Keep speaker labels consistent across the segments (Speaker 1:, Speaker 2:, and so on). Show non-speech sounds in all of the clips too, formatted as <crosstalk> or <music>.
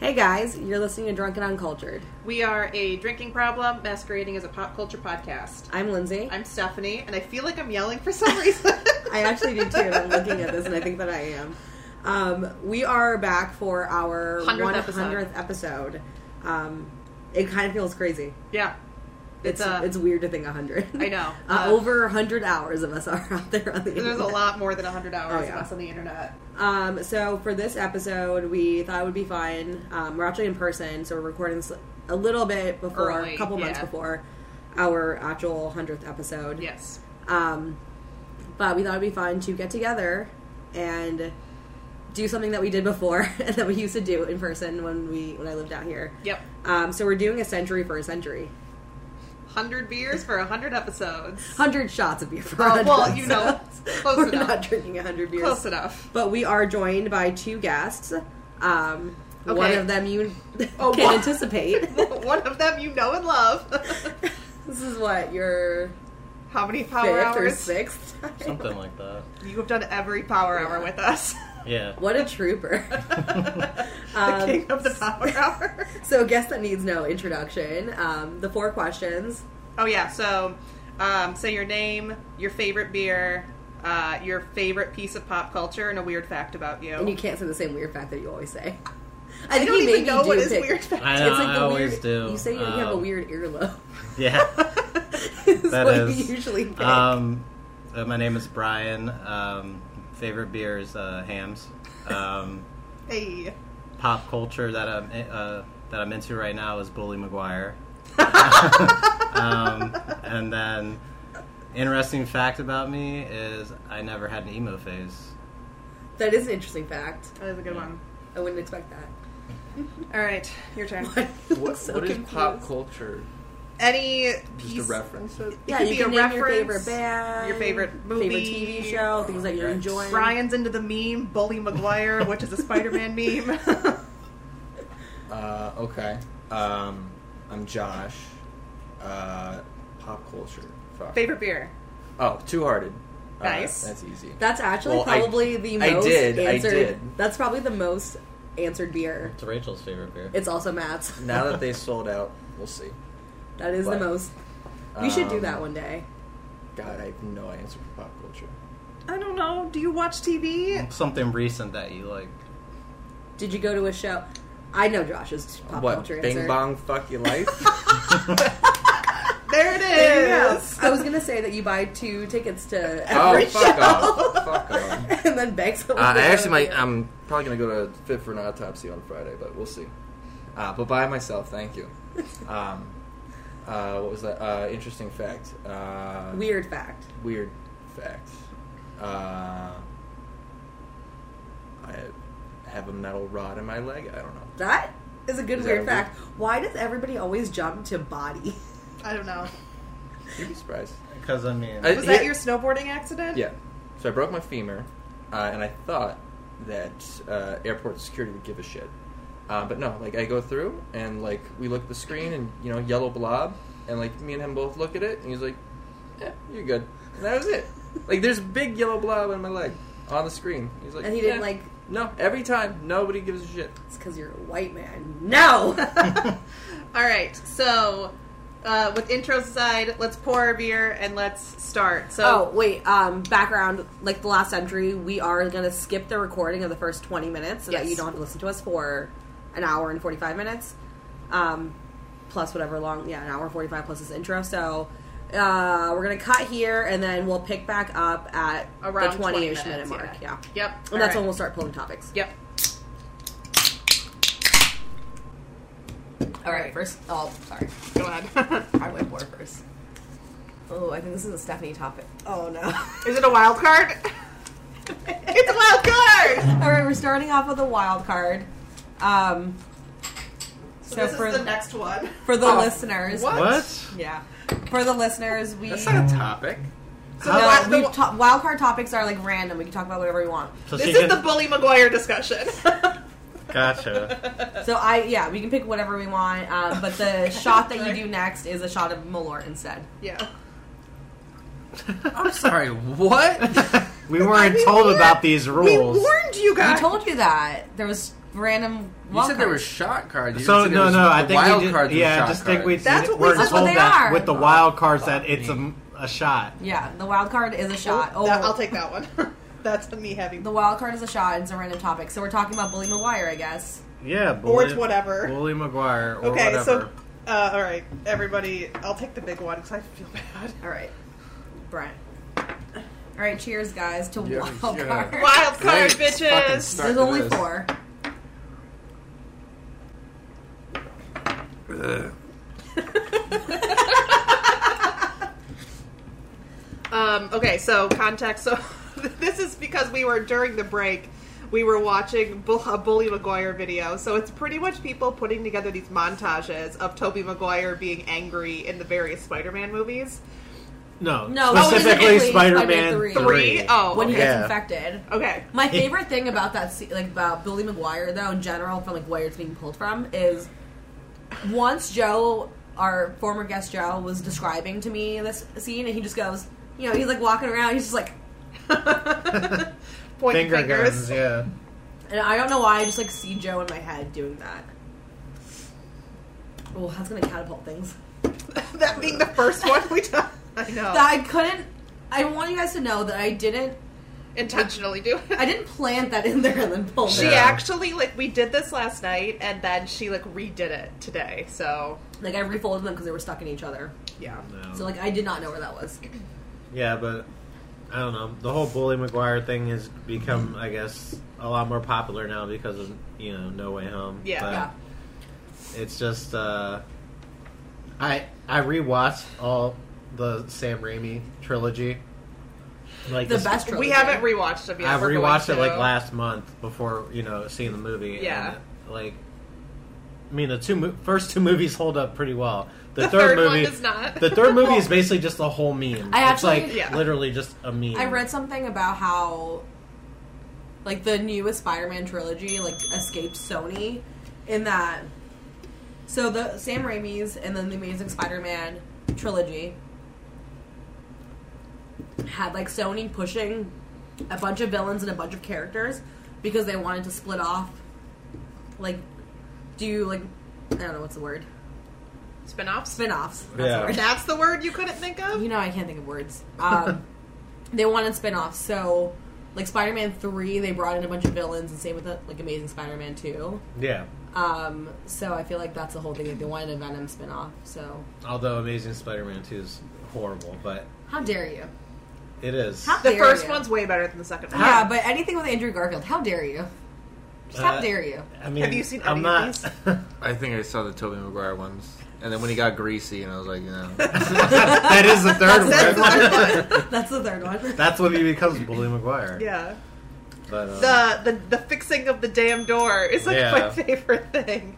Speaker 1: Hey guys, you're listening to Drunken Uncultured.
Speaker 2: We are a drinking problem masquerading as a pop culture podcast.
Speaker 1: I'm Lindsay.
Speaker 2: I'm Stephanie, and I feel like I'm yelling for some <laughs> reason.
Speaker 1: I actually do too. I'm looking at this and I think that I am. Um, we are back for our
Speaker 2: 100th
Speaker 1: 100th episode. Um, it kind of feels crazy.
Speaker 2: Yeah.
Speaker 1: It's
Speaker 2: It's,
Speaker 1: it's,
Speaker 2: uh,
Speaker 1: weird to think 100.
Speaker 2: I know.
Speaker 1: <laughs> Uh,
Speaker 2: Uh,
Speaker 1: over 100 hours of us are out there on the
Speaker 2: <laughs> There's a
Speaker 1: internet.
Speaker 2: lot more than 100 hours
Speaker 1: Oh, yeah.
Speaker 2: of us on the internet.
Speaker 1: Um, so for this episode, we thought it would be fun. Um, we're actually in person, so we're recording this a little bit before,
Speaker 2: Early,
Speaker 1: a couple months
Speaker 2: yeah.
Speaker 1: before our actual 100th episode.
Speaker 2: Yes.
Speaker 1: Um, but we thought it'd be fun to get together and do something that we did before <laughs> and that we used to do in person when we when I lived out here.
Speaker 2: Yep.
Speaker 1: Um, so we're doing a century for a century,
Speaker 2: 100 beers for 100 episodes.
Speaker 1: <laughs> hundred shots of beer for
Speaker 2: Oh,
Speaker 1: 100
Speaker 2: well, you know,
Speaker 1: <laughs> episodes.
Speaker 2: close
Speaker 1: we're
Speaker 2: enough.
Speaker 1: not drinking hundred beers,
Speaker 2: Close enough. <laughs>
Speaker 1: but we are joined by two guests. Um, One
Speaker 2: Okay.
Speaker 1: of them you
Speaker 2: Oh,
Speaker 1: <laughs> can
Speaker 2: what? <laughs>
Speaker 1: anticipate.
Speaker 2: One of them you know and love. <laughs>
Speaker 1: this is what your
Speaker 2: How many
Speaker 1: fifth
Speaker 2: power
Speaker 1: or
Speaker 2: hours?
Speaker 1: sixth. <laughs>
Speaker 3: Something like that.
Speaker 2: You have done every power hour
Speaker 1: Yeah.
Speaker 2: with us. <laughs>
Speaker 3: Yeah.
Speaker 1: What a trooper!
Speaker 2: the
Speaker 1: Um,
Speaker 2: king of the
Speaker 1: <laughs>
Speaker 2: power hour.
Speaker 1: So, guest that needs no introduction. Um, the four questions.
Speaker 2: Oh yeah, so um, say your name, your favorite beer, uh, your favorite piece of pop culture, and a weird fact about you.
Speaker 1: And you can't say the same weird fact that you always say.
Speaker 2: I don't
Speaker 1: we
Speaker 2: even
Speaker 1: maybe
Speaker 2: know
Speaker 1: do
Speaker 2: what is
Speaker 1: pick-
Speaker 2: weird fact.
Speaker 3: I know, I always do.
Speaker 1: You say you have a
Speaker 3: Um,
Speaker 1: weird earlobe. <laughs>
Speaker 3: <laughs> Yeah.
Speaker 1: is
Speaker 3: That
Speaker 1: what
Speaker 3: is-
Speaker 1: you usually pick.
Speaker 3: um, uh, my name is Brian. Um, favorite beer is uh, hams. Um,
Speaker 2: Hey,
Speaker 3: pop culture that I'm uh, that I'm into right now is Bully <laughs> McGuire. um, and then, interesting fact about me is I never had an emo phase.
Speaker 1: that is an interesting fact.
Speaker 2: that is a good one.
Speaker 1: I wouldn't expect that.
Speaker 2: All right, your turn.
Speaker 1: <laughs>
Speaker 4: What,
Speaker 1: So
Speaker 4: what is pop
Speaker 1: confused.
Speaker 4: culture?
Speaker 2: Any
Speaker 4: Just
Speaker 2: piece,
Speaker 4: a reference.
Speaker 2: It
Speaker 1: Yeah,
Speaker 2: could
Speaker 1: you
Speaker 2: be
Speaker 1: can
Speaker 2: a
Speaker 1: name your
Speaker 2: reference,
Speaker 1: favorite band,
Speaker 2: your favorite
Speaker 1: favorite
Speaker 2: movie.
Speaker 1: TV show, things that you're
Speaker 4: Yikes.
Speaker 1: enjoying.
Speaker 2: Brian's into the meme, Bully McGuire, which is a Spider-Man meme. <laughs>
Speaker 4: Uh, okay. Um, I'm Josh. Uh, pop culture. Fuck.
Speaker 2: favorite beer.
Speaker 4: Oh, Two Hearted. Uh,
Speaker 2: Nice.
Speaker 4: That's easy.
Speaker 1: That's actually
Speaker 4: Well, I-
Speaker 1: probably the
Speaker 4: I
Speaker 1: most
Speaker 4: did, I
Speaker 1: answered.
Speaker 4: did.
Speaker 1: That's probably the most answered beer.
Speaker 3: It's Rachel's favorite beer.
Speaker 1: It's also Matt's.
Speaker 4: now that they sold out, we'll see.
Speaker 1: that is the
Speaker 4: What?
Speaker 1: most. We should do
Speaker 4: Um,
Speaker 1: that one day.
Speaker 4: God, I have no answer for pop culture.
Speaker 2: I don't know. Do you watch TV?
Speaker 3: Something recent that you like.
Speaker 1: Did you go to a show? I know Josh's pop
Speaker 4: what?
Speaker 1: culture
Speaker 4: Bing
Speaker 1: answer.
Speaker 4: bong, fuck
Speaker 1: <laughs>
Speaker 4: your life.
Speaker 2: There it
Speaker 1: There you
Speaker 2: is.
Speaker 1: go. I was gonna say that you buy two tickets
Speaker 4: <laughs>
Speaker 1: to
Speaker 4: oh,
Speaker 1: every
Speaker 4: fuck
Speaker 1: show, <laughs>
Speaker 4: off. Fuck off. Uh,
Speaker 1: and then beg <laughs> someone.
Speaker 4: I
Speaker 1: to go
Speaker 4: actually
Speaker 1: with
Speaker 4: might. um,
Speaker 1: you.
Speaker 4: I'm probably gonna go to fit for an autopsy on Friday, but we'll see. Uh, but by myself, thank you. Um, uh, what was that? Uh, interesting fact. Uh,
Speaker 1: Weird fact.
Speaker 4: weird fact. Uh, I have a metal rod in my leg. I don't know.
Speaker 1: That is a good
Speaker 4: Is that
Speaker 1: weird
Speaker 4: a
Speaker 1: fact. Why does everybody always jump to body? <laughs>
Speaker 2: I don't know.
Speaker 4: You'd be surprised.
Speaker 3: Because I mean,
Speaker 4: I-
Speaker 2: Was that
Speaker 4: Yeah.
Speaker 2: your snowboarding accident?
Speaker 4: Yeah. So I broke my femur, uh, and I thought that uh, airport security would give a shit. Uh, but no, like I go through and like we look at the screen and you know yellow blob, and like me and him both look at it, and he's like, "Yeah, you're good." And that was it. Like there's a big yellow blob on my leg on the screen. He's like,
Speaker 1: And he didn't
Speaker 4: "Yeah."
Speaker 1: like.
Speaker 4: No, every time nobody gives a shit.
Speaker 1: It's because you're a white man. No. <laughs>
Speaker 2: All right. So, uh, with intros aside, let's pour our beer and let's start.
Speaker 1: oh
Speaker 2: So,
Speaker 1: wait. Um, background. Like the last entry, we are gonna skip the recording of the first twenty minutes so that
Speaker 2: Yes.
Speaker 1: you don't have to listen to us for an hour and forty five minutes. Um, plus whatever long. Yeah, an hour forty five plus this intro. So. Uh, we're gonna cut here, and then we'll pick back up at
Speaker 2: around
Speaker 1: the
Speaker 2: 20
Speaker 1: twenty-ish
Speaker 2: -ish
Speaker 1: minute mark. Yeah, and
Speaker 2: Yep. All
Speaker 1: that's
Speaker 2: right.
Speaker 1: when we'll start pulling topics.
Speaker 2: Yep.
Speaker 1: All right, first. Oh, sorry.
Speaker 2: Go ahead. <laughs>
Speaker 1: I went for first. Oh, I think this is a Stephanie topic. Oh no. <laughs>
Speaker 2: Is it a wild card? <laughs> it's a wild card.
Speaker 1: All right, we're starting off with a wild card. Um,
Speaker 2: So,
Speaker 1: So
Speaker 2: this
Speaker 1: for-
Speaker 2: is the next one.
Speaker 1: for the
Speaker 2: Oh.
Speaker 1: listeners,
Speaker 2: What?
Speaker 3: what?
Speaker 1: yeah, for the listeners, we
Speaker 4: That's not a topic.
Speaker 2: So
Speaker 1: no,
Speaker 2: what- the-
Speaker 1: we ta- wild card topics are like random. We can talk about whatever we want.
Speaker 3: So she
Speaker 2: this is
Speaker 3: can-
Speaker 2: the bully McGuire discussion. <laughs>
Speaker 3: gotcha.
Speaker 2: Uh.
Speaker 1: So I, yeah, we can pick whatever we want.
Speaker 2: <laughs>
Speaker 1: Um, but the shot that you do next is a shot of Malort instead.
Speaker 2: yeah.
Speaker 4: I'm sorry. What?
Speaker 1: <laughs>
Speaker 3: we weren't
Speaker 2: We
Speaker 3: told
Speaker 2: warned-
Speaker 3: about these rules.
Speaker 2: We warned you
Speaker 1: We
Speaker 2: guys.
Speaker 1: told you that there was random.
Speaker 4: You
Speaker 1: wild
Speaker 4: said there were
Speaker 1: cards.
Speaker 4: shot cards. You
Speaker 3: So
Speaker 4: said it
Speaker 3: no,
Speaker 4: was-
Speaker 3: no. I
Speaker 4: the
Speaker 3: think
Speaker 4: wild
Speaker 3: we did,
Speaker 4: cards were
Speaker 3: Yeah, I
Speaker 4: shot
Speaker 3: just think we.
Speaker 4: cards.
Speaker 1: That's what we-
Speaker 3: were
Speaker 1: that's what
Speaker 3: told
Speaker 1: they
Speaker 3: that
Speaker 1: are.
Speaker 3: with the
Speaker 1: Oh,
Speaker 3: wild cards that
Speaker 4: fuck
Speaker 3: it's a,
Speaker 4: me.
Speaker 3: a shot.
Speaker 1: Yeah, the wild card is a shot. Oh,
Speaker 2: That- I'll take that one. <laughs> That's me having.
Speaker 1: The wild card is a shot. and It's a random topic. So we're talking about Bully Maguire, I guess.
Speaker 3: Yeah,
Speaker 2: Or
Speaker 3: bully,
Speaker 2: it's whatever.
Speaker 3: Bully Maguire. Or
Speaker 2: okay,
Speaker 3: whatever.
Speaker 2: so uh, all right, everybody, I'll take the big one because I feel bad. <laughs>
Speaker 1: All right, Brent. All right, cheers, guys, to
Speaker 4: Yeah,
Speaker 1: wild
Speaker 4: yeah.
Speaker 1: card.
Speaker 2: Wild card,
Speaker 4: Great fucking
Speaker 2: bitches.
Speaker 4: start.
Speaker 1: There's
Speaker 4: to
Speaker 1: only
Speaker 4: this.
Speaker 1: four.
Speaker 2: Um, okay, so context. So <laughs> this is because we were during the break. We were watching Bull- a Bully Maguire video, so it's pretty much people putting together these montages of Toby Maguire being angry in the various Spider-Man movies.
Speaker 3: no,
Speaker 1: No, oh,
Speaker 3: specifically
Speaker 1: specifically
Speaker 3: Spider-Man
Speaker 1: Spider-Man
Speaker 3: 3.
Speaker 2: three. Oh,
Speaker 1: When he
Speaker 2: okay.
Speaker 1: gets
Speaker 3: Yeah.
Speaker 1: infected.
Speaker 2: okay. <laughs>
Speaker 1: My favorite thing about that, se- like about Billy McGuire though, in general, from like where it's being pulled from, is once Joe, our former guest Joe, was describing to me this scene, and he just goes, you know, he's like walking around, he's just like,
Speaker 2: Pointing
Speaker 3: Finger
Speaker 2: fingers.
Speaker 3: guns, yeah.
Speaker 1: and I don't know why, I just like see Joe in my head doing that. Oh, that's gonna catapult things.
Speaker 2: <laughs> that being the first one we done. I
Speaker 1: <laughs>
Speaker 2: know.
Speaker 1: That I couldn't. I want you guys to know that I didn't.
Speaker 2: Intentionally do it.
Speaker 1: I didn't plant that in there and then pull
Speaker 2: She
Speaker 1: it.
Speaker 3: Yeah.
Speaker 2: actually like we did this last night, and then she like redid it today. So
Speaker 1: Like I refolded them because they were stuck in each other.
Speaker 2: yeah,
Speaker 3: No.
Speaker 1: So like I did not know where that was.
Speaker 3: Yeah, but I don't know. The whole bully McGuire thing has become, I guess, a lot more popular now because of you know No Way Home.
Speaker 2: Yeah.
Speaker 3: But
Speaker 1: Yeah.
Speaker 3: It's just uh, I I rewatched all the Sam Raimi trilogy. Like
Speaker 1: The
Speaker 3: this-
Speaker 1: best trilogy.
Speaker 2: we haven't rewatched them yet.
Speaker 3: I
Speaker 2: We're going
Speaker 3: rewatched it
Speaker 2: to.
Speaker 3: like last month before you know seeing the movie.
Speaker 2: Yeah.
Speaker 3: and, like. I mean, the two mo- first two movies hold up pretty well. The,
Speaker 2: The
Speaker 3: third,
Speaker 2: third one
Speaker 3: movie
Speaker 2: does not.
Speaker 3: The third movie is basically just a whole meme.
Speaker 1: I actually-
Speaker 3: it's like
Speaker 2: Yeah.
Speaker 3: literally just a meme.
Speaker 1: I read something about how, like, the newest Spider-Man trilogy like escaped Sony, in that. So the Sam Raimi's and then the Amazing Spider-Man trilogy had like Sony pushing a bunch of villains and a bunch of characters because they wanted to split off, like, do like I don't know what's the word
Speaker 2: spin-offs.
Speaker 1: spin-offs. That's the
Speaker 3: Yeah.
Speaker 1: word.
Speaker 2: That's the word you couldn't think of.
Speaker 1: You know, I can't think of words. <laughs> Um, they wanted spin-offs, so like Spider-Man three, they brought in a bunch of villains, and same with the, like Amazing Spider-Man two.
Speaker 3: Yeah.
Speaker 1: Um, so I feel like that's the whole thing. Like, they wanted a Venom spin-off. So
Speaker 3: Although Amazing Spider-Man 2 is horrible, but
Speaker 1: how dare you?
Speaker 3: it is.
Speaker 1: How-
Speaker 2: The
Speaker 1: There
Speaker 2: first
Speaker 1: you.
Speaker 2: one's way better than the second one.
Speaker 1: Yeah, but anything with Andrew Garfield, how dare you? Just how
Speaker 3: Uh,
Speaker 1: dare you?
Speaker 3: I mean,
Speaker 2: Have you seen
Speaker 3: I'm
Speaker 2: any
Speaker 3: not.
Speaker 2: of
Speaker 4: I think I saw the Toby Maguire ones, and then when he got greasy, and I was like, <laughs> no.
Speaker 3: <laughs> that is the third one.
Speaker 1: That's
Speaker 3: That's,
Speaker 1: the third one. <laughs> That's the third one.
Speaker 3: when he becomes Bully McGuire.
Speaker 2: yeah.
Speaker 3: But, um,
Speaker 2: The, the the fixing of the damn door is like my
Speaker 3: Yeah.
Speaker 2: favorite thing.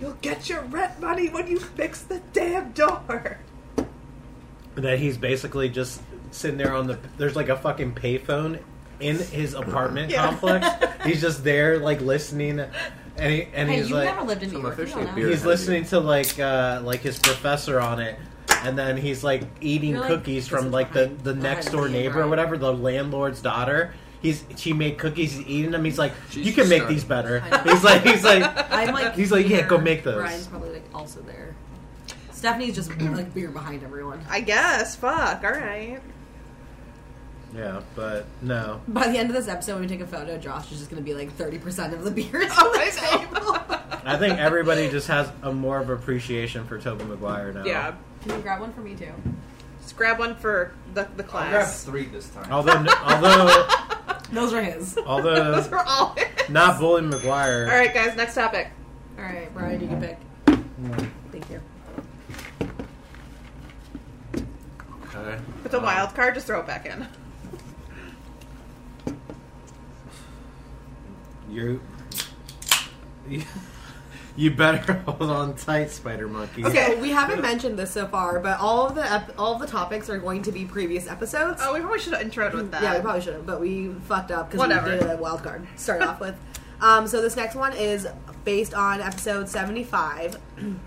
Speaker 2: You'll get your rent money when you fix the damn door.
Speaker 3: that he's basically just sitting there on the there's like a fucking payphone in his apartment
Speaker 2: Yeah. <laughs>
Speaker 3: complex. He's just there like listening, and he, and
Speaker 1: Hey,
Speaker 3: he's
Speaker 1: you've
Speaker 3: like
Speaker 1: never lived in New
Speaker 4: So I'm
Speaker 1: York. You
Speaker 4: officially
Speaker 1: don't
Speaker 4: beer-
Speaker 1: know.
Speaker 3: he's listening to like uh like his professor on it. And then he's like eating
Speaker 1: You're like,
Speaker 3: cookies
Speaker 1: this
Speaker 3: from
Speaker 1: is
Speaker 3: like the,
Speaker 1: behind-
Speaker 3: the next door
Speaker 1: behind me,
Speaker 3: neighbor or
Speaker 1: right?
Speaker 3: whatever, the landlord's daughter. He's she made cookies, he's eating them. He's like, you
Speaker 4: Jesus,
Speaker 3: can make
Speaker 4: son.
Speaker 3: these better.
Speaker 1: I know.
Speaker 3: He's like, he's
Speaker 1: <laughs>
Speaker 3: like,
Speaker 1: I'm like
Speaker 3: He's like, yeah, go
Speaker 1: here.
Speaker 3: make those.
Speaker 1: Ryan's probably like also there. Stephanie's just like beer behind everyone.
Speaker 2: I guess. Fuck. All right.
Speaker 3: yeah, but no,
Speaker 1: By the end of this episode, when we take a photo, Josh is just going to be like 30% of the <laughs> beers
Speaker 2: Oh, <laughs>
Speaker 1: on the
Speaker 2: I know.
Speaker 1: table.
Speaker 3: I think everybody just has a more of appreciation for Toby Maguire now.
Speaker 2: Yeah.
Speaker 1: Can you grab one for me, too?
Speaker 2: Just grab one for the the
Speaker 4: I grabbed
Speaker 2: class.
Speaker 4: three this time.
Speaker 3: Although, although,
Speaker 1: Those are his. All
Speaker 2: <laughs> Those
Speaker 3: although,
Speaker 2: were all. it.
Speaker 3: not Bully McGuire.
Speaker 2: All right, guys. Next topic.
Speaker 1: right, Brian, you can pick. Thank you.
Speaker 4: Okay.
Speaker 2: With the
Speaker 4: Um,
Speaker 2: wild card, just throw it back in.
Speaker 3: You, you, you better <laughs> hold on tight, Spider Monkey.
Speaker 1: So we haven't mentioned this so far, but all of the ep- all of the topics are going to be previous episodes.
Speaker 2: Oh, we probably should have introed with that.
Speaker 1: yeah, we probably should have, but we fucked up because
Speaker 2: Whatever.
Speaker 1: we did a wild card. to Start off with. <laughs> Um, so this next one is based on episode seventy-five, <clears throat> and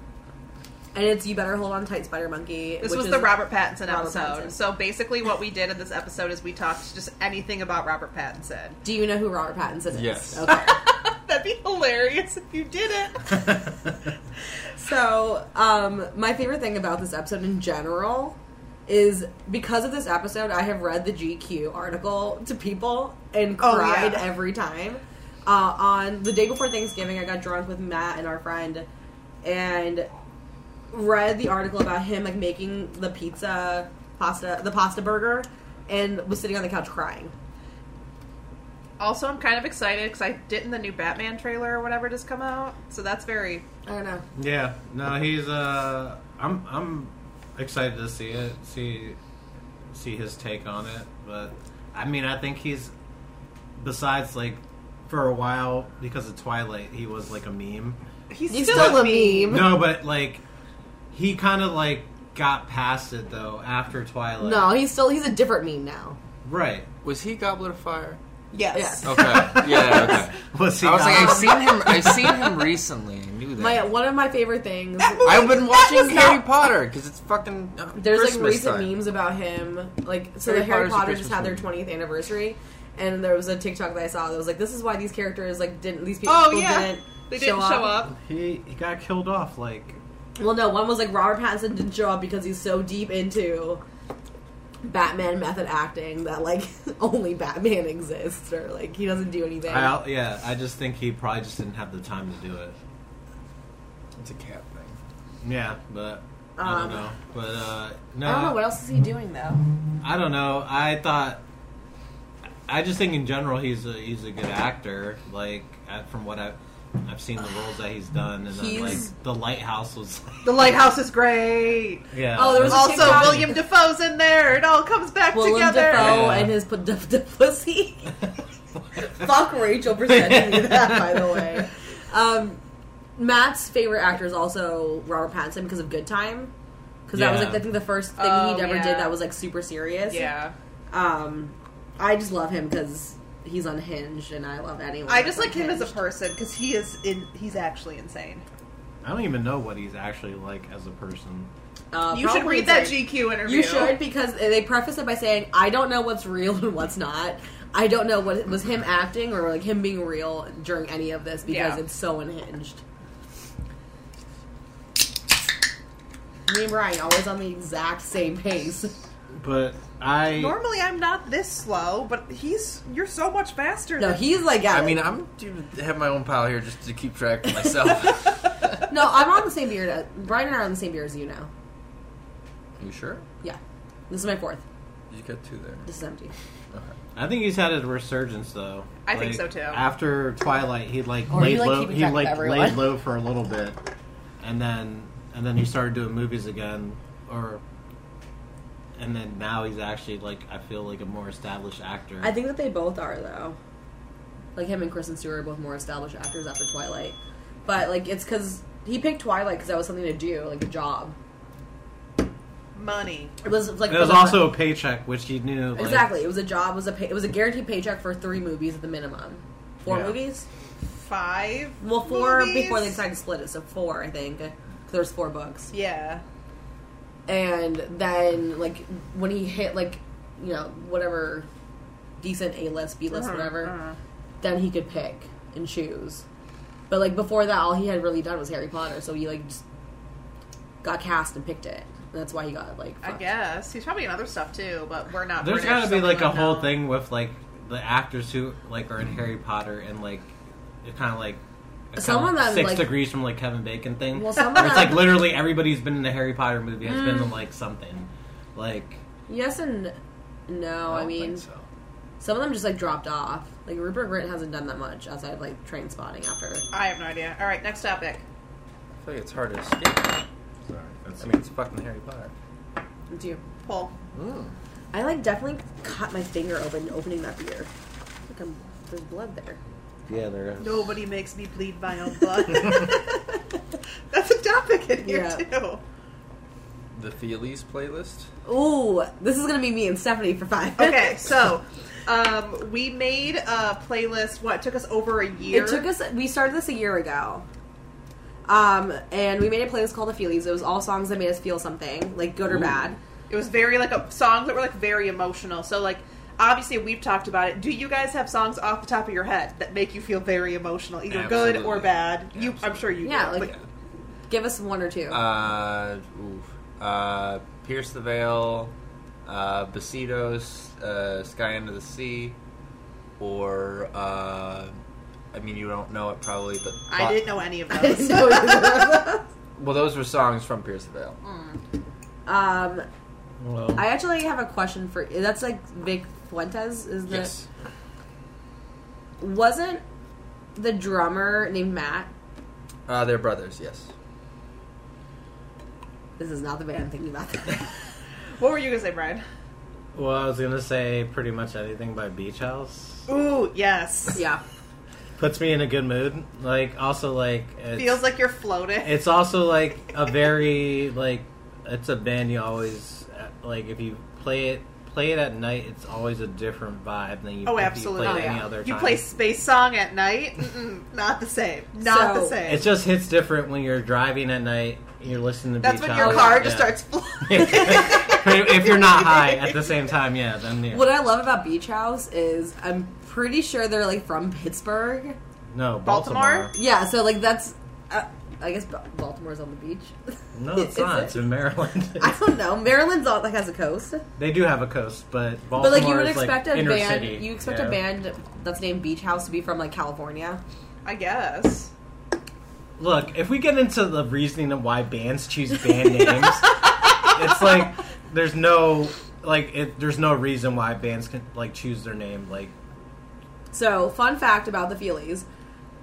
Speaker 1: it's "You Better Hold On Tight, Spider Monkey."
Speaker 2: This
Speaker 1: which
Speaker 2: was
Speaker 1: is-
Speaker 2: the Robert Pattinson
Speaker 1: Robert
Speaker 2: episode.
Speaker 1: Pattinson.
Speaker 2: So basically, what we did in this episode <laughs> is we talked just anything about Robert Pattinson.
Speaker 1: Do you know who Robert Pattinson is?
Speaker 4: Yes.
Speaker 1: Okay.
Speaker 2: That's be hilarious if you did it.
Speaker 1: So, um, my favorite thing about this episode in general is because of this episode, I have read the GQ article to people and
Speaker 2: Oh,
Speaker 1: cried
Speaker 2: yeah.
Speaker 1: every time. Uh, on the day before Thanksgiving, I got drunk with Matt and our friend and read the article about him like making the pizza pasta, the pasta burger, and was sitting on the couch crying.
Speaker 2: <laughs> Also, I'm kind of excited because I didn't the new Batman trailer or whatever just come out, so that's very
Speaker 1: I don't know.
Speaker 3: Yeah, no, he's. Uh, I'm. I'm excited to see it. See, see his take on it. But I mean, I think he's. Besides, like, for a while because of Twilight, he was like a meme.
Speaker 2: he's,
Speaker 1: He's still a meme.
Speaker 3: <laughs> No, but like, he kind of like got past it though after Twilight.
Speaker 1: No, he's still he's a different meme now.
Speaker 3: right? <laughs>
Speaker 4: Was he Goblet of Fire?
Speaker 2: Yes.
Speaker 1: Yes.
Speaker 4: Okay. Yeah. <laughs> Okay.
Speaker 3: Was he?
Speaker 4: I was like, I've
Speaker 3: not-
Speaker 4: seen him. I've seen him recently. I knew that.
Speaker 1: My one of my favorite things <laughs>
Speaker 4: I've been
Speaker 2: That was
Speaker 4: watching
Speaker 2: not-
Speaker 4: Harry Potter because it's fucking. uh,
Speaker 1: There's like
Speaker 4: Christmas
Speaker 1: recent
Speaker 4: time.
Speaker 1: memes about him, like so
Speaker 4: Harry
Speaker 1: the Harry
Speaker 4: Potter's a
Speaker 1: Potter just
Speaker 4: Christmas
Speaker 1: had their
Speaker 4: movie.
Speaker 1: 20th anniversary, and there was a TikTok that I saw that was like, "This is why these characters like didn't these people
Speaker 2: Oh yeah,
Speaker 1: didn't
Speaker 2: they didn't show, up.
Speaker 3: He he got killed off like
Speaker 1: Well, no, one was like Robert Pattinson didn't show up because he's so deep into Batman method acting that like <laughs> only Batman exists or like he doesn't do anything.
Speaker 3: I, yeah, I just think he probably just didn't have the time to do it.
Speaker 4: It's a cat thing.
Speaker 3: Yeah, but I
Speaker 1: Um,
Speaker 3: don't know. But uh, no,
Speaker 1: I don't know Oh, what else is he doing though.
Speaker 3: I don't know. I thought. I just think in general he's a he's a good actor. Like I- from what I've I've seen the roles that he's done, and then,
Speaker 1: He's-
Speaker 3: like the Lighthouse was. <laughs>
Speaker 2: The lighthouse is great.
Speaker 3: Yeah.
Speaker 1: Oh, there
Speaker 3: <laughs>
Speaker 1: was a
Speaker 3: that's-
Speaker 2: Also,
Speaker 1: TikTok.
Speaker 2: William Defoe's in there. It all comes back
Speaker 1: Willem
Speaker 2: together.
Speaker 1: Dafoe
Speaker 3: Yeah.
Speaker 1: and his p- <laughs> d- d- pussy. Fuck Rachel for sending me that, by the way. Um, Matt's favorite actor is also Robert Pattinson because of Good Time. Because that was
Speaker 3: Yeah.
Speaker 1: like I think the first thing
Speaker 2: Oh,
Speaker 1: he'd ever
Speaker 2: yeah.
Speaker 1: did that was like super serious.
Speaker 2: Yeah,
Speaker 1: Um, I just love him because he's unhinged, and I love anyone.
Speaker 2: I
Speaker 1: that's
Speaker 2: just like him as a
Speaker 1: unhinged.
Speaker 2: person because he is in. He's actually insane.
Speaker 3: I don't even know what he's actually like as a person.
Speaker 1: Uh,
Speaker 2: you should
Speaker 1: probably
Speaker 2: read that
Speaker 1: insane.
Speaker 2: GQ interview.
Speaker 1: You should because they preface it by saying, "I don't know what's real and what's not. I don't know what was him acting or like him being real during any of this because
Speaker 2: Yeah.
Speaker 1: it's so unhinged." Me and Brian always on the exact same pace.
Speaker 3: But I
Speaker 2: Normally, I'm not this slow, but he's. You're so much faster.
Speaker 1: No,
Speaker 2: than
Speaker 1: he's like, at
Speaker 4: I
Speaker 1: it.
Speaker 4: mean, I'm to have my own pile here just to keep track of myself.
Speaker 1: <laughs> no, I'm on the same beard. As, Brian and I are on the same beard as you now.
Speaker 4: you sure?
Speaker 1: Yeah, this is my fourth.
Speaker 4: You got two there.
Speaker 1: This is empty.
Speaker 3: I think he's had a resurgence though.
Speaker 2: I think so, too.
Speaker 3: After Twilight, he like
Speaker 1: Or
Speaker 3: laid
Speaker 1: you, like,
Speaker 3: low.
Speaker 1: keeping
Speaker 3: He
Speaker 1: track of
Speaker 3: like
Speaker 1: everyone.
Speaker 3: laid low for a little bit, and then and then he started doing movies again, or and then now he's actually like I feel like a more established actor.
Speaker 1: I think that they both are though. Like him and Kristen Stewart are both more established actors after Twilight, but like it's because he picked Twilight because that was something to do, like a job.
Speaker 2: money.
Speaker 1: It was like
Speaker 3: it was
Speaker 1: for the-
Speaker 3: also a paycheck, which he knew like,
Speaker 1: exactly it was a job, it was a pay, it was a guaranteed paycheck for three movies at the minimum. Four
Speaker 3: Yeah.
Speaker 1: movies?
Speaker 2: Five.
Speaker 1: Well, four
Speaker 2: movies?
Speaker 1: before they decided to split it, so four I think. 'Cause There's four books,
Speaker 2: Yeah.
Speaker 1: and then like when he hit like you know whatever decent A list, B list,
Speaker 2: Uh-huh,
Speaker 1: whatever.
Speaker 2: uh-huh.
Speaker 1: then he could pick and choose. But like before that, all he had really done was Harry Potter, so he like just got cast and picked it. And that's why he got like.
Speaker 2: I
Speaker 1: fucked.
Speaker 2: guess he's probably in other stuff too, but we're not.
Speaker 3: There's
Speaker 2: British,
Speaker 3: gotta
Speaker 2: so
Speaker 3: be
Speaker 2: we
Speaker 3: like a
Speaker 2: don't
Speaker 3: whole
Speaker 2: know.
Speaker 3: thing with like the actors who like are in Harry Potter and like they're kind of like kinda
Speaker 1: Someone that,
Speaker 3: six
Speaker 1: like-
Speaker 3: degrees from like Kevin Bacon thing.
Speaker 1: Well, someone
Speaker 3: where it's
Speaker 1: that-
Speaker 3: like literally everybody's been in a Harry Potter movie has been in like something, like
Speaker 1: Yes and no. Oh, I,
Speaker 4: don't
Speaker 1: mean,
Speaker 4: think so.
Speaker 1: some of them just like dropped off. Like Rupert Grint hasn't done that much outside of like Train Spotting after.
Speaker 2: I have no idea. All right, next topic.
Speaker 4: I feel like it's hard to escape.
Speaker 3: sorry, that's
Speaker 4: I mean, it's fucking Harry Potter.
Speaker 1: Do you?
Speaker 2: Pull.
Speaker 4: Mm.
Speaker 1: I like definitely cut my finger open opening that beer. Like I'm, there's blood there.
Speaker 3: yeah, there is.
Speaker 2: Nobody makes me bleed my <laughs> own blood. That's a topic in here
Speaker 1: Yeah.
Speaker 2: too.
Speaker 4: The Feelies playlist.
Speaker 1: <laughs> Ooh, this is gonna be me and Stephanie for five.
Speaker 2: Okay, so um, we made a playlist. What took us over a year?
Speaker 1: It took us. We started this a year ago. Um, and we made a playlist called The Feelies. It was all songs that made us feel something, like good or bad.
Speaker 2: It was very like a, songs that were like very emotional. So like obviously we've talked about it. Do you guys have songs off the top of your head that make you feel very emotional, either good or
Speaker 5: Absolutely.
Speaker 2: bad? You, I'm sure you.
Speaker 1: Yeah,
Speaker 2: do.
Speaker 1: like- Give us one or two. <laughs>
Speaker 5: Uh, oof. Uh, Pierce the Veil, uh, Besitos, uh, Sky Under the Sea, or uh, I mean, you don't know it probably, but
Speaker 2: I didn't know any of
Speaker 1: I <laughs>
Speaker 2: those. <laughs>
Speaker 1: didn't know either.
Speaker 5: Well, those were songs from Pierce the Veil.
Speaker 2: Mm,
Speaker 1: um,
Speaker 3: Well,
Speaker 1: I actually have a question for that's like Vic Fuentes. Is the
Speaker 5: Yes.
Speaker 1: wasn't the drummer named Matt?
Speaker 5: Uh, they're brothers. Yes.
Speaker 1: This is not the band I'm thinking about.
Speaker 3: <laughs>
Speaker 2: what were you gonna say, Brian?
Speaker 3: well, I was gonna say pretty much anything by Beach House
Speaker 2: Ooh, yes.
Speaker 1: yeah,
Speaker 3: puts me in a good mood. Like also like it's,
Speaker 2: Feels like you're floating.
Speaker 3: it's also like a very like it's a band you always uh, like if you play it play it at night it's always a different vibe than you
Speaker 2: oh,
Speaker 3: if you
Speaker 2: absolutely.
Speaker 3: play it
Speaker 1: Oh,
Speaker 3: any
Speaker 1: yeah.
Speaker 3: other
Speaker 2: you
Speaker 3: time.
Speaker 2: play space song at night? Mm-mm, not the same. Not
Speaker 1: So-
Speaker 2: the same.
Speaker 3: It just hits different when you're driving at night. You're listening to
Speaker 2: That's
Speaker 3: Beach
Speaker 2: when your
Speaker 3: House,
Speaker 2: car just
Speaker 3: yeah.
Speaker 2: starts floating.
Speaker 3: <laughs> if you're not high at the same time, yeah, then yeah.
Speaker 1: what I love about Beach House is I'm pretty sure they're like from Pittsburgh.
Speaker 3: no,
Speaker 2: Baltimore?
Speaker 3: Baltimore.
Speaker 1: Yeah, so like that's uh, I guess Ba- Baltimore's on the beach. <laughs>
Speaker 3: No, it's
Speaker 1: Is
Speaker 3: not.
Speaker 1: it?
Speaker 3: It's in Maryland.
Speaker 1: I don't know. Maryland's all like has a coast,
Speaker 3: <laughs> they do have a coast, but Baltimore
Speaker 1: but like you would
Speaker 3: is
Speaker 1: expect
Speaker 3: like
Speaker 1: a
Speaker 3: inner
Speaker 1: band.
Speaker 3: city.
Speaker 1: You expect
Speaker 3: yeah.
Speaker 1: a band that's named Beach House to be from like California.
Speaker 2: I guess.
Speaker 3: Look, if we get into the reasoning of why bands choose
Speaker 2: <laughs>
Speaker 3: band names, it's like there's no like it, there's no reason why bands can like choose their name. Like
Speaker 1: So, fun fact about the Feelies.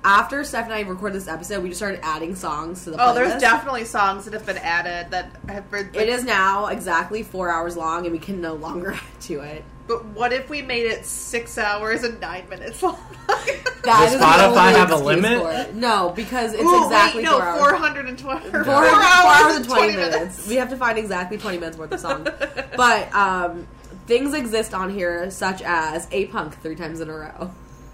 Speaker 1: After Steph and I recorded this episode, we just started adding songs to the
Speaker 2: Oh, there's
Speaker 1: playlist.
Speaker 2: definitely songs that have been added that have been.
Speaker 1: It is now exactly four hours long, and we can no longer <laughs> add to it.
Speaker 2: But what if we made it six hours and nine minutes long? <laughs>
Speaker 1: That
Speaker 3: Does
Speaker 1: is the
Speaker 3: Spotify
Speaker 1: only
Speaker 3: have a
Speaker 1: excuse
Speaker 3: limit?
Speaker 1: for it. No, because it's
Speaker 2: Ooh,
Speaker 1: exactly
Speaker 2: wait, no,
Speaker 1: four hours.
Speaker 2: 420, or
Speaker 1: Four,
Speaker 2: four
Speaker 1: hours,
Speaker 2: hours,
Speaker 1: four hours and 20, minutes. We
Speaker 2: minutes.
Speaker 1: have to find exactly 20 minutes worth of song. but um, things exist on here, such as A Punk three times in a row.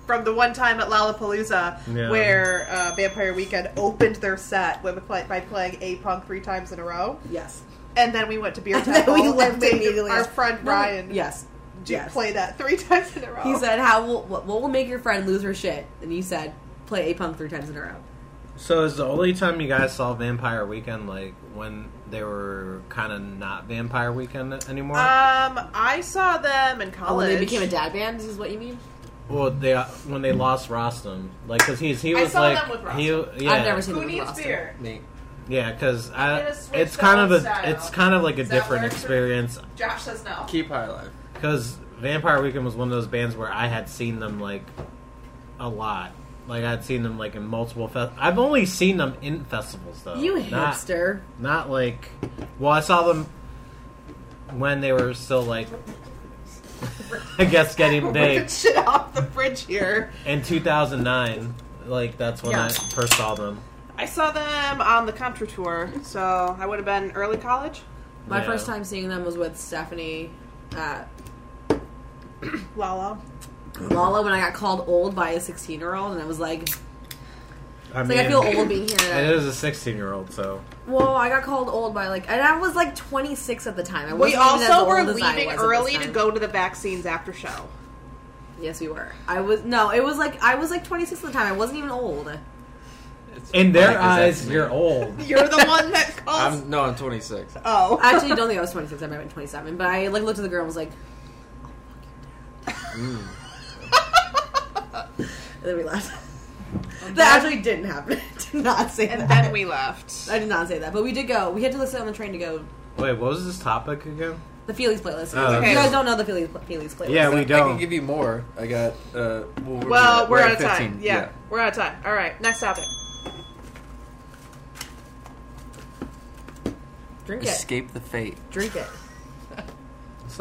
Speaker 2: From the one time at Lollapalooza
Speaker 3: Yeah.
Speaker 2: where uh, Vampire Weekend opened their set with, play, by playing A Punk three times in a row.
Speaker 1: <laughs> Yes.
Speaker 2: And then we went to Beer
Speaker 1: And <laughs> then
Speaker 2: Temple
Speaker 1: we left
Speaker 2: made
Speaker 1: immediately.
Speaker 2: our friend
Speaker 1: No,
Speaker 2: Ryan
Speaker 1: Yes.
Speaker 2: do
Speaker 1: yes.
Speaker 2: play that three <laughs> times in a row.
Speaker 1: He said, "How will what, what will make your friend lose her shit?" And you said, "Play a punk three times in a row."
Speaker 3: So is the only time you guys saw Vampire Weekend like when they were kind of not Vampire Weekend anymore?
Speaker 2: Um, I saw them in
Speaker 1: Oh,
Speaker 2: college.
Speaker 1: when they became a dad band, is what you mean?
Speaker 3: well, they uh, when they lost Rostam, like because he's he
Speaker 2: I
Speaker 3: was
Speaker 2: saw
Speaker 3: like
Speaker 2: them with Rostam.
Speaker 3: he yeah
Speaker 1: I've never seen
Speaker 2: Who
Speaker 1: them
Speaker 2: needs
Speaker 1: Boston.
Speaker 2: beer?
Speaker 5: Neat.
Speaker 3: yeah because
Speaker 2: I'm gonna switch
Speaker 3: it's
Speaker 2: the
Speaker 3: kind of
Speaker 2: whole
Speaker 3: a
Speaker 2: style.
Speaker 3: it's kind of like a
Speaker 2: Does that
Speaker 3: different
Speaker 2: work for-
Speaker 3: experience
Speaker 2: Josh says no.
Speaker 5: Keep high life.
Speaker 3: because Vampire Weekend was one of those bands where I had seen them like a lot. Like I'd seen them like in multiple. Fe- I've only seen them in festivals though.
Speaker 1: You
Speaker 3: Oh, not-
Speaker 1: hipster.
Speaker 3: Not like. Well, I saw them when they were still like. <laughs> I
Speaker 1: <laughs>
Speaker 3: guess getting
Speaker 2: We're ripping
Speaker 3: big
Speaker 2: shit off the fridge here.
Speaker 3: in 2009. Like that's when
Speaker 1: Yeah.
Speaker 3: I first saw them.
Speaker 2: I saw them on the Contra tour, so I would have been early college,
Speaker 1: My
Speaker 3: Yeah.
Speaker 1: first time seeing them was with Stephanie at
Speaker 2: Lala.
Speaker 1: Lala when I got called old by a 16 year old, and I was like, it's
Speaker 3: I
Speaker 1: like I feel old being here.
Speaker 3: <laughs> It is a 16 year old, so
Speaker 1: Well, I got called old by like, and I was like 26 at the time. I
Speaker 2: We
Speaker 1: wasn't even as
Speaker 2: also were
Speaker 1: old as I
Speaker 2: leaving
Speaker 1: was at this
Speaker 2: early to
Speaker 1: time.
Speaker 2: go to the vaccines after show.
Speaker 1: Yes, we were. I was no, it was like I was like 26 at the time. I wasn't even old.
Speaker 3: in
Speaker 5: Like,
Speaker 3: their
Speaker 5: is that
Speaker 3: eyes,
Speaker 5: me?
Speaker 3: you're old.
Speaker 2: <laughs> You're the one <laughs> that calls.
Speaker 5: I'm no, I'm 26.
Speaker 2: oh,
Speaker 1: I actually don't think I was 26. I might have been 27, but I like looked at the girl and was like, "Oh,
Speaker 2: Mm.
Speaker 1: and then we left. that actually didn't happen. <laughs> I did not say
Speaker 2: and
Speaker 1: that.
Speaker 2: then we left.
Speaker 1: I did not say that, but we did go. We had to listen on the train to go.
Speaker 3: Wait, what was this topic again?
Speaker 1: The Feelies playlist.
Speaker 3: Oh,
Speaker 1: You
Speaker 2: okay.
Speaker 1: guys don't know the Feelies, Feelies playlist.
Speaker 3: Yeah, we
Speaker 5: I
Speaker 3: don't.
Speaker 5: can give you more. I got. Uh, well, we're,
Speaker 2: Well,
Speaker 5: at-
Speaker 2: we're, out
Speaker 5: at
Speaker 2: of time.
Speaker 5: 15.
Speaker 2: Yeah, we're out of time. All right, next topic.
Speaker 1: Drink it.
Speaker 5: Escape the fate.
Speaker 1: Drink
Speaker 2: <laughs>
Speaker 1: it.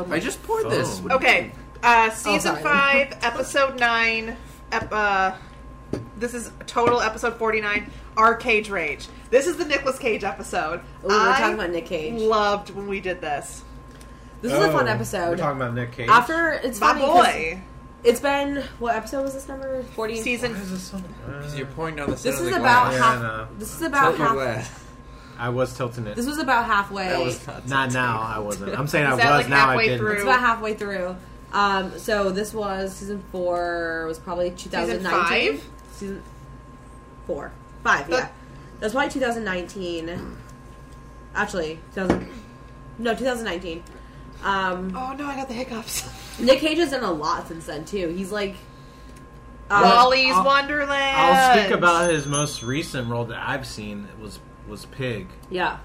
Speaker 5: I just poured this.
Speaker 3: Oh.
Speaker 5: What do you
Speaker 2: Okay, uh, season
Speaker 1: Oh, sorry.
Speaker 2: five,
Speaker 1: <laughs>
Speaker 2: episode nine. Ep- uh, this is total episode forty nine. Arcade Rage. This is the Nicolas Cage episode.
Speaker 1: Ooh, we're
Speaker 2: I
Speaker 1: talking about Nick Cage.
Speaker 2: loved when we did this.
Speaker 1: This is a fun
Speaker 3: Oh,
Speaker 1: episode.
Speaker 3: We're talking about Nick Cage.
Speaker 1: After it's
Speaker 2: My
Speaker 1: funny 'cause
Speaker 2: boy.
Speaker 1: It's been what episode was this number? Forty.
Speaker 2: Season.
Speaker 3: Why is this so-
Speaker 5: Because you're pointing on the
Speaker 1: This
Speaker 5: center
Speaker 1: is
Speaker 5: of the
Speaker 1: about
Speaker 5: glass.
Speaker 3: Yeah,
Speaker 1: half.
Speaker 3: I know.
Speaker 1: This is about
Speaker 5: Tilt your
Speaker 1: half.
Speaker 5: glass.
Speaker 3: I was tilting it.
Speaker 1: This was about halfway.
Speaker 5: That was not
Speaker 3: Not
Speaker 5: tilting.
Speaker 3: now, I wasn't. I'm saying I
Speaker 1: <laughs>
Speaker 2: Is
Speaker 3: was
Speaker 2: that, like,
Speaker 3: now. I
Speaker 2: halfway
Speaker 3: didn't.
Speaker 2: through?
Speaker 1: It's about halfway through. Um, so this was season four was probably 2019.
Speaker 2: five?
Speaker 1: Season four, five,
Speaker 2: But-
Speaker 1: yeah. That's probably 2019. Actually, 2000, no, 2019. Um,
Speaker 2: Oh no, I got the hiccups.
Speaker 1: Nick Cage has done a lot since then too. He's like, uh,
Speaker 2: <laughs> Wally's
Speaker 3: I'll-
Speaker 2: Wonderland.
Speaker 3: I'll speak about his most recent role that I've seen was was Pig.
Speaker 1: yeah.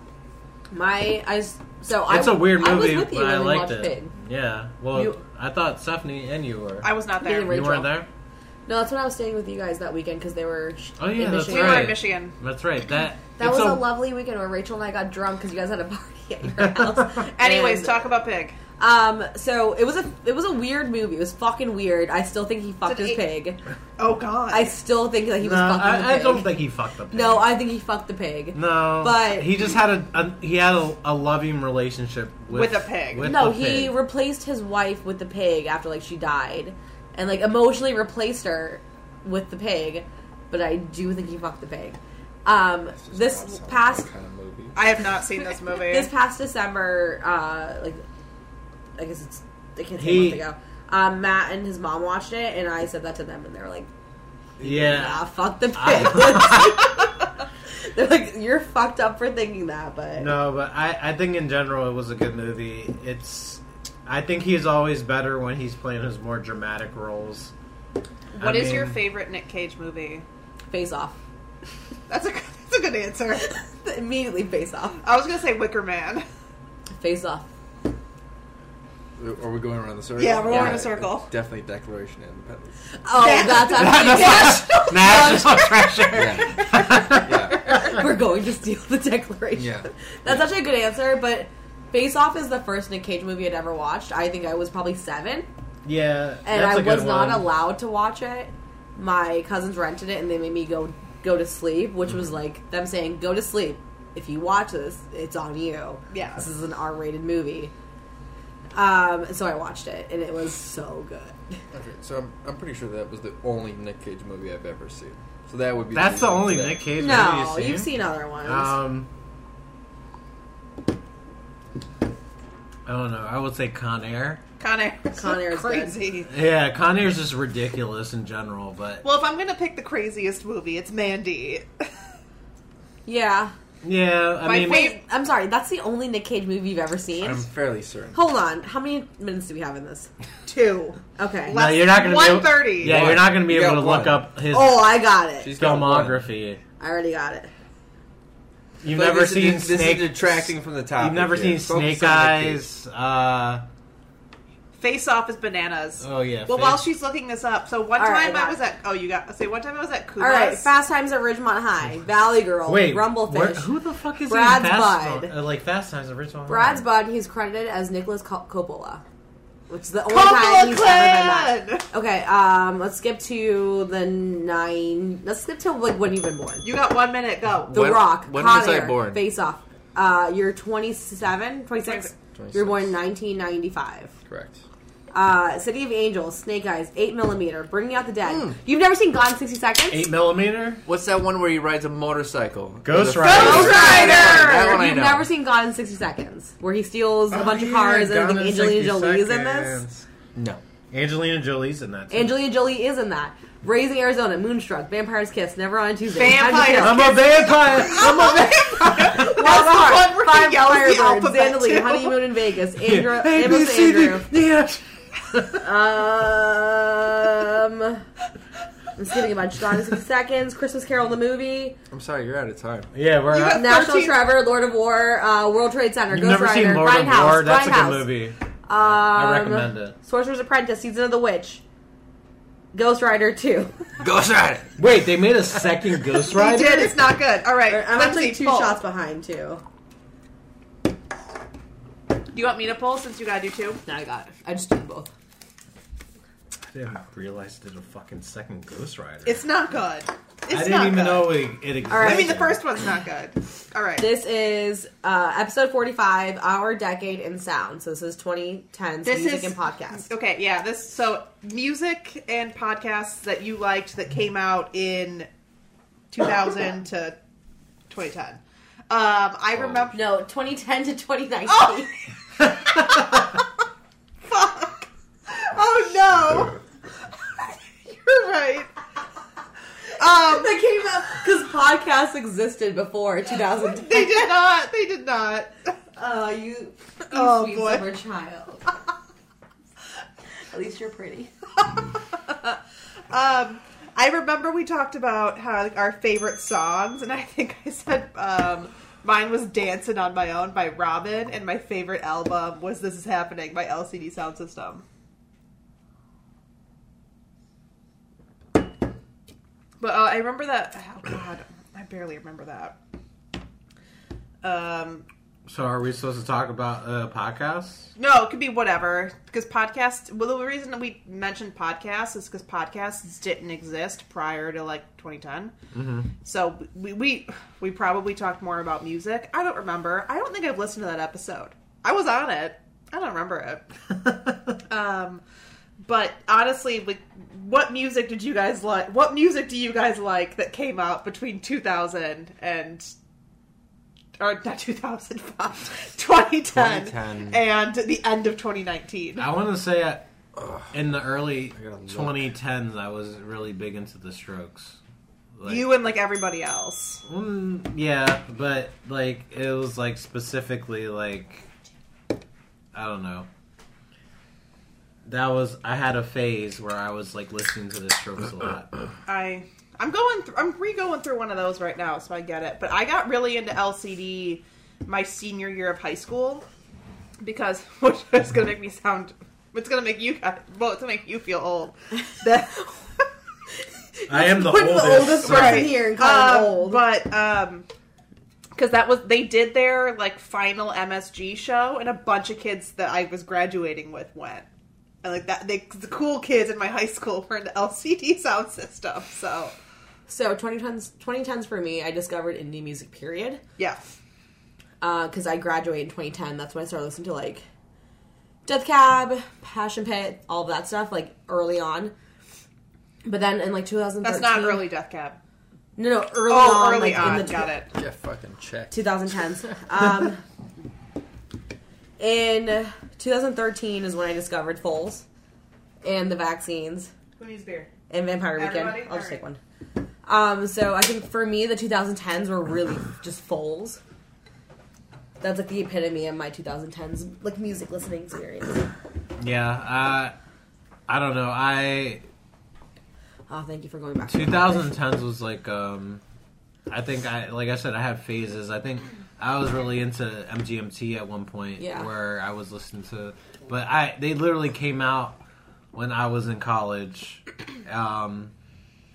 Speaker 1: My I s- so
Speaker 3: It's
Speaker 1: I,
Speaker 3: a weird
Speaker 1: I was
Speaker 3: movie,
Speaker 1: with you
Speaker 3: but I
Speaker 1: when we
Speaker 3: liked
Speaker 1: watched
Speaker 3: it.
Speaker 1: Pig.
Speaker 3: Yeah. Well,
Speaker 1: You-
Speaker 3: I thought Stephanie and you were.
Speaker 2: I was not
Speaker 1: Neither
Speaker 2: there.
Speaker 1: were
Speaker 2: We
Speaker 3: you weren't there.
Speaker 1: No, that's when I was staying with you guys that weekend because they were. sh-
Speaker 3: Oh, yeah,
Speaker 1: in
Speaker 3: that's
Speaker 1: Michigan.
Speaker 2: were
Speaker 3: Right.
Speaker 2: in Michigan.
Speaker 3: That's right. That
Speaker 1: That
Speaker 3: it's
Speaker 1: was a, lovely weekend where Rachel and I got drunk because you guys had a party at
Speaker 3: <laughs>
Speaker 1: your house.
Speaker 2: Anyways,
Speaker 1: And,
Speaker 2: talk about Pig.
Speaker 1: Um, so it was a it was a weird movie. It was fucking weird. I still think he fucked
Speaker 2: Did
Speaker 1: his
Speaker 2: he-
Speaker 1: pig.
Speaker 2: Oh God.
Speaker 1: I still think that he was
Speaker 3: no,
Speaker 1: fucking the
Speaker 3: I, I
Speaker 1: pig.
Speaker 3: don't think he fucked the pig.
Speaker 1: no, I think he fucked the pig.
Speaker 3: No,
Speaker 1: But-
Speaker 3: he just had a, a he had a, a loving relationship
Speaker 2: With
Speaker 3: with,
Speaker 2: a pig.
Speaker 3: with
Speaker 1: no,
Speaker 3: the
Speaker 1: he
Speaker 3: pig.
Speaker 1: replaced his wife with the pig after like she died, and like emotionally replaced her with the pig. But I do think he fucked the pig. Um, this past
Speaker 4: kind of movie.
Speaker 2: I have not seen this movie.
Speaker 1: this past December, uh, like I guess it's I can't say
Speaker 3: He-
Speaker 1: a month ago. Um, Matt and his mom watched it, and I said that to them, and they were like, "Nah,
Speaker 3: yeah.
Speaker 1: fuck the pig."
Speaker 3: I- <laughs>
Speaker 1: <laughs> They're like, "You're fucked up for thinking that," but
Speaker 3: no, but I I think in general it was a good movie. It's I think he's always better when he's playing his more dramatic roles. I
Speaker 2: What is your
Speaker 3: mean-
Speaker 2: favorite Nick Cage movie?
Speaker 1: face off <laughs>
Speaker 2: That's a good- that's a good answer.
Speaker 1: immediately. Face off.
Speaker 2: I was gonna say Wicker Man.
Speaker 1: Face off.
Speaker 4: Are we going around the circle?
Speaker 2: Yeah, we're going in a circle.
Speaker 4: Definitely Declaration
Speaker 1: <laughs>
Speaker 4: of Independence.
Speaker 1: Oh,
Speaker 2: Yeah.
Speaker 1: that's
Speaker 3: <laughs>
Speaker 1: <laughs>
Speaker 3: That's
Speaker 1: actually
Speaker 2: <laughs>
Speaker 3: <laughs> Nah, it's just all pressure.
Speaker 4: yeah.
Speaker 1: We're going to steal the Declaration.
Speaker 4: Yeah.
Speaker 1: That's actually a good answer, but Face Off is the first Nick Cage movie I'd ever watched. I think I was probably seven.
Speaker 3: Yeah,
Speaker 1: and
Speaker 3: that's
Speaker 1: I
Speaker 3: a good
Speaker 1: was not
Speaker 3: one.
Speaker 1: allowed to watch it. My cousins rented it, and they made me go go to sleep, which
Speaker 3: Mm-hmm.
Speaker 1: was like them saying, "Go to sleep. If you watch this, it's on you.
Speaker 2: Yeah.
Speaker 1: this is an R-rated movie." Um, so I watched it, and it was so good.
Speaker 4: Okay, so I'm, I'm pretty sure that was the only Nick Cage movie I've ever seen. So that would be.
Speaker 3: That's the
Speaker 4: reason for
Speaker 3: only
Speaker 4: that.
Speaker 3: Nick Cage
Speaker 1: no,
Speaker 3: movie
Speaker 1: you've
Speaker 3: you've
Speaker 1: seen other ones.
Speaker 3: Um, I don't know. I would say Con Air.
Speaker 2: Con Air. is
Speaker 1: Con Air is
Speaker 2: crazy.
Speaker 3: Yeah, Con Air's just ridiculous in general, but
Speaker 2: Well, if I'm gonna pick the craziest movie, it's Mandy.
Speaker 1: yeah.
Speaker 3: yeah, I
Speaker 2: My
Speaker 3: mean,
Speaker 2: favorite-
Speaker 1: Wait, I'm sorry. That's the only Nick Cage movie you've ever seen.
Speaker 4: I'm fairly certain.
Speaker 1: Hold on. How many minutes do we have in this?
Speaker 2: Two.
Speaker 1: Okay.
Speaker 3: no, you're not gonna be able-
Speaker 2: 130.
Speaker 3: Yeah, you're not gonna be
Speaker 4: You
Speaker 3: able
Speaker 4: got
Speaker 3: to look
Speaker 4: one.
Speaker 3: up his
Speaker 1: Oh, I got it.
Speaker 4: She's got one.
Speaker 3: filmography.
Speaker 1: I already got it.
Speaker 3: You've
Speaker 4: But
Speaker 3: never
Speaker 4: this
Speaker 3: seen
Speaker 4: is,
Speaker 3: Snake.
Speaker 4: This is detracting from the topic.
Speaker 3: You've never seen
Speaker 4: here. Focus on Nick
Speaker 3: Snake
Speaker 4: Cage.
Speaker 3: Eyes. Uh,
Speaker 2: Face Off is bananas.
Speaker 3: oh yeah.
Speaker 2: well,
Speaker 3: Face-
Speaker 2: while she's looking this up, so one
Speaker 1: All right,
Speaker 2: time
Speaker 1: I got
Speaker 2: I was
Speaker 1: it.
Speaker 2: at oh you got say one time I was at Kuba's.
Speaker 1: All right. Fast Times at
Speaker 5: <laughs>
Speaker 1: Ridgemont High. Valley Girl.
Speaker 3: wait,
Speaker 1: Rumblefish.
Speaker 3: where- who the fuck is he in
Speaker 1: Brad's
Speaker 3: Fast
Speaker 1: Bud.
Speaker 3: Times- uh, like Fast Times original.
Speaker 1: Brad's Bud, he's credited as Nicholas Cop- Coppola, which is the only time he's ever
Speaker 2: Coppola
Speaker 1: been
Speaker 2: Clan.
Speaker 1: that. Okay, um, let's skip to the nine. Let's skip to like when you've been born.
Speaker 2: You got one minute. Go.
Speaker 1: The
Speaker 5: When-
Speaker 1: Rock.
Speaker 5: when
Speaker 1: Con
Speaker 5: was I
Speaker 1: Air,
Speaker 5: born?
Speaker 1: Face Off. Uh, you're 27, 26. You were
Speaker 4: 26.
Speaker 1: born in 1995.
Speaker 4: Correct.
Speaker 1: Uh, City of Angels, Snake Eyes, 8mm, Bringing Out the Dead.
Speaker 2: Hmm.
Speaker 1: You've never seen Gone in 60 Seconds?
Speaker 3: Eight millimeter.
Speaker 5: What's that one where he rides a motorcycle?
Speaker 3: Ghost
Speaker 5: The-
Speaker 3: Rider.
Speaker 1: Ghost
Speaker 5: That one I
Speaker 1: You've
Speaker 5: know.
Speaker 1: never seen Gone in 60 Seconds, where he steals a
Speaker 3: Oh,
Speaker 1: bunch of
Speaker 3: yeah,
Speaker 1: cars and I
Speaker 3: Gone
Speaker 1: think
Speaker 3: in
Speaker 1: Angelina
Speaker 3: 60
Speaker 1: Jolie's in this.
Speaker 3: Seconds.
Speaker 4: No.
Speaker 3: Angelina Jolie's in that. too.
Speaker 1: Angelina Jolie is in that. Raising Arizona, Moonstruck, Vampire's Kiss, Never on a Tuesday.
Speaker 2: Vampire's
Speaker 1: Time to Kill,
Speaker 3: I'm a vampire. I'm a vampire.
Speaker 1: Wild at Heart,
Speaker 2: one where he
Speaker 1: Five
Speaker 2: yells the
Speaker 1: Firebirds,
Speaker 2: alphabet,
Speaker 1: Xandalee,
Speaker 2: too.
Speaker 1: Honeymoon in
Speaker 2: <laughs>
Speaker 1: Vegas, Andrew,
Speaker 3: A, B,
Speaker 1: Amos
Speaker 3: C, D.
Speaker 1: Andrew.
Speaker 3: Yeah.
Speaker 1: Um, I'm skipping a bunch. Gone in 60 Seconds, Christmas Carol the movie,
Speaker 4: I'm sorry, you're out of time.
Speaker 3: Yeah, we're.
Speaker 2: You got-
Speaker 1: National
Speaker 2: 13
Speaker 1: Trevor, Lord of War, uh, World Trade Center,
Speaker 3: You've
Speaker 1: Ghost
Speaker 3: never
Speaker 1: Rider,
Speaker 3: seen Lord of
Speaker 1: Grindhouse,
Speaker 3: War? That's a
Speaker 1: Grindhouse.
Speaker 3: good movie.
Speaker 1: Um,
Speaker 3: I recommend it.
Speaker 1: Sorcerer's Apprentice, Season of the Witch, Ghost Rider <laughs> 2.
Speaker 5: Ghost Rider.
Speaker 3: Wait, they made a second Ghost
Speaker 2: He
Speaker 3: Rider.
Speaker 2: did. It's not good. All right.
Speaker 1: I'm
Speaker 2: Lindsay,
Speaker 1: actually two
Speaker 2: poll.
Speaker 1: shots behind, too.
Speaker 2: Do you want me to pull since you gotta do two?
Speaker 1: No, I got it. I just did both.
Speaker 3: I didn't realize there's a fucking second Ghost Rider.
Speaker 2: It's not good. It's
Speaker 3: I didn't
Speaker 2: not
Speaker 3: even
Speaker 2: good.
Speaker 3: know it, it existed.
Speaker 1: right.
Speaker 2: I mean, the first one's not good. All right.
Speaker 1: This is uh, episode 45, Our Decade in Sound. So this is 2010's
Speaker 2: This
Speaker 1: music
Speaker 2: is-
Speaker 1: and podcast.
Speaker 2: Okay, yeah, this so music and podcasts that you liked that came out in 2000 to 2010. Um, I remember
Speaker 1: <laughs> No, <laughs> 2010 to 2019.
Speaker 2: Oh! fuck. <laughs> Um,
Speaker 1: podcasts existed before <laughs> 2010.
Speaker 2: They did not. They did not.
Speaker 1: Oh, <laughs> you, you
Speaker 2: Oh,
Speaker 1: sweet
Speaker 2: boy.
Speaker 1: summer child. <laughs> At least you're pretty.
Speaker 2: Um, I remember we talked about how like our favorite songs, and I think I said um, mine was "Dancing on My Own" by Robin, and my favorite album was "This Is Happening" by LCD Sound System. But uh, I remember that. Oh God, I barely remember that. Um,
Speaker 3: <laughs> So are we supposed to talk about uh, podcasts?
Speaker 2: no, it could be whatever. Because podcasts, well, the reason we mentioned podcasts is because podcasts didn't exist prior to like 2010. So we, we we probably talked more about music. I don't remember. I don't think I've listened to that episode. I was on it. I don't remember it. um, but honestly, like, what music did you guys like? What music do you guys like that came out between 2000 and or not <laughs> 2005, 2010,
Speaker 5: 2010.
Speaker 2: and the end of 2019?
Speaker 3: I want to say I, in the early
Speaker 5: gotta look.
Speaker 3: 2010s, I was really big into the Strokes. Like,
Speaker 2: you and like everybody else.
Speaker 3: Mm, yeah, but like it was like specifically like I don't know. That was I had a phase where I was like listening to the Strokes a lot.
Speaker 2: I I'm going through I'm re-going through one of those right now, so I get it. But I got really into LCD my senior year of high school because <laughs> which is going to make me sound it's going to make you guys well it's going to make you feel old. That
Speaker 3: I am the
Speaker 1: Put the oldest person
Speaker 2: Right.
Speaker 1: here and call him
Speaker 2: Um,
Speaker 1: old.
Speaker 2: But um because that was they did their like final MSG show, and a bunch of kids that I was graduating with went. And like that, they the cool kids in my high school were into LCD sound system. So
Speaker 1: So 2010s, 2010s for me, I discovered indie music. Period.
Speaker 2: yeah,
Speaker 1: Because I graduated in 2010. That's when I started listening to like Death Cab, Passion Pit, all of that stuff. Like early on. But then in like 2013,
Speaker 2: that's not early Death Cab.
Speaker 1: No, no, early
Speaker 2: Oh,
Speaker 1: on.
Speaker 2: early
Speaker 1: like,
Speaker 2: on,
Speaker 1: In the
Speaker 2: got it.
Speaker 4: Yeah, fucking check.
Speaker 1: 2010s. <laughs> Um, in 2013 is when I discovered foals and the vaccines
Speaker 2: Who needs beer?
Speaker 1: and Vampire Weekend.
Speaker 2: Everybody?
Speaker 1: I'll just
Speaker 2: All
Speaker 1: take one. Um, so I think for me, the 2010s were really just foals. That's like the epitome of my 2010s like music listening experience.
Speaker 3: Yeah, uh, I don't know. I
Speaker 1: Oh, thank you for going back. to that.
Speaker 3: 2010s was like um I think I like I said I had phases. I think I was really into MGMT at one point
Speaker 1: Yeah.
Speaker 3: where I was listening to but I they literally came out when I was in college. Um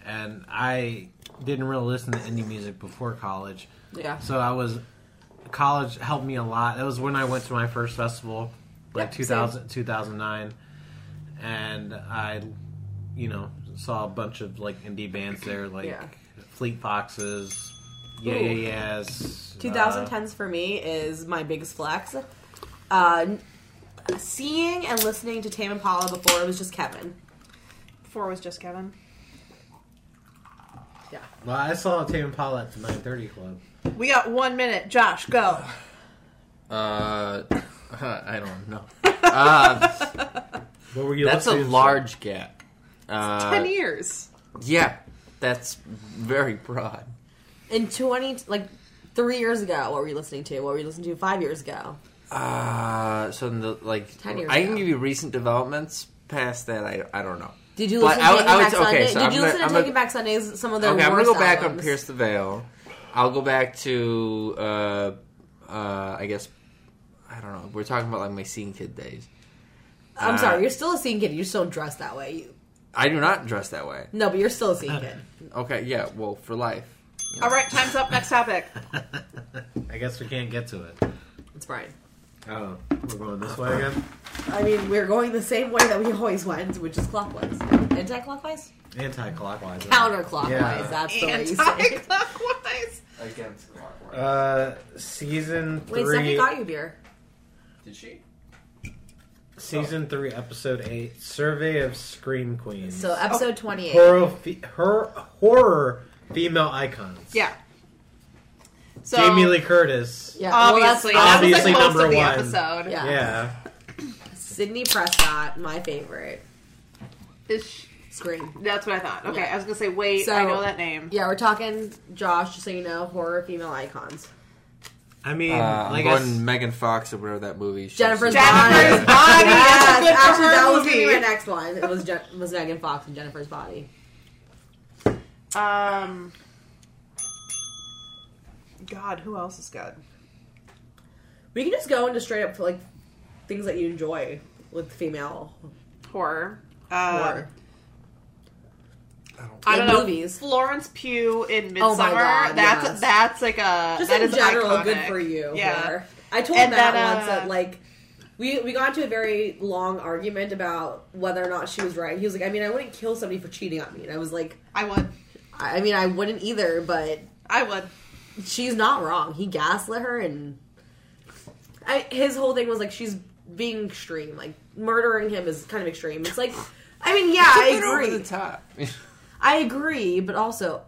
Speaker 3: and I didn't really listen to indie music before college.
Speaker 1: Yeah.
Speaker 3: So I was college helped me a lot. That was when I went to my first festival like
Speaker 1: Yep,
Speaker 3: two thousand two thousand nine, 2000 2009 and I you know saw a bunch of like indie bands there like
Speaker 1: Yeah.
Speaker 3: Fleet Foxes, Yeah
Speaker 1: Ooh.
Speaker 3: Yeah Yeahs. uh,
Speaker 1: 2010s for me is my biggest flex. Uh, seeing and listening to Tame Impala before it was just Kevin.
Speaker 2: Four was just Kevin.
Speaker 1: Yeah.
Speaker 3: well, I saw Tame Impala at the 930 Club.
Speaker 2: We got one minute. Josh, go.
Speaker 4: Uh, <laughs> I don't know. Uh,
Speaker 3: What were you
Speaker 4: that's a
Speaker 3: listening to?
Speaker 4: large gap. Uh,
Speaker 2: Ten years.
Speaker 4: Yeah, that's very broad.
Speaker 1: In 20, like three years ago, what were you listening to? What were you listening to five years ago?
Speaker 4: Uh, so in the, like,
Speaker 1: Ten years
Speaker 4: I can
Speaker 1: ago.
Speaker 4: give you recent developments. Past that, I, I don't know.
Speaker 1: Did you
Speaker 4: But
Speaker 1: listen
Speaker 4: I
Speaker 1: to
Speaker 4: would-
Speaker 1: Taking
Speaker 4: I would-
Speaker 1: Back Sunday?
Speaker 4: okay, so
Speaker 1: Did
Speaker 4: I'm
Speaker 1: you
Speaker 4: gonna-
Speaker 1: listen to
Speaker 4: I'm
Speaker 1: Taking
Speaker 4: gonna-
Speaker 1: Back Sunday's some of their
Speaker 4: Okay, I'm gonna
Speaker 1: worst
Speaker 4: go back on
Speaker 1: albums?
Speaker 4: Pierce the Veil. I'll go back to uh, uh, I guess I don't know. We're talking about like my scene kid days.
Speaker 1: I'm
Speaker 4: Uh,
Speaker 1: sorry, you're still a scene kid. You're still dressed that way. You,
Speaker 4: I do not dress that way.
Speaker 1: no, but you're still a scene kid.
Speaker 4: Okay, yeah, well, for life.
Speaker 2: All right, time's up. Next topic.
Speaker 3: <laughs> I guess we can't get to it.
Speaker 1: It's Brian.
Speaker 3: Oh, we're going this way again?
Speaker 1: I mean, we're going the same way that we always went, which is clockwise. Anti-clockwise?
Speaker 3: Anti clockwise.
Speaker 1: Counterclockwise.
Speaker 3: Yeah.
Speaker 1: That's the way you say it.
Speaker 2: <laughs> Anti-clockwise.
Speaker 4: Against clockwise.
Speaker 3: Uh, season
Speaker 1: Wait,
Speaker 3: three.
Speaker 1: Stephanie got you beer.
Speaker 4: Did she?
Speaker 3: Season three, episode eight. Survey of Scream Queens.
Speaker 4: Oh.
Speaker 1: So episode 28.
Speaker 3: horror, fe- her horror female icons.
Speaker 2: Yeah. So
Speaker 3: Jamie Lee Curtis.
Speaker 1: Yeah, well, that's-
Speaker 2: obviously,
Speaker 1: that's-
Speaker 2: that was
Speaker 3: obviously
Speaker 2: like most
Speaker 3: number
Speaker 2: of the
Speaker 3: one.
Speaker 2: episode.
Speaker 1: Yeah.
Speaker 3: Yeah.
Speaker 1: Sydney Prescott, my favorite.
Speaker 2: Is she,
Speaker 1: Scream.
Speaker 2: That's what I thought. Okay,
Speaker 1: Yeah.
Speaker 2: I was gonna say wait.
Speaker 1: So-
Speaker 2: I know that name.
Speaker 1: Yeah, we're talking Josh, just so you know, horror female icons.
Speaker 3: I mean,
Speaker 5: Uh, I'm
Speaker 3: like I,
Speaker 5: going
Speaker 3: s-
Speaker 5: Megan Fox or whatever that movie. she's
Speaker 1: Jennifer's
Speaker 5: in.
Speaker 1: Body.
Speaker 2: Jennifer's Body, <laughs> that's a good
Speaker 1: Ah, actually,
Speaker 2: horror
Speaker 1: that was gonna be
Speaker 2: movie.
Speaker 1: my next one. It was Je- was Megan Fox and Jennifer's Body.
Speaker 2: Um. God, who else is good?
Speaker 1: We can just go into straight up like things that you enjoy with female
Speaker 2: Horror. Uh,
Speaker 1: horror.
Speaker 2: I
Speaker 1: In
Speaker 2: don't know.
Speaker 1: movies.
Speaker 2: Florence Pugh in Midsummer.
Speaker 1: Oh my God,
Speaker 2: that's
Speaker 1: yes.
Speaker 2: that's like a
Speaker 1: just
Speaker 2: that
Speaker 1: in
Speaker 2: is
Speaker 1: general,
Speaker 2: iconic.
Speaker 1: good for you.
Speaker 2: Yeah.
Speaker 1: horror. I told
Speaker 2: And
Speaker 1: Matt
Speaker 2: then,
Speaker 1: once
Speaker 2: uh,
Speaker 1: that like we we got into a very long argument about whether or not she was right. He was like, I mean, I wouldn't kill somebody for cheating on me, and I was like,
Speaker 2: I would.
Speaker 1: I I mean, I wouldn't either, but
Speaker 2: I would.
Speaker 1: she's not wrong. He gaslit her, and I, his whole thing was like she's being extreme. Like murdering him is kind of extreme. It's like, I mean, yeah,
Speaker 5: Took
Speaker 1: I
Speaker 5: it over
Speaker 1: agree.
Speaker 5: the top.
Speaker 1: I agree, but also,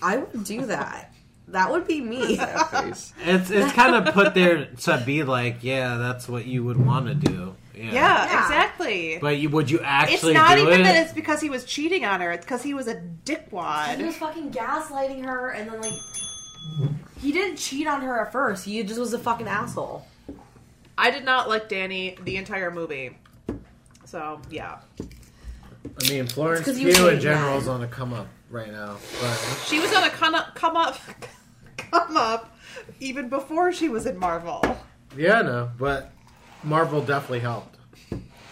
Speaker 1: I would do that. That would be me.
Speaker 5: That
Speaker 3: <laughs>
Speaker 5: face.
Speaker 2: <laughs>
Speaker 3: it's it's kind of put there to be like, yeah, that's what you would want to do. Yeah.
Speaker 2: Yeah, exactly.
Speaker 3: But you, would you
Speaker 2: it's
Speaker 3: actually
Speaker 2: not
Speaker 3: do
Speaker 2: even
Speaker 3: it?
Speaker 2: that it's because he was cheating on her. It's because he was
Speaker 1: <laughs>
Speaker 2: a
Speaker 1: He
Speaker 2: dickwad.
Speaker 1: was fucking gaslighting her, and then like he didn't cheat on her at first. He just was a fucking asshole.
Speaker 2: I did not like Danny the entire movie. So yeah,
Speaker 3: I mean, Florence
Speaker 1: 'cause he was
Speaker 3: Pugh in
Speaker 1: hating
Speaker 3: general
Speaker 1: that.
Speaker 3: is on a come up right now. But
Speaker 2: she was on a come up, come up, <laughs> come up, even before she was in Marvel.
Speaker 3: yeah, no, but Marvel definitely helped.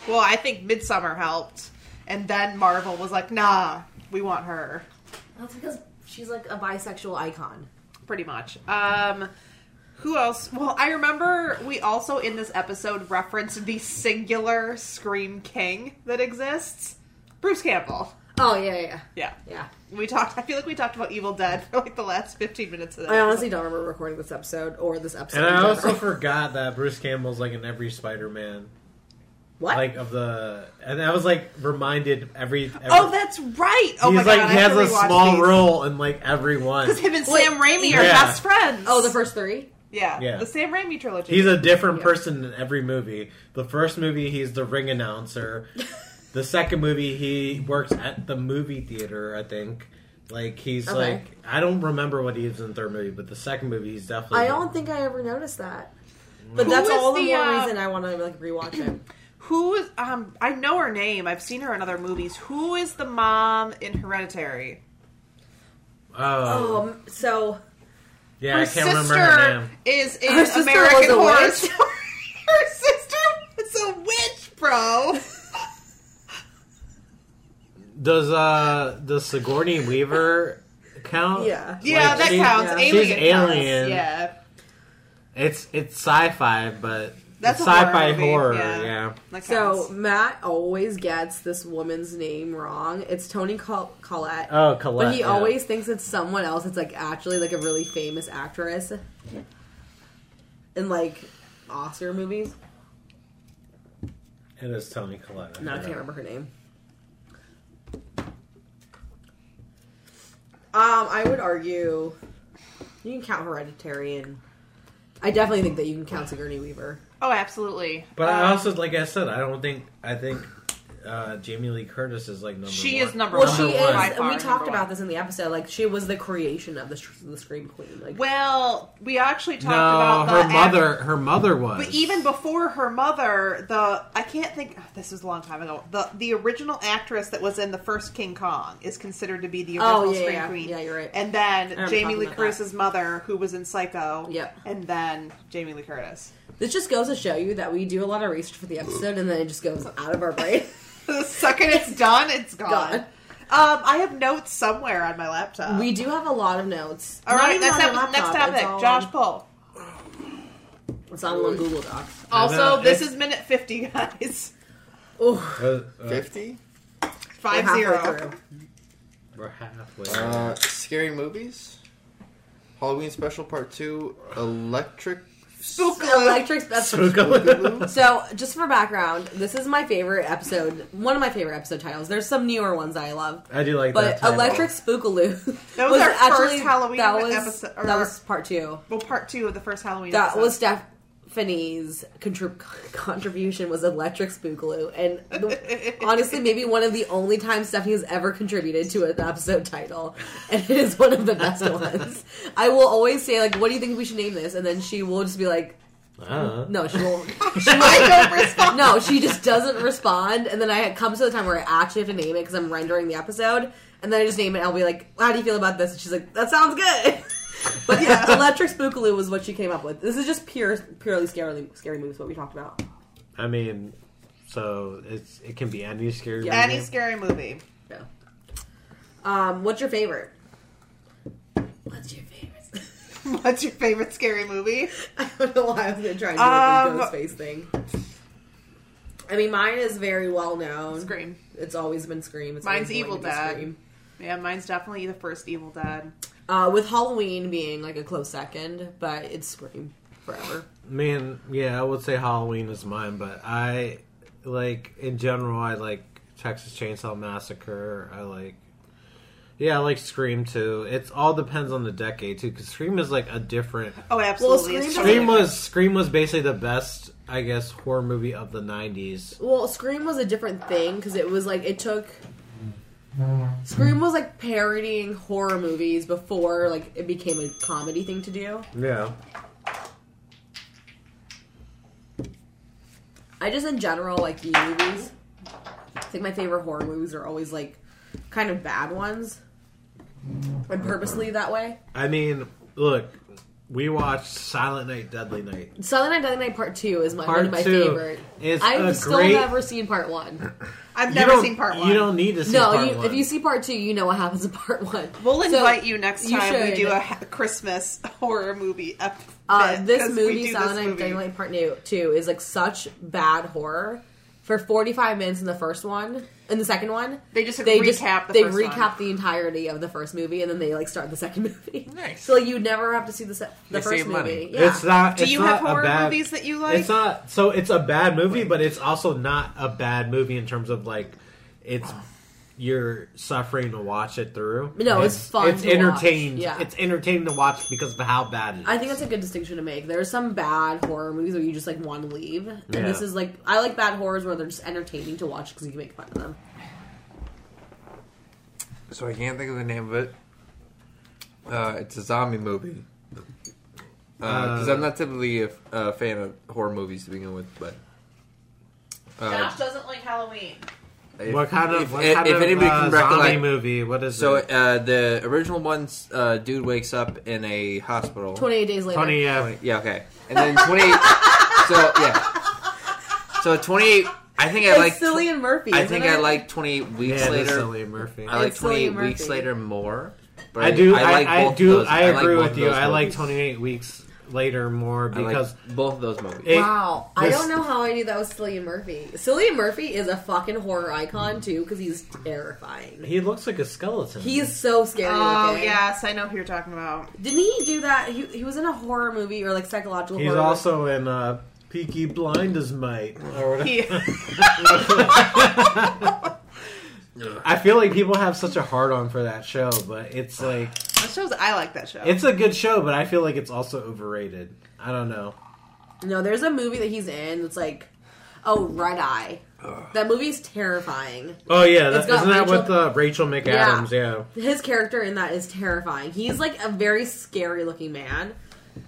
Speaker 2: Well, I think Midsummer helped, and then Marvel was like, "Nah, we want her."
Speaker 1: That's because she's like a bisexual icon.
Speaker 2: pretty much. Um, who else? Well, I remember we also in this episode referenced the singular Scream King that exists, Bruce Campbell.
Speaker 1: Oh yeah, yeah, yeah.
Speaker 2: Yeah,
Speaker 1: yeah.
Speaker 2: we talked. I feel like we talked about Evil Dead for like the last fifteen minutes of that.
Speaker 1: I honestly don't remember recording this episode or this episode.
Speaker 3: And
Speaker 1: in
Speaker 3: I also
Speaker 1: general.
Speaker 3: forgot that Bruce Campbell's like in every Spider-Man,
Speaker 1: what?
Speaker 3: like of the, and I was like reminded every. every
Speaker 2: oh, that's right. Oh
Speaker 3: he's
Speaker 2: my
Speaker 3: like
Speaker 2: god,
Speaker 3: he
Speaker 2: I have
Speaker 3: has
Speaker 2: to
Speaker 3: a
Speaker 2: rewatch
Speaker 3: small
Speaker 2: these.
Speaker 3: role in like every
Speaker 2: <laughs>
Speaker 3: one.
Speaker 2: 'Cause Him and
Speaker 1: Wait,
Speaker 2: Sam Raimi are
Speaker 3: yeah.
Speaker 2: best friends.
Speaker 1: oh, the first three.
Speaker 2: yeah,
Speaker 3: Yeah.
Speaker 2: the Sam Raimi trilogy.
Speaker 3: He's a different person in every movie. The first movie, he's the
Speaker 2: <laughs>
Speaker 3: ring announcer. the second movie, he works at the movie theater. I think. Like he's
Speaker 1: Okay.
Speaker 3: like I don't remember what he is in the third movie, but the second movie he's definitely.
Speaker 1: I don't think I ever noticed that.
Speaker 3: Mm.
Speaker 1: But
Speaker 2: Who
Speaker 1: that's
Speaker 2: was
Speaker 1: all the,
Speaker 2: the,
Speaker 1: more
Speaker 2: uh,
Speaker 1: reason I want to like rewatch
Speaker 3: <clears throat>
Speaker 1: it.
Speaker 2: who is um? I know her name. I've seen her in other movies. Who is the mom in Hereditary?
Speaker 3: Oh
Speaker 1: Um, so
Speaker 3: yeah,
Speaker 2: her
Speaker 3: I can't
Speaker 2: sister
Speaker 3: remember her name.
Speaker 2: is in
Speaker 1: Her sister
Speaker 2: American
Speaker 1: was a
Speaker 2: Horror
Speaker 1: witch?
Speaker 2: Story. <laughs> her sister is a witch, bro.
Speaker 3: <laughs> Does uh does Sigourney Weaver count?
Speaker 1: Yeah.
Speaker 2: yeah,
Speaker 3: Like,
Speaker 2: that
Speaker 3: she-
Speaker 2: counts.
Speaker 1: yeah.
Speaker 2: Alien
Speaker 3: She's
Speaker 2: counts.
Speaker 3: alien.
Speaker 2: Yeah,
Speaker 3: It's it's sci-fi, but
Speaker 2: That's
Speaker 3: it's
Speaker 2: a horror
Speaker 3: sci-fi
Speaker 2: movie,
Speaker 3: horror.
Speaker 2: yeah.
Speaker 3: yeah.
Speaker 2: that
Speaker 1: so
Speaker 2: counts.
Speaker 1: Matt always gets this woman's name wrong. It's Tony Col- Collette.
Speaker 3: Oh, Colette.
Speaker 1: But he
Speaker 3: yeah.
Speaker 1: always thinks it's someone else. It's like actually like a really famous actress in like Oscar movies.
Speaker 3: It is Tony Collette.
Speaker 1: No, I
Speaker 3: yeah.
Speaker 1: can't remember her name. Um, I would argue you can count Hereditary, and I definitely think that you can count Sigourney Weaver.
Speaker 2: oh, absolutely.
Speaker 3: But
Speaker 2: Um,
Speaker 3: I also, like I said, I don't think I think uh, Jamie Lee Curtis is like number.
Speaker 2: She
Speaker 3: one.
Speaker 2: is number
Speaker 1: Well,
Speaker 2: one.
Speaker 1: she is,
Speaker 2: By
Speaker 1: and
Speaker 2: far
Speaker 1: we
Speaker 2: number
Speaker 1: talked
Speaker 2: one.
Speaker 1: about this in the episode. Like, she was the creation of the, sh- the Scream Queen. Like,
Speaker 2: Well, we actually talked
Speaker 3: No,
Speaker 2: about the
Speaker 3: her mother.
Speaker 2: act-
Speaker 3: her mother was.
Speaker 2: but even before her mother, the I can't think. oh, This was a long time ago. The the original actress that was in the first King Kong is considered to be the original
Speaker 1: Oh, yeah,
Speaker 2: Scream
Speaker 1: yeah.
Speaker 2: Queen.
Speaker 1: Yeah, you're right.
Speaker 2: And
Speaker 1: remember
Speaker 2: then Jamie
Speaker 1: talking
Speaker 2: Lee
Speaker 1: about
Speaker 2: Curtis's mother, who was in Psycho.
Speaker 1: Yep.
Speaker 2: And then Jamie Lee Curtis. <laughs>
Speaker 1: this just goes to show you that we do a lot of research for the episode, and then it just goes out of our brain. <laughs>
Speaker 2: the second it's done, it's gone.
Speaker 1: Gone.
Speaker 2: Um, I have notes somewhere on my laptop.
Speaker 1: We do have a lot of notes.
Speaker 2: all
Speaker 1: Not
Speaker 2: right.
Speaker 1: even
Speaker 2: That's
Speaker 1: on our
Speaker 2: that, next
Speaker 1: laptop,
Speaker 2: topic.
Speaker 1: it's all
Speaker 2: Josh
Speaker 1: on-
Speaker 2: Paul.
Speaker 1: It's on one Google Docs.
Speaker 3: I
Speaker 2: Also,
Speaker 3: know,
Speaker 2: this
Speaker 3: it's-
Speaker 2: is minute fifty, guys. <laughs>
Speaker 1: Oh,
Speaker 3: Uh, uh,
Speaker 4: Fifty.
Speaker 2: Five zero.
Speaker 3: we're
Speaker 2: <laughs>
Speaker 3: halfway.
Speaker 4: Uh, scary movies. Halloween Special Part Two. Electric.
Speaker 2: Spookaloo.
Speaker 1: Electric special.
Speaker 3: Spookaloo.
Speaker 1: So, just for background, this is my favorite episode. One of my favorite episode titles. There's some newer ones I love,
Speaker 3: <laughs> I do like
Speaker 1: but
Speaker 3: that. title.
Speaker 1: Electric Spookaloo.
Speaker 2: <laughs> That was our first Halloween
Speaker 1: that was,
Speaker 2: episode- or-
Speaker 1: That was part two.
Speaker 2: Well, part two of the first Halloween.
Speaker 1: That
Speaker 2: <laughs> episode.
Speaker 1: was def- Tiffany's contrib- <laughs> contribution was electric spookaloo, and
Speaker 2: <laughs>
Speaker 1: the, honestly, maybe one of the only times Stephanie has ever contributed to an episode title, and it is one of the
Speaker 2: <laughs>
Speaker 1: best ones. I will always say like, "What do you think we should name this?" and then she will just be like,
Speaker 3: Uh-huh.
Speaker 4: Uh,
Speaker 1: "No, she won't."
Speaker 2: I don't
Speaker 1: <laughs>
Speaker 2: respond.
Speaker 1: no, she just doesn't respond. And then I it comes to the time where I actually have to name it because I'm rendering the episode. And then I just name it. I'll be like, "How do you feel about this?" And she's like, "That sounds good." <laughs> but yeah, Electric Spookaloo was what she came up with. This is just pure, purely scary, scary movies. What we talked about.
Speaker 3: I mean, so it's it can be any scary.
Speaker 1: Yeah.
Speaker 2: Any
Speaker 3: movie.
Speaker 2: scary movie.
Speaker 1: Yeah. Um, what's your favorite? What's your favorite?
Speaker 2: What's your favorite scary movie?
Speaker 1: <laughs> I don't know why I was gonna try and do like
Speaker 2: Um,
Speaker 1: the ghost face thing. I mean, mine is very well known.
Speaker 2: Scream.
Speaker 1: It's always been Scream. It's always
Speaker 2: Mine's
Speaker 1: going
Speaker 2: Evil
Speaker 1: to be
Speaker 2: Dead.
Speaker 1: Scream.
Speaker 2: Yeah, mine's definitely the first Evil Dead.
Speaker 1: Uh, with Halloween being like a close second, but it's Scream forever.
Speaker 3: Man, yeah, I would say Halloween is mine, but I like in general, I like Texas Chainsaw Massacre. I like, yeah, I like Scream too. It's all depends on the decade too, because Scream is like a different.
Speaker 2: Oh, absolutely.
Speaker 1: Well,
Speaker 2: it's
Speaker 1: Scream
Speaker 2: totally
Speaker 3: Scream was Scream was basically the best, I guess, horror movie of the '90s.
Speaker 1: Well, Scream was a different thing because it was like it took. Scream was like parodying horror movies before like it became a comedy thing to do.
Speaker 3: Yeah,
Speaker 1: I just in general like the movies. I think my favorite horror movies are always like kind of bad ones. And purposely that way.
Speaker 3: I mean, look, we watched Silent Night, Deadly Night.
Speaker 1: Silent Night, Deadly Night Part Two is my, one
Speaker 3: Part
Speaker 1: of my
Speaker 3: two
Speaker 1: favorite.
Speaker 3: is a
Speaker 1: I've still
Speaker 3: great-
Speaker 1: never seen Part One.
Speaker 2: I've
Speaker 3: you
Speaker 2: never
Speaker 3: don't-
Speaker 2: seen part one.
Speaker 3: You don't need to see
Speaker 1: no,
Speaker 3: part
Speaker 1: you,
Speaker 3: one.
Speaker 1: if you see Part Two, you know what happens in Part One.
Speaker 2: We'll
Speaker 1: So-
Speaker 2: invite you next
Speaker 1: you
Speaker 2: time we
Speaker 1: should.
Speaker 2: do a ha- Christmas <laughs> horror movie. Up
Speaker 1: Uh, this movie, Silent Night Deadly Night Part New Two, is like such bad horror. For forty five minutes in the first one, in the second one,
Speaker 2: They just, like, recap the
Speaker 1: they
Speaker 2: first one.
Speaker 1: recap the entirety of the first movie, and then they like start the second <laughs> movie.
Speaker 5: Nice.
Speaker 1: So like, you never have to see the se- the
Speaker 5: They
Speaker 1: first
Speaker 5: save
Speaker 1: movie.
Speaker 5: money.
Speaker 1: Yeah.
Speaker 3: It's not.
Speaker 2: Do
Speaker 3: it's
Speaker 2: you
Speaker 3: not
Speaker 2: have
Speaker 3: a
Speaker 2: horror
Speaker 3: bad-
Speaker 2: movies that you like?
Speaker 3: It's not. So it's a bad movie, but it's also not a bad movie in terms of like it's you're suffering to watch it through.
Speaker 1: No, it's fun
Speaker 3: It's
Speaker 1: to
Speaker 3: entertaining.
Speaker 1: watch, yeah.
Speaker 3: It's entertaining to watch because of how bad it is.
Speaker 1: I think that's a good distinction to make. There's some bad horror movies where you just like want to leave, and
Speaker 3: Yeah.
Speaker 1: this is like I like bad horrors where they're just entertaining to watch because you can make fun of them.
Speaker 5: So I can't think of the name of it. Uh, it's a zombie movie. Because
Speaker 3: Uh,
Speaker 5: I'm not typically a, a fan of horror movies to begin with, but. Uh,
Speaker 2: doesn't like Halloween.
Speaker 5: if-
Speaker 3: what kind of
Speaker 5: if,
Speaker 3: what
Speaker 5: if
Speaker 3: kind of
Speaker 5: anybody
Speaker 3: uh,
Speaker 5: can
Speaker 3: zombie
Speaker 5: recollect?
Speaker 3: movie? What is
Speaker 5: So
Speaker 3: it?
Speaker 5: uh, the original one's uh, dude wakes up in a hospital.
Speaker 1: Twenty eight days later,
Speaker 3: Twenty. Uh,
Speaker 5: Yeah, okay. And then 28. <laughs> so, yeah. So 28. I think I
Speaker 1: It's
Speaker 5: like.
Speaker 1: Cillian Murphy.
Speaker 5: I
Speaker 1: isn't
Speaker 5: think
Speaker 1: it?
Speaker 5: I like 28 weeks
Speaker 3: yeah,
Speaker 5: later.
Speaker 3: later, Murphy.
Speaker 5: I like
Speaker 1: Cillian
Speaker 5: 28 weeks
Speaker 1: Murphy.
Speaker 5: later more. But
Speaker 3: I do. I,
Speaker 5: like
Speaker 3: I,
Speaker 5: both of
Speaker 3: do.
Speaker 5: those-
Speaker 3: I
Speaker 5: like
Speaker 3: agree
Speaker 5: both of
Speaker 3: with you.
Speaker 5: those
Speaker 3: I like
Speaker 5: movies.
Speaker 3: twenty eight weeks later more
Speaker 5: I like
Speaker 3: because
Speaker 5: both of those movies.
Speaker 3: it-
Speaker 1: wow, I
Speaker 3: was-
Speaker 1: don't know how I knew that was Cillian Murphy. Cillian Murphy is a fucking horror icon too because he's terrifying.
Speaker 3: he looks like a skeleton.
Speaker 1: He is so scary.
Speaker 2: Oh
Speaker 1: looking.
Speaker 2: yes, I know who you're talking
Speaker 3: <laughs>
Speaker 2: about.
Speaker 1: Didn't he do that? He, he was in a horror movie or like psychological.
Speaker 3: He's
Speaker 1: horror
Speaker 3: also in uh, Peaky Blinders, mate. Or whatever.
Speaker 2: He, <laughs>
Speaker 3: I feel like people have such a hard on for that show, but it's like
Speaker 2: that shows I like that show.
Speaker 3: it's a good show, but I feel like it's also overrated. I don't know.
Speaker 1: No, there's a movie that he's in that's like, oh, Red Eye. That movie's terrifying.
Speaker 3: Oh yeah,
Speaker 1: It's
Speaker 3: that,
Speaker 1: got
Speaker 3: isn't that with
Speaker 1: Rachel-
Speaker 3: uh, Rachel McAdams? Yeah.
Speaker 1: His character in that is terrifying. He's like a very scary looking man.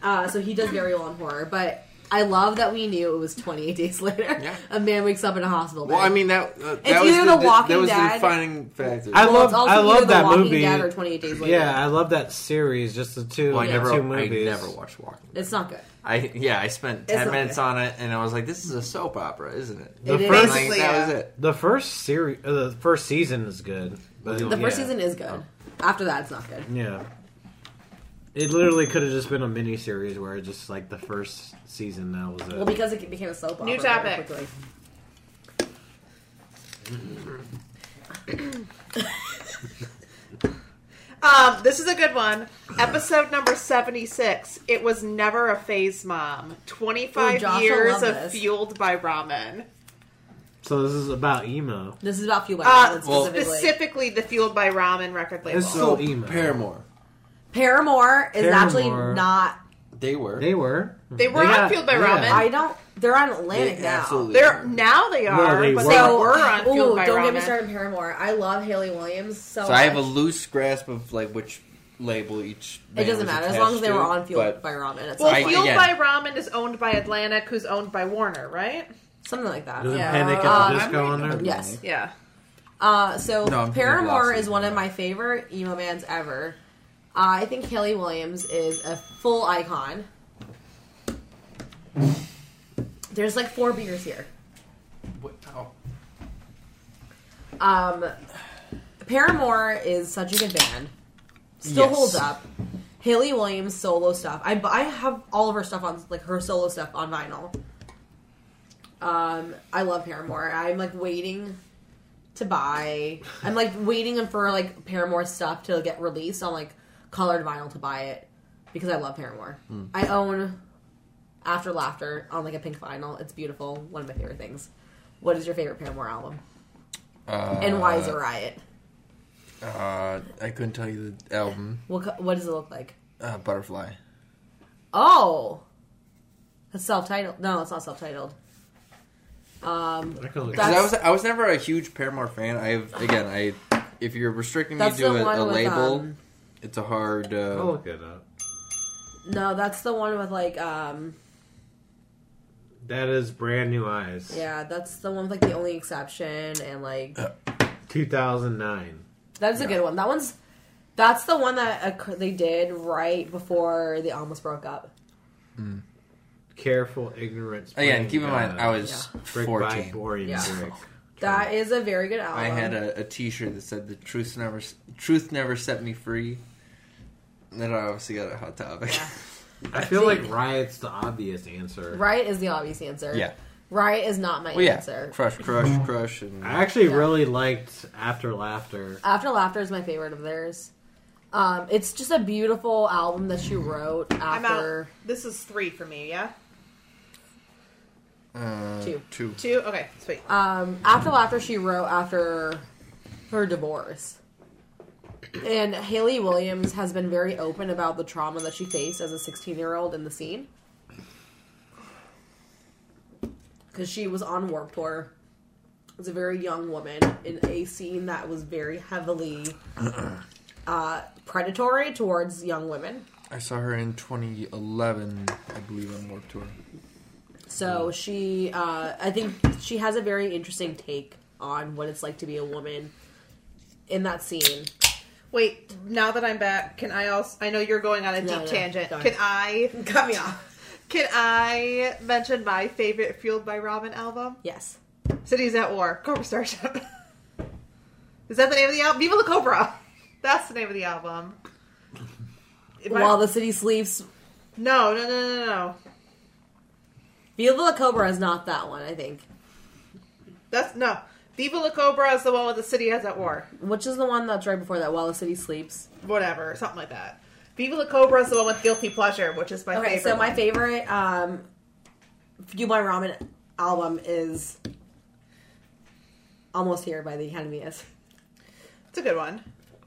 Speaker 1: Uh, so he does very well in horror, but I love that we knew it was 28 days <laughs> later.
Speaker 5: Yeah.
Speaker 1: A man wakes up in a hospital bed.
Speaker 5: Well, I mean that. Uh, that
Speaker 1: It's
Speaker 5: was
Speaker 1: either
Speaker 5: the,
Speaker 1: The Walking
Speaker 5: that was
Speaker 1: Dead-
Speaker 5: the defining factor.
Speaker 3: I
Speaker 1: Well,
Speaker 3: love
Speaker 1: it's also
Speaker 3: I
Speaker 1: either
Speaker 3: love
Speaker 1: The
Speaker 3: that
Speaker 1: Walking
Speaker 3: movie.
Speaker 1: Dead or 28 Days Later.
Speaker 3: yeah, I love that series. Just the two,
Speaker 5: well, I
Speaker 3: the
Speaker 5: never,
Speaker 3: two
Speaker 5: I
Speaker 3: movies.
Speaker 5: never watched Walking. Dead.
Speaker 1: it's not good.
Speaker 5: I yeah, I spent ten
Speaker 1: not
Speaker 5: minutes
Speaker 1: good.
Speaker 5: on it, and I was like, "This is a soap opera, isn't it?"
Speaker 3: The
Speaker 1: It is.
Speaker 5: Like,
Speaker 3: first
Speaker 2: Basically,
Speaker 5: that
Speaker 2: yeah.
Speaker 5: was it.
Speaker 3: the first series, uh, the first season is good. But,
Speaker 5: The
Speaker 1: The first
Speaker 3: yeah.
Speaker 1: season is good.
Speaker 5: Oh.
Speaker 1: After that, it's not good.
Speaker 3: yeah. It literally could have just been a mini series where it just like the first season that was it.
Speaker 1: Well, because it became a soap opera.
Speaker 2: New
Speaker 1: very
Speaker 2: topic.
Speaker 1: quickly.
Speaker 2: um, this is a good one. Episode number seventy six. It was never a phase, mom. Twenty
Speaker 1: Ooh,
Speaker 2: five
Speaker 1: Josh will
Speaker 2: years
Speaker 1: love
Speaker 2: of
Speaker 1: this.
Speaker 2: fueled by ramen.
Speaker 3: so this is about emo.
Speaker 1: This is about Fuel by
Speaker 2: Uh,
Speaker 1: Ramen
Speaker 5: well-
Speaker 1: specifically.
Speaker 2: specifically, the fueled by ramen record label.
Speaker 3: It's so emo.
Speaker 5: Paramore.
Speaker 1: Paramore is
Speaker 3: Paramore.
Speaker 1: actually not
Speaker 4: They were.
Speaker 3: They were.
Speaker 2: They were on Fueled by Ramen.
Speaker 1: I don't. They're on Atlantic
Speaker 4: They
Speaker 1: now.
Speaker 4: absolutely-
Speaker 2: They're now they are,
Speaker 3: they
Speaker 2: but
Speaker 3: were.
Speaker 2: they were on
Speaker 1: ooh,
Speaker 2: Fueled by
Speaker 1: don't
Speaker 2: Ramen.
Speaker 1: get me started on Paramore. I love Haley Williams so.
Speaker 4: So I have a
Speaker 1: much.
Speaker 4: loose grasp of like which label each.
Speaker 1: It
Speaker 4: band
Speaker 1: doesn't
Speaker 4: was
Speaker 1: matter as
Speaker 4: attached
Speaker 1: long as they
Speaker 4: to,
Speaker 1: were on Fueled
Speaker 4: but-
Speaker 1: by Ramen. It's
Speaker 2: Well,
Speaker 1: like,
Speaker 4: I-
Speaker 2: Fueled
Speaker 4: again.
Speaker 2: by Ramen is owned by Atlantic, who's owned by Warner, right?
Speaker 1: something like that.
Speaker 3: Doesn't
Speaker 1: Yeah.
Speaker 3: Panic at the
Speaker 1: Uh,
Speaker 3: Disco on there?
Speaker 1: Yes.
Speaker 2: Yeah.
Speaker 1: Uh, so
Speaker 4: No, I'm thinking of
Speaker 1: Paramore
Speaker 4: Blossom.
Speaker 1: is one of my favorite emo bands ever. I think Haley Williams is a full icon. There's like four beers here.
Speaker 4: What- oh.
Speaker 1: Um, Paramore is such a good band. Still
Speaker 4: Yes.
Speaker 1: holds up. Haley Williams solo stuff. I, bu- I have all of her stuff on like her solo stuff on vinyl. Um, I love Paramore. I'm like waiting to buy. I'm like waiting for like Paramore stuff to get released on like colored vinyl to buy it because I love Paramore. I own After Laughter on like a pink vinyl. It's beautiful. One of my favorite things. What is your favorite Paramore album?
Speaker 4: Uh,
Speaker 1: And why is it Riot?
Speaker 4: Uh, I couldn't tell you the album.
Speaker 1: What co- what does it look like?
Speaker 4: Uh, Butterfly.
Speaker 1: Oh, that's self-titled. No, it's not self-titled. Um,
Speaker 3: I could look
Speaker 1: That-
Speaker 4: Because I
Speaker 1: That's-
Speaker 4: was I was never a huge Paramore fan. I have again I if you're restricting me
Speaker 1: That's
Speaker 4: to
Speaker 1: the one
Speaker 4: a, a
Speaker 1: with,
Speaker 4: label,
Speaker 1: um,
Speaker 4: it's a hard. Uh,
Speaker 3: I'll
Speaker 1: Oh.
Speaker 3: look it up.
Speaker 1: no, that's the one with like um,
Speaker 3: That is brand new eyes.
Speaker 1: yeah, that's the one with like the only exception and like
Speaker 3: 2009.
Speaker 1: that's a
Speaker 4: Yeah.
Speaker 1: good one. That one's that's the one that occur- they did right before they almost broke up.
Speaker 3: Careful ignorance.
Speaker 4: Again,
Speaker 3: playing
Speaker 4: Oh, keep in mind
Speaker 3: God.
Speaker 4: I was
Speaker 3: brick by
Speaker 4: 14.
Speaker 3: boring
Speaker 1: Yeah. <laughs>
Speaker 3: brick.
Speaker 1: That is a very good album.
Speaker 4: I had a, a T-shirt that said "The truth never s- truth never set me free." And then I obviously got a hot topic.
Speaker 1: Yeah.
Speaker 3: I feel like riot's the obvious answer.
Speaker 1: Riot is the obvious answer.
Speaker 4: <laughs> Yeah.
Speaker 1: Riot is not my
Speaker 4: Well, yeah,
Speaker 1: answer.
Speaker 4: crush, crush, crush, and
Speaker 3: I actually
Speaker 1: Yeah.
Speaker 3: really liked After Laughter.
Speaker 1: After Laughter is my favorite of theirs. Um, it's just a beautiful album that she wrote
Speaker 2: I'm
Speaker 1: after
Speaker 2: out. This is three for me, yeah?
Speaker 4: uh,
Speaker 1: Two.
Speaker 4: two.
Speaker 2: Two? Okay, sweet.
Speaker 1: um, after laughter she wrote after her divorce. And Haley Williams has been very open about the trauma that she faced as a 16 year old in the scene. Because she was on Warp Tour as a very young woman in a scene that was very heavily uh, predatory towards young women.
Speaker 4: I saw her in 2011, I believe, on Warped Tour.
Speaker 1: So she, uh, I think she has a very interesting take on what it's like to be a woman in that scene.
Speaker 2: Wait, now that I'm back, can I also? I know you're going on a
Speaker 1: No,
Speaker 2: deep
Speaker 1: no,
Speaker 2: tangent.
Speaker 1: go
Speaker 2: Can I?
Speaker 1: <laughs> Cut me off.
Speaker 2: Can I mention my favorite Fueled by Ramen album?
Speaker 1: Yes.
Speaker 2: Cities at War, Cobra Starship. <laughs> Is that the name of the album? Viva la Cobra. <laughs> That's the name of the album. If I-
Speaker 1: While the city sleeps,
Speaker 2: no, no, no, no, no.
Speaker 1: Viva La Cobra is not that one. I think.
Speaker 2: That's no. Viva la Cobra is the one with the city is at war.
Speaker 1: Which is the one that's right before that? While the city sleeps.
Speaker 2: Whatever, something like that. Viva la Cobra is the one with guilty pleasure, which is my
Speaker 1: Okay,
Speaker 2: favorite.
Speaker 1: so my
Speaker 2: one.
Speaker 1: favorite um, Fueled by Ramen album is "Almost Here" by the Academy. Is
Speaker 2: It's a good one.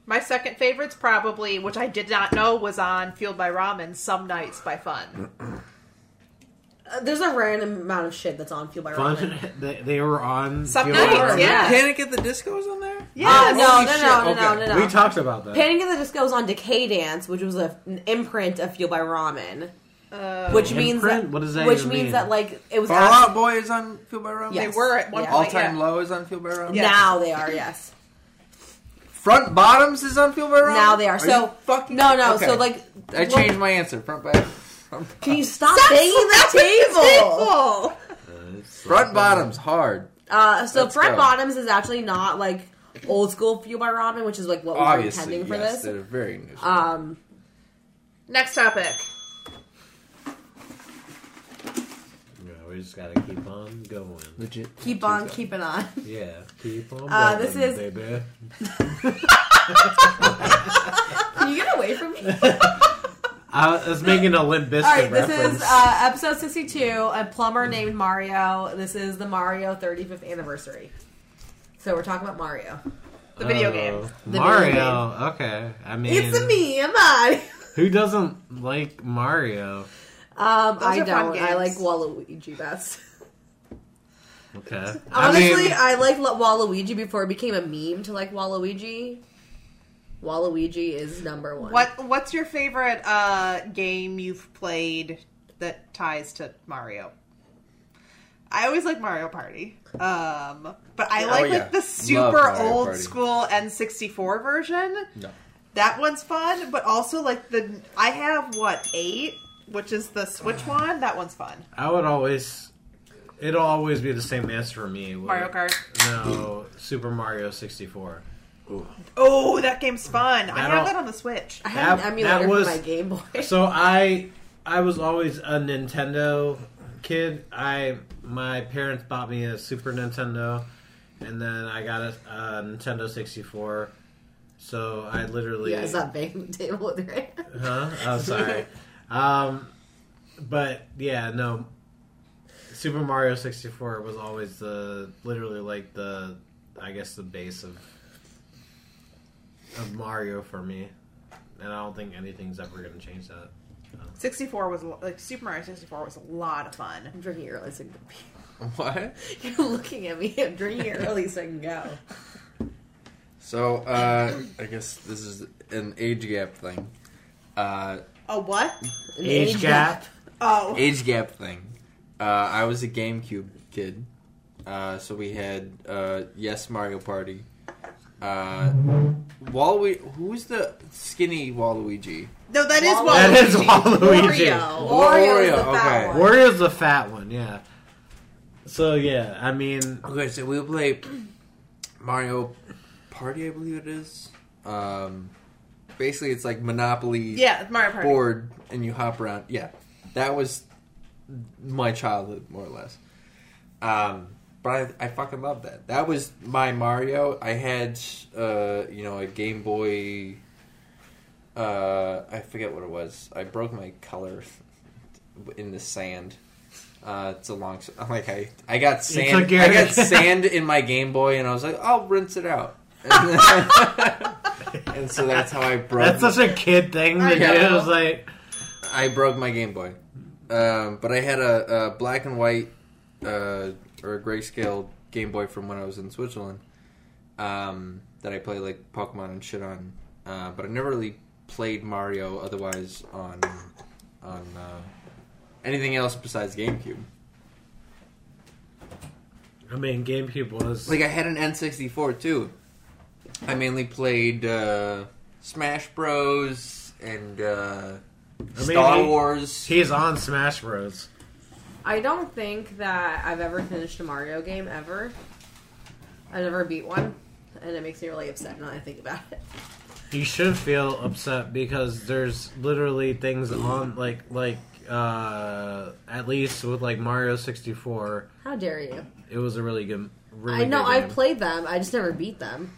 Speaker 2: My second favorite's probably, which I did not know was on Fueled by Ramen, Some Nights by Fun.
Speaker 1: uh, there's a random amount of shit that's on Fueled by
Speaker 3: Fun.
Speaker 1: Ramen.
Speaker 3: <laughs> They, they were on.
Speaker 2: Some
Speaker 3: Fueled by
Speaker 2: nights,
Speaker 3: Ramen.
Speaker 2: yeah.
Speaker 4: Panic at the Disco's on there? Oh,
Speaker 2: Yeah,
Speaker 1: Uh, no, no,
Speaker 4: Holy
Speaker 1: no,
Speaker 4: shit,
Speaker 1: no, no,
Speaker 4: okay.
Speaker 1: no, no.
Speaker 3: We talked about that.
Speaker 1: Panic at the Disco was on Decay Dance, which was a, an imprint of Fueled by Ramen,
Speaker 2: Uh,
Speaker 1: which means
Speaker 3: Imprint?
Speaker 1: that,
Speaker 3: What does that
Speaker 1: which
Speaker 3: even
Speaker 1: means
Speaker 3: mean?
Speaker 1: that like it was
Speaker 4: Fallout
Speaker 1: actually-
Speaker 4: Boy is on Feel By Ramen?
Speaker 1: Yes.
Speaker 2: they were at one
Speaker 1: Yeah.
Speaker 2: point.
Speaker 4: All Time
Speaker 2: yeah.
Speaker 4: Low is on Feel By Ramen?
Speaker 2: Yeah.
Speaker 1: now they are yes
Speaker 4: Front Bottoms is on Feel By Ramen?
Speaker 1: now they are,
Speaker 4: you
Speaker 1: so
Speaker 4: fucking
Speaker 1: no no
Speaker 4: okay.
Speaker 1: so like
Speaker 4: I changed my answer. Front by front,
Speaker 1: Can you stop
Speaker 2: That's-
Speaker 1: banging
Speaker 2: that's
Speaker 1: the
Speaker 2: at
Speaker 1: table?
Speaker 2: the table.
Speaker 3: Uh,
Speaker 4: front bottoms hard.
Speaker 1: Uh, so
Speaker 4: Let's
Speaker 1: front
Speaker 4: go.
Speaker 1: bottoms is actually not like old school fueled by ramen, which is like what we were
Speaker 4: Obviously,
Speaker 1: intending for
Speaker 4: yes,
Speaker 1: this.
Speaker 4: they're very new.
Speaker 1: Um,
Speaker 2: Next topic.
Speaker 3: Yeah, we just gotta keep on going.
Speaker 4: Legit.
Speaker 1: <laughs> keep on keeping
Speaker 4: <laughs>
Speaker 1: on.
Speaker 3: Yeah, keep on.
Speaker 1: Uh,
Speaker 3: going,
Speaker 1: this is-
Speaker 3: baby.
Speaker 1: Can you get away from me?
Speaker 3: I was making a limp biscuit
Speaker 1: All right, this is
Speaker 3: reference.
Speaker 1: uh, episode sixty-two. A plumber named Mario. This is the Mario thirty-fifth anniversary. So we're talking about Mario.
Speaker 2: The video
Speaker 3: Oh,
Speaker 2: game.
Speaker 1: The
Speaker 3: Mario.
Speaker 1: video
Speaker 3: Okay, I mean,
Speaker 1: <laughs> It's a me, a Mario.
Speaker 3: who doesn't like Mario?
Speaker 1: Um,
Speaker 2: Those
Speaker 1: I
Speaker 2: are fun
Speaker 1: don't. I like
Speaker 2: games.
Speaker 1: Waluigi best.
Speaker 3: Okay.
Speaker 1: Honestly, I,
Speaker 3: <laughs> I mean,
Speaker 1: like Lu- Waluigi before it became a meme to like Waluigi. Waluigi is number one.
Speaker 2: What What's your favorite uh, game you've played that ties to Mario? I always like Mario Party, um, but I
Speaker 6: Oh,
Speaker 2: like
Speaker 6: yeah.
Speaker 2: like the
Speaker 6: Love
Speaker 2: super
Speaker 6: Mario
Speaker 2: old
Speaker 6: Party.
Speaker 2: school N64 version.
Speaker 6: No.
Speaker 2: That one's fun, but also like the I have what eight, which is the
Speaker 6: <sighs>
Speaker 2: Switch one. That one's fun.
Speaker 3: I would always. It'll always be the same answer for me. What-
Speaker 2: Mario Kart.
Speaker 3: No, Super Mario 64.
Speaker 2: Oh, that game's fun. I
Speaker 3: That
Speaker 2: have
Speaker 3: all-
Speaker 2: that on the Switch.
Speaker 1: I had
Speaker 3: That-
Speaker 1: an emulator
Speaker 3: that was-
Speaker 1: for my Game Boy. <laughs>
Speaker 3: So I I was always a Nintendo kid. I my parents bought me a Super Nintendo, and then I got a, a Nintendo 64. So I literally
Speaker 1: yeah, it's not banging the <laughs> table with your hand.
Speaker 3: Huh? Oh, sorry. um, but yeah, no. Super Mario 64 was always the literally like the I guess the base of of Mario for me, and I don't think anything's ever going to change that.
Speaker 2: 64 was a lo- like Super Mario 64 was a lot of fun.
Speaker 1: I'm drinking early so I can
Speaker 6: What?
Speaker 1: <laughs> You're looking at me. I'm drinking early so I can go.
Speaker 4: So uh, I guess this is an age gap thing. Uh,
Speaker 6: <laughs>
Speaker 2: Oh what?
Speaker 1: An
Speaker 3: <laughs> Age, gap.
Speaker 2: Oh,
Speaker 4: age gap thing. Uh, I was a GameCube kid, uh, so we had uh, Yes Mario Party. Uh, Walu- who's the skinny Waluigi?
Speaker 2: no, that is
Speaker 1: Waluigi.
Speaker 2: Waluigi.
Speaker 3: That is Waluigi.
Speaker 1: Oreo. Oreo
Speaker 4: Oreo,
Speaker 1: is the fat
Speaker 4: okay.
Speaker 1: one.
Speaker 3: Wario's the fat one, yeah. So yeah, I mean,
Speaker 4: Okay, so we play Mario Party, I believe it is. Um, basically, it's like Monopoly
Speaker 2: Yeah, it's Mario <laughs> Party.
Speaker 4: board, and you hop around. Yeah, that was my childhood, more or less. Um, but I, I fucking love that. That was my Mario. I had, uh, you know, a Game Boy. Uh, I forget what it was. I broke my color in the sand. Uh, it's a long. s- <laughs> Like I, I got
Speaker 3: You
Speaker 4: sand.
Speaker 3: took your- <laughs>
Speaker 4: I got sand in my Game Boy, and I was like, I'll rinse it out. <laughs> And, then- and so that's how I broke.
Speaker 3: that's such a kid thing
Speaker 2: I
Speaker 3: to do.
Speaker 2: know.
Speaker 3: It was like,
Speaker 4: I broke my Game Boy, um, but I had a, a black and white uh, or a grayscale Game Boy from when I was in Switzerland um, that I played like Pokemon and shit on. Uh, but I never really played Mario otherwise on on uh, anything else besides GameCube.
Speaker 3: I mean, GameCube was
Speaker 4: Like I had an N64 too. I mainly played uh, Smash Bros. and uh,
Speaker 3: mean,
Speaker 4: Star
Speaker 3: he-
Speaker 4: Wars.
Speaker 3: he's on Smash Bros.
Speaker 1: I don't think that I've ever finished a Mario game ever. I've never beat one, and it makes me really upset now that I think about it.
Speaker 3: You should feel upset because there's literally things on like like uh at least with like Mario 64,
Speaker 1: How dare you?
Speaker 3: it was a really good
Speaker 1: I
Speaker 3: really
Speaker 1: know
Speaker 3: good
Speaker 1: I've
Speaker 3: game.
Speaker 1: played them. I just never beat them.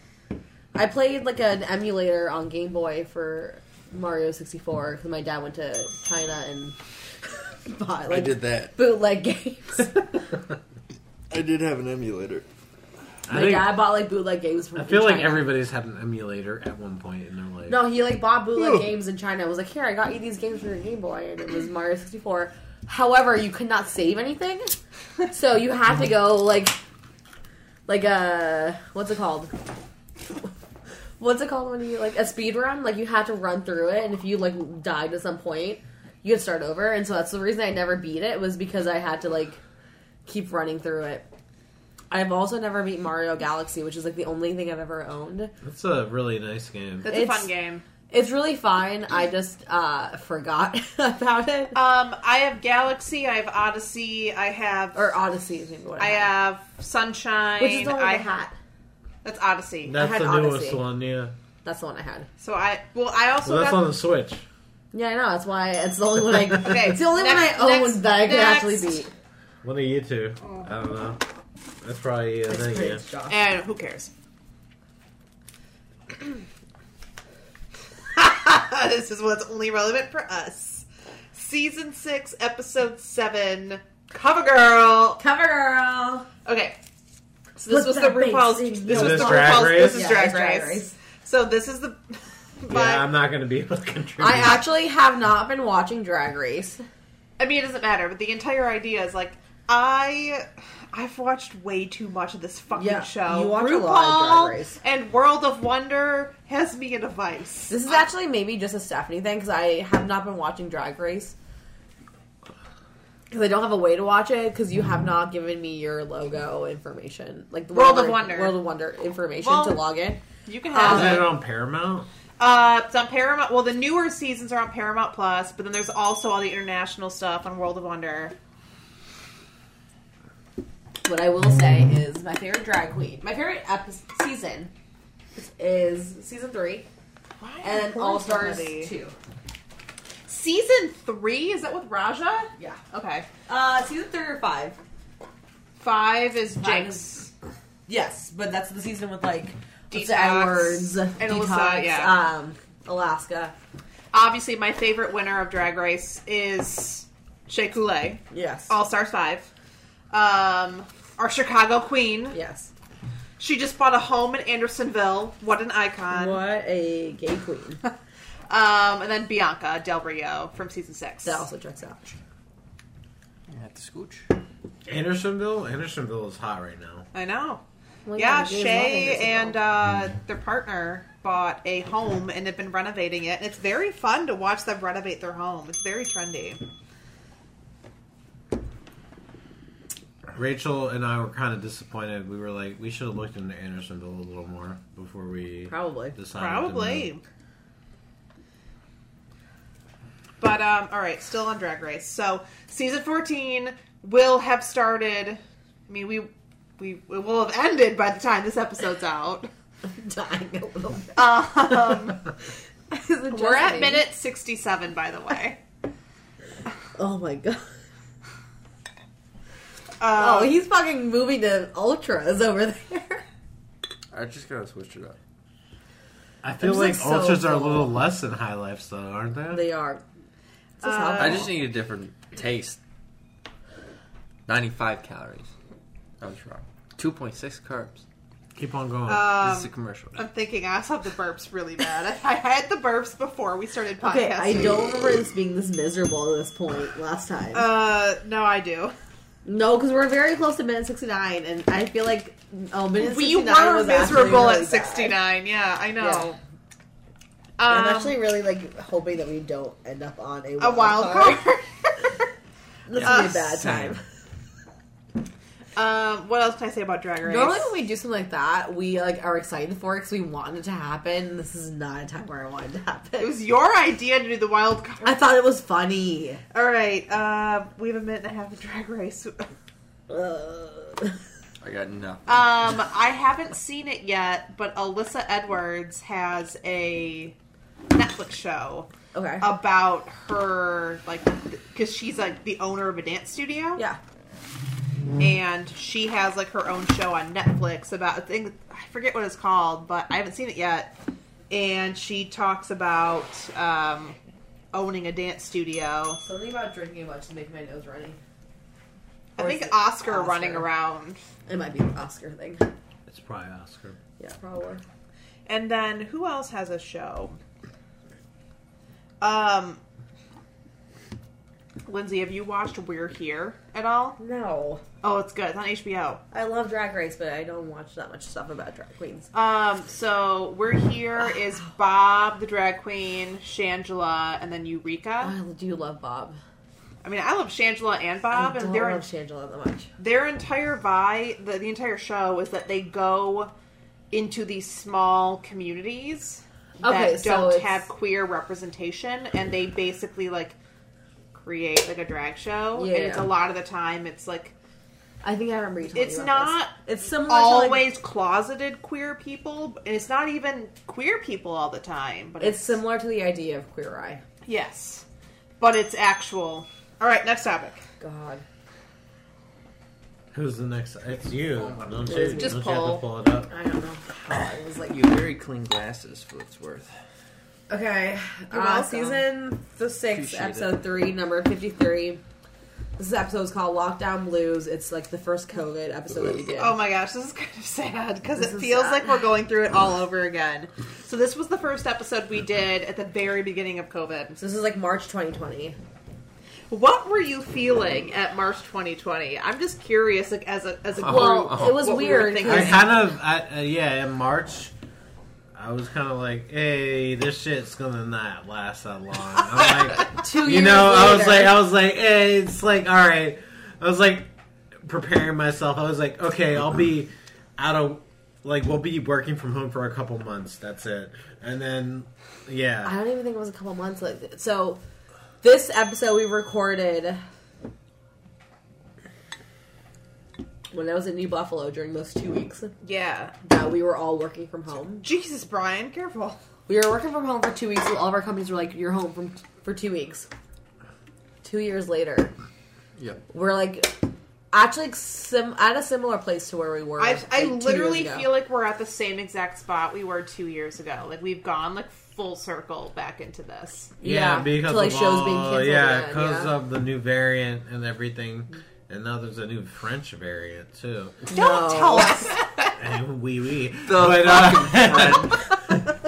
Speaker 1: I played like an emulator on Game Boy for Mario 64 because my dad went to China and <laughs> bought
Speaker 4: I
Speaker 1: like
Speaker 4: did that.
Speaker 1: bootleg
Speaker 4: <laughs>
Speaker 1: games.
Speaker 4: I did have an emulator.
Speaker 1: my
Speaker 3: <laughs> I think
Speaker 1: dad bought like bootleg games. From
Speaker 3: I feel like
Speaker 1: China.
Speaker 3: everybody's had an emulator at one point in their life.
Speaker 1: No, he like bought bootleg
Speaker 4: Ooh.
Speaker 1: games in China. Was like, here, I got you these games for your Game Boy, and it was Mario 64. However, you could not save anything, so you had to go like, like a what's it called? What's it called when you like a speed run? Like you had to run through it, and if you like died at some point, you had to start over. And so that's the reason I never beat it was because I had to like keep running through it. I've also never beat Mario Galaxy, which is like the only thing I've ever owned.
Speaker 3: That's a really nice game.
Speaker 2: That's a
Speaker 1: It's-
Speaker 2: fun game.
Speaker 1: It's really fine. I just uh, forgot <laughs> about it.
Speaker 2: Um, I have Galaxy. I have Odyssey. I have er,
Speaker 1: Or Odyssey is maybe what I,
Speaker 2: I
Speaker 1: had.
Speaker 2: have Sunshine.
Speaker 1: Which is the one with
Speaker 2: I
Speaker 1: the hat.
Speaker 2: That's Odyssey.
Speaker 3: That's
Speaker 1: had
Speaker 3: the newest
Speaker 1: Odyssey.
Speaker 3: one, yeah.
Speaker 1: That's the one I had.
Speaker 2: So I well, I also
Speaker 3: Well, that's
Speaker 2: got
Speaker 3: on the Switch.
Speaker 1: Yeah, I know. That's why it's the only one I.
Speaker 2: Okay,
Speaker 1: It's the only
Speaker 2: next-
Speaker 1: one I own
Speaker 2: next-
Speaker 1: that I could
Speaker 2: next.
Speaker 1: actually beat.
Speaker 3: One of you two.
Speaker 1: Oh.
Speaker 3: I don't know. That's probably uh, a thing, yeah.
Speaker 1: It's Josh.
Speaker 2: and who cares? <clears throat> <laughs> this is what's only relevant for us. Season six, episode seven, Cover Girl.
Speaker 1: Cover Girl.
Speaker 2: Okay, so this
Speaker 1: Flip
Speaker 2: was the
Speaker 1: that big
Speaker 2: RuPaul's.
Speaker 1: thing.
Speaker 2: This was
Speaker 3: Is
Speaker 2: the
Speaker 3: this Drag
Speaker 2: RuPaul's. This
Speaker 3: Race?
Speaker 2: is
Speaker 1: Yeah,
Speaker 2: Drag
Speaker 1: it's Drag
Speaker 2: Race.
Speaker 1: Race.
Speaker 2: So this is the. <laughs> but-
Speaker 3: <laughs> Yeah, I'm not going to be able to contribute.
Speaker 1: I actually have not been watching Drag Race.
Speaker 2: I mean, it doesn't matter, but the entire idea is like I I've watched way too much of this fucking
Speaker 1: Yeah,
Speaker 2: show.
Speaker 1: you watch a lot of Drag Race.
Speaker 2: and World of Wonder has me in a vice.
Speaker 1: This is actually maybe just a Stephanie thing because I have not been watching Drag Race because I don't have a way to watch it because you have not given me your logo information, like the
Speaker 2: World of
Speaker 1: whatever-
Speaker 2: Wonder.
Speaker 1: World of Wonder information
Speaker 2: Well-
Speaker 1: to log in.
Speaker 2: You can
Speaker 1: have
Speaker 2: have
Speaker 1: Um,
Speaker 3: Is
Speaker 2: it.
Speaker 3: it on Paramount?
Speaker 2: Uh, it's on Paramount. Well, the newer seasons are on Paramount Plus, but then there's also all the international stuff on World of Wonder.
Speaker 1: What I will say is my favorite drag queen, my favorite episode, season is season three and All Stars two.
Speaker 2: Season three is that with Raja?
Speaker 1: Yeah,
Speaker 2: Okay,
Speaker 1: uh, season three or five.
Speaker 2: five is
Speaker 1: Five
Speaker 2: Jinx.
Speaker 1: Yes, but that's the season with like what's
Speaker 2: Detox
Speaker 1: our words
Speaker 2: and
Speaker 1: Detox,
Speaker 2: Alyssa, yeah.
Speaker 1: um, Alaska.
Speaker 2: Obviously, my favorite winner of Drag Race is Shea Coulee,
Speaker 1: Yes,
Speaker 2: All Stars five. Um, our Chicago Queen.
Speaker 1: yes.
Speaker 2: She just bought a home in Andersonville. What an icon!
Speaker 1: What a gay <laughs> queen.
Speaker 2: Um, and then Bianca Del Rio from season six.
Speaker 1: That also checks out.
Speaker 4: At the scooch.
Speaker 3: Andersonville? Andersonville is hot right now.
Speaker 2: I know.
Speaker 1: Oh my
Speaker 2: yeah,
Speaker 1: God, you guys
Speaker 2: Shay
Speaker 1: love
Speaker 2: and
Speaker 1: Andersonville.
Speaker 2: uh, their partner bought a home and have been renovating it. And it's very fun to watch them renovate their home. It's very trendy.
Speaker 3: Rachel and I were kind of disappointed. We were like, we should have looked into Andersonville a little more before we
Speaker 1: probably.
Speaker 3: decided. to
Speaker 2: Probably.
Speaker 3: move.
Speaker 2: But um, all right, still on Drag Race. So season fourteen will have started. I mean, we we it will have ended by the time this episode's out.
Speaker 1: <laughs> Dying a little bit. <laughs>
Speaker 2: Um,
Speaker 1: Is it <laughs> just
Speaker 2: we're at
Speaker 1: me?
Speaker 2: minute sixty-seven, by the way.
Speaker 1: Oh my god. <laughs>
Speaker 2: Um,
Speaker 1: Oh, he's fucking moving to ultras over there. <laughs>
Speaker 4: I just gotta switch it up.
Speaker 3: I feel
Speaker 1: just,
Speaker 3: like,
Speaker 1: like, so
Speaker 3: ultras are a
Speaker 1: full.
Speaker 3: little less than high lifes, though, aren't they?
Speaker 1: They are. This is
Speaker 2: Uh,
Speaker 1: helpful.
Speaker 4: I just need a different taste. 95 calories. I was wrong. 2.6 carbs.
Speaker 3: Keep on going.
Speaker 1: Uh,
Speaker 4: this is a
Speaker 2: um,
Speaker 4: commercial.
Speaker 2: I'm thinking I also have the burps really bad. <laughs> I had the burps before we started podcasting.
Speaker 1: Okay, I don't remember this being this miserable at this point last time.
Speaker 2: Uh, no, I do.
Speaker 1: no, because we're very close to minute 69, and I feel like, oh, minute 69
Speaker 2: We were
Speaker 1: was
Speaker 2: miserable
Speaker 1: actually really
Speaker 2: at 69. Yeah, I know. Um,
Speaker 1: Yeah. bad. I'm actually really, like, hoping that we don't end up on a wild,
Speaker 2: a wild
Speaker 1: <laughs>
Speaker 2: card.
Speaker 1: This
Speaker 2: Uh,
Speaker 1: would be a bad
Speaker 4: same.
Speaker 1: time.
Speaker 2: um, what else can I say about Drag Race?
Speaker 1: Normally, when we do something like that, we like are excited for it because we want it to happen. This is not a time where I want it to happen.
Speaker 2: it was your idea to do the wild card.
Speaker 1: I thought it was funny.
Speaker 2: All right, uh, we have a minute and a half of Drag Race. Um,
Speaker 1: Ugh.
Speaker 4: I got nothing.
Speaker 2: I haven't seen it yet, but Alyssa Edwards has a Netflix show
Speaker 1: okay.
Speaker 2: about her, like, because she's like the owner of a dance studio.
Speaker 1: yeah. Mm-hmm.
Speaker 2: and she has like her own show on Netflix about I think I forget what it's called, but I haven't seen it yet. And she talks about um, owning a dance studio.
Speaker 1: Something about drinking a bunch to make my nose runny.
Speaker 2: I
Speaker 1: Or is
Speaker 2: think
Speaker 1: it
Speaker 2: Oscar,
Speaker 1: Oscar?
Speaker 2: running around,
Speaker 1: It might be the Oscar thing.
Speaker 3: it's probably Oscar.
Speaker 1: Yeah, probably.
Speaker 2: and then who else has a show? Um, Lindsay, have you watched We're Here at all?
Speaker 1: No,
Speaker 2: Oh, it's good. It's on HBO.
Speaker 1: I love Drag Race, but I don't watch that much stuff about drag queens.
Speaker 2: Um, so
Speaker 1: <sighs>
Speaker 2: we're here is Bob the drag queen, Shangela, and then Eureka.
Speaker 1: I Oh, do love Bob.
Speaker 2: I mean, I love Shangela and Bob,
Speaker 1: I don't
Speaker 2: and their
Speaker 1: love Shangela that much.
Speaker 2: their entire vibe, the, the entire show is that they go into these small communities
Speaker 1: Okay,
Speaker 2: that
Speaker 1: so
Speaker 2: don't
Speaker 1: it's-
Speaker 2: have queer representation, and they basically like create like a drag show.
Speaker 1: Yeah.
Speaker 2: And it's a lot of the time, it's like
Speaker 1: I think I remember you. Telling
Speaker 2: It's
Speaker 1: me about
Speaker 2: not
Speaker 1: this. It's similar. To like,
Speaker 2: always closeted queer people, and it's not even queer people all the time. But
Speaker 1: it's similar to the idea of Queer Eye.
Speaker 2: Yes. But it's actual. All right, next topic.
Speaker 1: God.
Speaker 3: Who's the next? It's you. Don't
Speaker 1: It's
Speaker 3: you,
Speaker 1: just
Speaker 3: don't you have
Speaker 2: Paul.
Speaker 3: to pull it up?
Speaker 1: I don't know how I was like.
Speaker 4: you very clean glasses for what it's worth.
Speaker 1: Okay,
Speaker 2: You're
Speaker 1: uh,
Speaker 2: welcome.
Speaker 1: season the six,
Speaker 4: Appreciate
Speaker 1: episode three, number fifty-three. This episode is called "Lockdown Blues." It's like the first COVID episode that we did.
Speaker 2: Oh my gosh, this is kind of <laughs> sad because
Speaker 1: This
Speaker 2: it
Speaker 1: is
Speaker 2: feels
Speaker 1: sad.
Speaker 2: like we're going through it all over again. So this was the first episode we did at the very beginning of COVID.
Speaker 1: So this is like March 2020.
Speaker 2: What were you feeling at March 2020? I'm just curious, like as a as a group.
Speaker 1: Well, it was
Speaker 2: what we were
Speaker 1: weird,
Speaker 2: thinking.
Speaker 3: I kind of, I, uh, yeah, in March, I was kind of like, hey, this shit's gonna not last that long.
Speaker 1: <laughs>
Speaker 3: I'm like,
Speaker 1: Two years
Speaker 3: you know, I was
Speaker 1: later.
Speaker 3: like, I was like, hey, it's like, all right. I was like preparing myself. I was like, okay, I'll be out of like we'll be working from home for a couple months. That's it. And then,
Speaker 1: I
Speaker 3: yeah,
Speaker 1: don't even think it was a couple months. Like, so this episode we recorded when I was in New Buffalo during those two weeks
Speaker 2: yeah.
Speaker 1: that we were all working from home.
Speaker 2: Jesus, Brian, careful.
Speaker 1: We were working from home for two weeks. All of our companies were like, "You're home from for two weeks." Two years later,
Speaker 4: Yeah.
Speaker 1: we're like actually like, sim- at a similar place to where we were.
Speaker 2: I,
Speaker 1: like,
Speaker 2: I
Speaker 1: two years
Speaker 2: literally
Speaker 1: ago.
Speaker 2: feel like we're at the same exact spot we were two years ago. Like we've gone like full circle back into this.
Speaker 3: yeah, because
Speaker 1: to, like
Speaker 3: of
Speaker 1: shows
Speaker 3: all-
Speaker 1: being canceled.
Speaker 3: yeah,
Speaker 1: again,
Speaker 3: because
Speaker 1: yeah.
Speaker 3: of the new variant and everything. And now there's a new French variant too.
Speaker 2: Don't
Speaker 1: No.
Speaker 2: tell us.
Speaker 3: And Eh, wee wee.
Speaker 4: The
Speaker 3: But, uh, <laughs>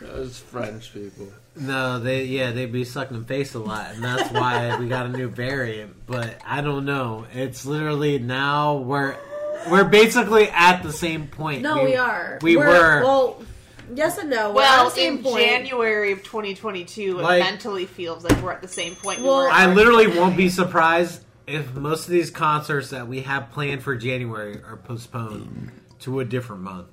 Speaker 4: Those French people.
Speaker 3: No, they yeah they be sucking face a lot, and that's why we got a new variant. But I don't know. It's literally now we're we're basically at the same point.
Speaker 1: No, we, are.
Speaker 3: We
Speaker 1: We're-
Speaker 3: were.
Speaker 1: Well, yes and no. We're at
Speaker 2: <laughs> well,
Speaker 1: the same
Speaker 2: in
Speaker 1: point.
Speaker 2: January of 2022,
Speaker 3: Like-
Speaker 2: it mentally feels like we're at the same point.
Speaker 1: Well-
Speaker 2: we were at
Speaker 3: I
Speaker 2: March
Speaker 3: literally
Speaker 2: 2020.
Speaker 3: won't be surprised if most of these concerts that we have planned for January are postponed to a different month.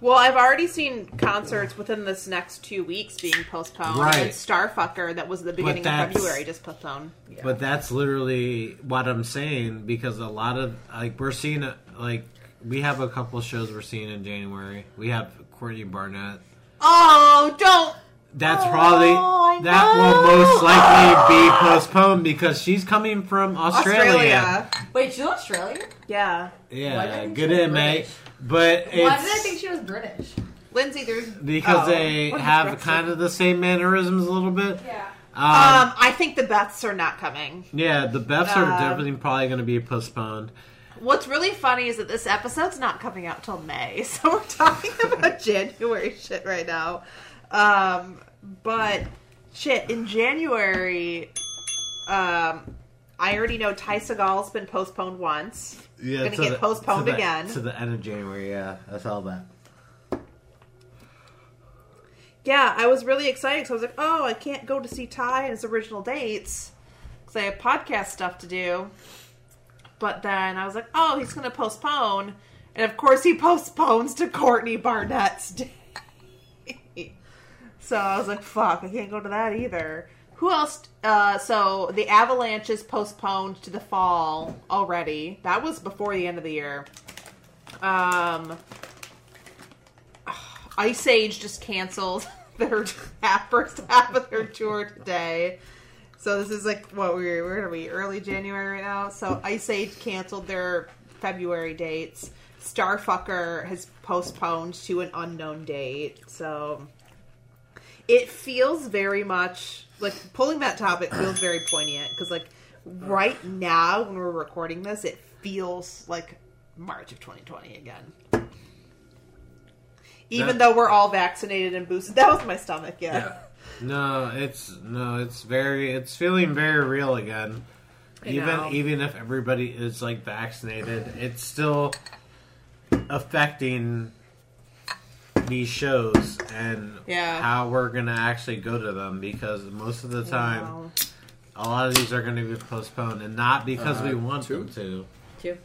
Speaker 2: Well, I've already seen concerts within this next two weeks being postponed.
Speaker 3: Right.
Speaker 2: And Starfucker, that was the beginning of
Speaker 3: that's-
Speaker 2: February, just postponed.
Speaker 3: But that's literally what I'm saying because a lot of like we're seeing uh, like we have a couple shows we're seeing in January. We have Courtney Barnett.
Speaker 2: Oh, don't.
Speaker 3: That's
Speaker 2: Oh, I
Speaker 3: probably that will
Speaker 2: know.
Speaker 3: most likely be postponed because she's coming from
Speaker 2: Australia.
Speaker 3: Australia.
Speaker 1: Wait, she's Australian?
Speaker 2: Yeah.
Speaker 1: Why did I
Speaker 3: Yeah,
Speaker 1: think
Speaker 3: good
Speaker 1: she was
Speaker 3: in, mate.
Speaker 1: British?
Speaker 3: But it's
Speaker 1: Why did I think she was British?
Speaker 2: Lindsay, there's.
Speaker 3: because
Speaker 2: oh,
Speaker 3: they
Speaker 2: what is
Speaker 3: have
Speaker 2: Brexit?
Speaker 3: kind of the same mannerisms a little bit.
Speaker 1: Yeah.
Speaker 3: Um,
Speaker 2: Um, I think the Beths are not coming.
Speaker 3: yeah, the Beths are
Speaker 2: uh,
Speaker 3: definitely probably going to be postponed.
Speaker 2: What's really funny is that this episode's not coming out till May, <laughs> so we're talking about January shit right now. Um, but shit, in January, um, I already know Ty Segall's been postponed once.
Speaker 3: Yeah,
Speaker 2: Gonna
Speaker 3: to
Speaker 2: get
Speaker 3: the-
Speaker 2: postponed
Speaker 3: to the-
Speaker 2: again.
Speaker 3: to the end of January. Yeah, I saw that.
Speaker 2: Yeah, I was really excited because I was like, oh, I can't go to see Ty and his original dates because I have podcast stuff to do. But then I was like, oh, he's going to postpone. And of course, he <laughs> postpones to Courtney Barnett's <laughs> day. so I was like, fuck, I can't go to that either. Who else? Uh, so the Avalanche is postponed to the fall already. That was before the end of the year. Um, Ice Age just canceled <laughs> their half, first half of their tour today. So this is like what we we're gonna be early January right now. So Ice Age canceled their February dates. Starfucker has postponed to an unknown date. So it feels very much like pulling that topic feels very poignant because like right now when we're recording this, it feels like March of 2020 again. Even
Speaker 3: That-
Speaker 2: though we're all vaccinated and boosted, that was my stomach. yeah.
Speaker 4: <laughs> Yeah.
Speaker 3: No, it's no, it's very, it's feeling very real again.
Speaker 2: I
Speaker 3: even
Speaker 2: know.
Speaker 3: even if everybody is like vaccinated, it's still affecting these shows and
Speaker 2: Yeah.
Speaker 3: how we're gonna actually go to them because most of the time
Speaker 2: Wow.
Speaker 3: a lot of these are gonna be postponed and not because
Speaker 4: Uh,
Speaker 3: we want
Speaker 4: two?
Speaker 3: them to.
Speaker 1: Too.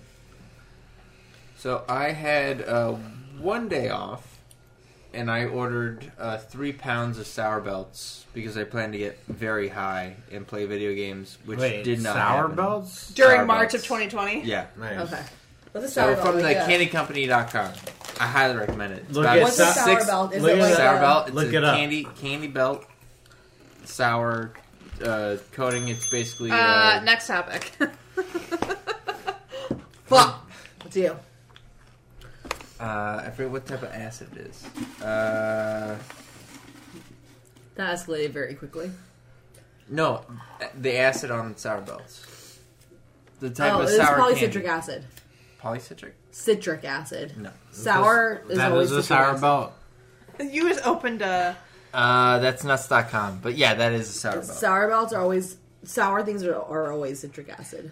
Speaker 4: So I had uh, one day off, and I ordered uh, three pounds of sour belts because I plan to get very high and play video games, which
Speaker 3: Wait,
Speaker 4: did not
Speaker 3: sour
Speaker 4: happen.
Speaker 3: belts?
Speaker 2: during
Speaker 4: Sour
Speaker 2: March
Speaker 4: belts.
Speaker 2: of 2020.
Speaker 4: Yeah.
Speaker 3: Nice.
Speaker 1: Okay. What's a
Speaker 4: So
Speaker 1: sour
Speaker 4: from
Speaker 1: belt?
Speaker 4: the
Speaker 1: Like, uh,
Speaker 4: candycompany.com. I highly recommend it. It's
Speaker 3: Look
Speaker 4: about
Speaker 3: at
Speaker 1: What's a
Speaker 3: It's
Speaker 1: sour
Speaker 4: six-
Speaker 1: belt? Is
Speaker 3: look
Speaker 1: it
Speaker 3: at
Speaker 1: like
Speaker 3: that.
Speaker 4: sour
Speaker 1: a-
Speaker 4: belt. It's
Speaker 3: Look
Speaker 4: a
Speaker 3: it up.
Speaker 4: candy candy belt sour uh, coating. It's basically uh,
Speaker 2: Uh, next topic. <laughs>
Speaker 1: Fuck. It's you.
Speaker 4: uh, I forget what type of acid it is. Uh,
Speaker 1: That escalated very quickly.
Speaker 4: no, the acid on sour belts. The type
Speaker 1: Oh,
Speaker 4: of
Speaker 1: it's
Speaker 4: sour
Speaker 1: probably
Speaker 4: candy.
Speaker 1: citric acid.
Speaker 4: Polycitric?
Speaker 1: Citric acid.
Speaker 4: No.
Speaker 1: Sour is
Speaker 3: that
Speaker 1: always
Speaker 3: is a
Speaker 1: citric
Speaker 3: sour
Speaker 1: acid.
Speaker 3: belt.
Speaker 2: you just opened a.
Speaker 4: Uh, that's nuts.com. But yeah, that is a sour belt.
Speaker 1: Sour belts are always sour things are, are always citric acid.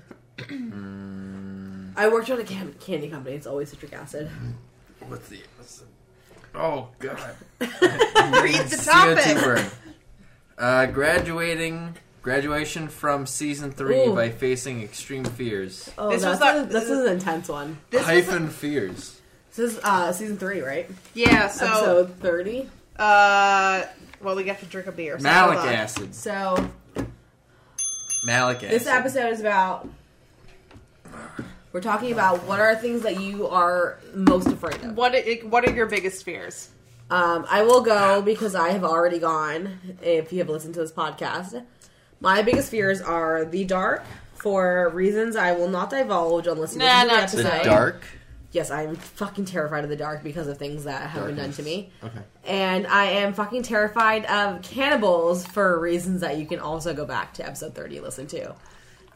Speaker 1: I worked on a cam- candy company. It's always citric acid.
Speaker 4: What's the? What's the oh <laughs> God!
Speaker 2: Read the topic.
Speaker 4: word. Uh, graduating. Graduation from season three
Speaker 1: Ooh.
Speaker 4: by facing extreme fears.
Speaker 1: Oh,
Speaker 2: This was
Speaker 1: that's,
Speaker 2: like-
Speaker 1: a- this is an intense one.
Speaker 2: Uh, This was
Speaker 4: Hyphen fears.
Speaker 1: This is uh, season three, right?
Speaker 2: yeah. So,
Speaker 1: Episode thirty.
Speaker 2: uh, well, we have to drink a beer. So hold
Speaker 4: Malic
Speaker 2: on.
Speaker 4: acid.
Speaker 1: So
Speaker 4: Malic acid.
Speaker 1: This episode is about. We're talking about what are things that you are most afraid of.
Speaker 2: What i- What are your biggest fears?
Speaker 1: Um, I will go because I have already gone. If you have listened to this podcast, my biggest fears are the dark for reasons I will not divulge unless you listen to
Speaker 2: Nah,
Speaker 1: the
Speaker 2: not
Speaker 1: episode.
Speaker 4: the
Speaker 2: today.
Speaker 4: dark.
Speaker 1: Yes, I'm fucking terrified of the dark because of things that have been done to me,
Speaker 4: Okay.
Speaker 1: and I am fucking terrified of cannibals for reasons that you can also go back to episode thirty and listen to.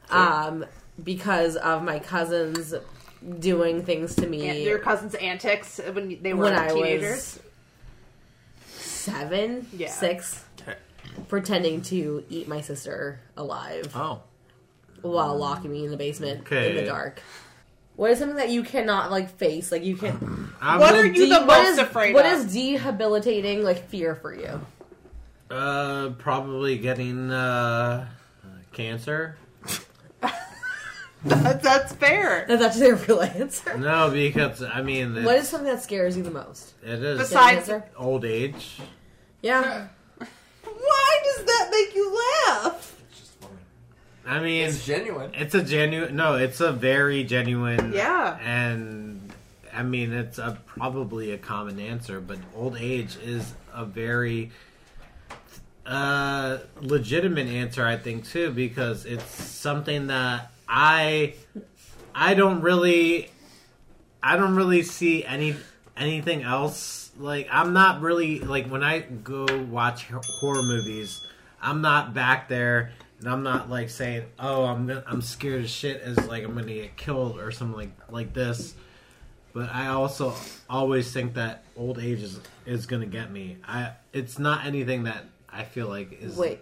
Speaker 1: um, because of my cousins doing things to
Speaker 2: Yeah,
Speaker 1: me
Speaker 2: Your cousin's antics when they were
Speaker 1: when I
Speaker 2: teenagers.
Speaker 1: was seven,
Speaker 2: Yeah.
Speaker 1: six, pretending to eat my sister alive
Speaker 4: Oh.
Speaker 1: while locking me in the basement in the
Speaker 3: Um, Okay.
Speaker 1: dark. What is something that you cannot like face? Like you can.
Speaker 3: I'm
Speaker 2: What
Speaker 3: a-
Speaker 2: are you the
Speaker 1: what
Speaker 2: most
Speaker 1: is-
Speaker 2: afraid
Speaker 1: What
Speaker 2: of?
Speaker 1: is debilitating like fear for you?
Speaker 3: Uh, probably getting uh, cancer.
Speaker 2: That- that's fair.
Speaker 1: That's actually a real answer.
Speaker 3: No, because I mean, it's,
Speaker 1: What is something that scares you the most?
Speaker 3: it is
Speaker 2: Besides- Science-
Speaker 1: Cancer?
Speaker 3: old age.
Speaker 1: Yeah.
Speaker 2: Why does that make you laugh?
Speaker 3: I mean,
Speaker 4: It's genuine.
Speaker 3: It's a genuine. No, it's a very genuine.
Speaker 2: Yeah.
Speaker 3: And I mean, it's a, probably a common answer, but old age is a very uh, legitimate answer, I think, too, because it's something that I I don't really I don't really see any anything else. Like I'm not really like when I go watch h- horror movies, I'm not back there and I'm not like saying, "Oh, I'm gonna, I'm scared as shit as like I'm going to get killed or something like like this." But I also always think that old age is is going to get me. I it's not anything that I feel like is
Speaker 1: Wait.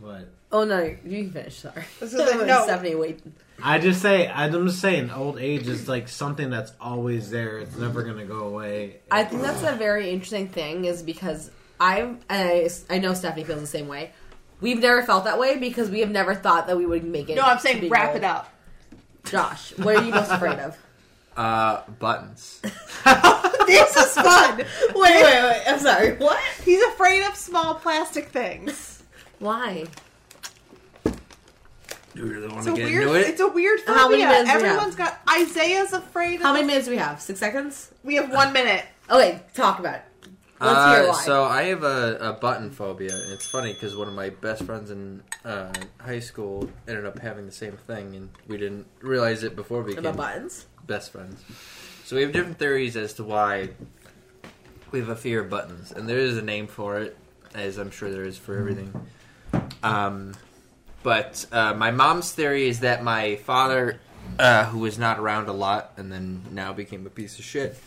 Speaker 3: what
Speaker 1: Oh no, you can finish. Sorry.
Speaker 2: This
Speaker 1: <laughs>
Speaker 2: is like, no.
Speaker 1: Stephanie, wait.
Speaker 3: I just say I'm just saying old age is like something that's always there. It's never gonna go away.
Speaker 1: I think that's a very interesting thing, is because I've, and I, I know Stephanie feels the same way. We've never felt that way because we have never thought that we would make it.
Speaker 2: No, I'm
Speaker 1: to
Speaker 2: saying
Speaker 1: being
Speaker 2: wrap
Speaker 1: old.
Speaker 2: it up.
Speaker 1: Josh, what are you most afraid of?
Speaker 4: Uh, buttons.
Speaker 2: <laughs> this is fun.
Speaker 1: Wait, wait, wait. I'm sorry. What?
Speaker 2: He's afraid of small plastic things.
Speaker 1: Why?
Speaker 4: Do we really want
Speaker 2: It's a
Speaker 4: to get
Speaker 2: weird.
Speaker 4: into it?
Speaker 2: It's a weird phobia.
Speaker 1: How many minutes do we
Speaker 2: Everyone's got. Isaiah's afraid. Of
Speaker 1: How many minutes do we have? Six seconds?
Speaker 2: We have one minute.
Speaker 1: Okay, talk about it. Let's
Speaker 4: uh,
Speaker 1: hear why.
Speaker 4: So I have a, a button phobia, and it's funny because one of my best friends in uh, high school ended up having the same thing, and we didn't realize it before we
Speaker 1: about
Speaker 4: became
Speaker 1: buttons?
Speaker 4: best friends. So we have different theories as to why we have a fear of buttons, and there is a name for it, as I'm sure there is for everything. Um, but uh, my mom's theory is that my father, uh, who was not around a lot and then now became a piece of shit,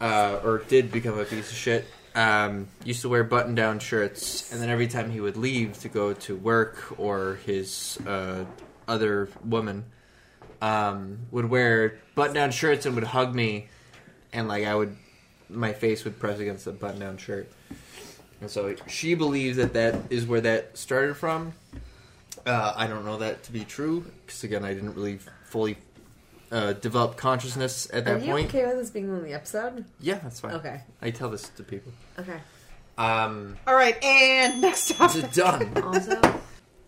Speaker 4: uh, or did become a piece of shit, um, used to wear button down shirts, and then every time he would leave to go to work or his uh, other woman, um, would wear button down shirts and would hug me, and like I would, my face would press against the button down shirt. And so she believes that that is where that started from. Uh, I don't know that to be true because again, I didn't really fully uh, develop consciousness at
Speaker 1: Are
Speaker 4: that
Speaker 1: you
Speaker 4: point.
Speaker 1: okay with this being on the episode?
Speaker 4: Yeah, that's fine.
Speaker 1: Okay.
Speaker 4: I tell this to people.
Speaker 1: Okay. <laughs>
Speaker 4: Um,
Speaker 2: All right, and <laughs> next
Speaker 4: it's
Speaker 2: topic.
Speaker 4: done.
Speaker 1: Also,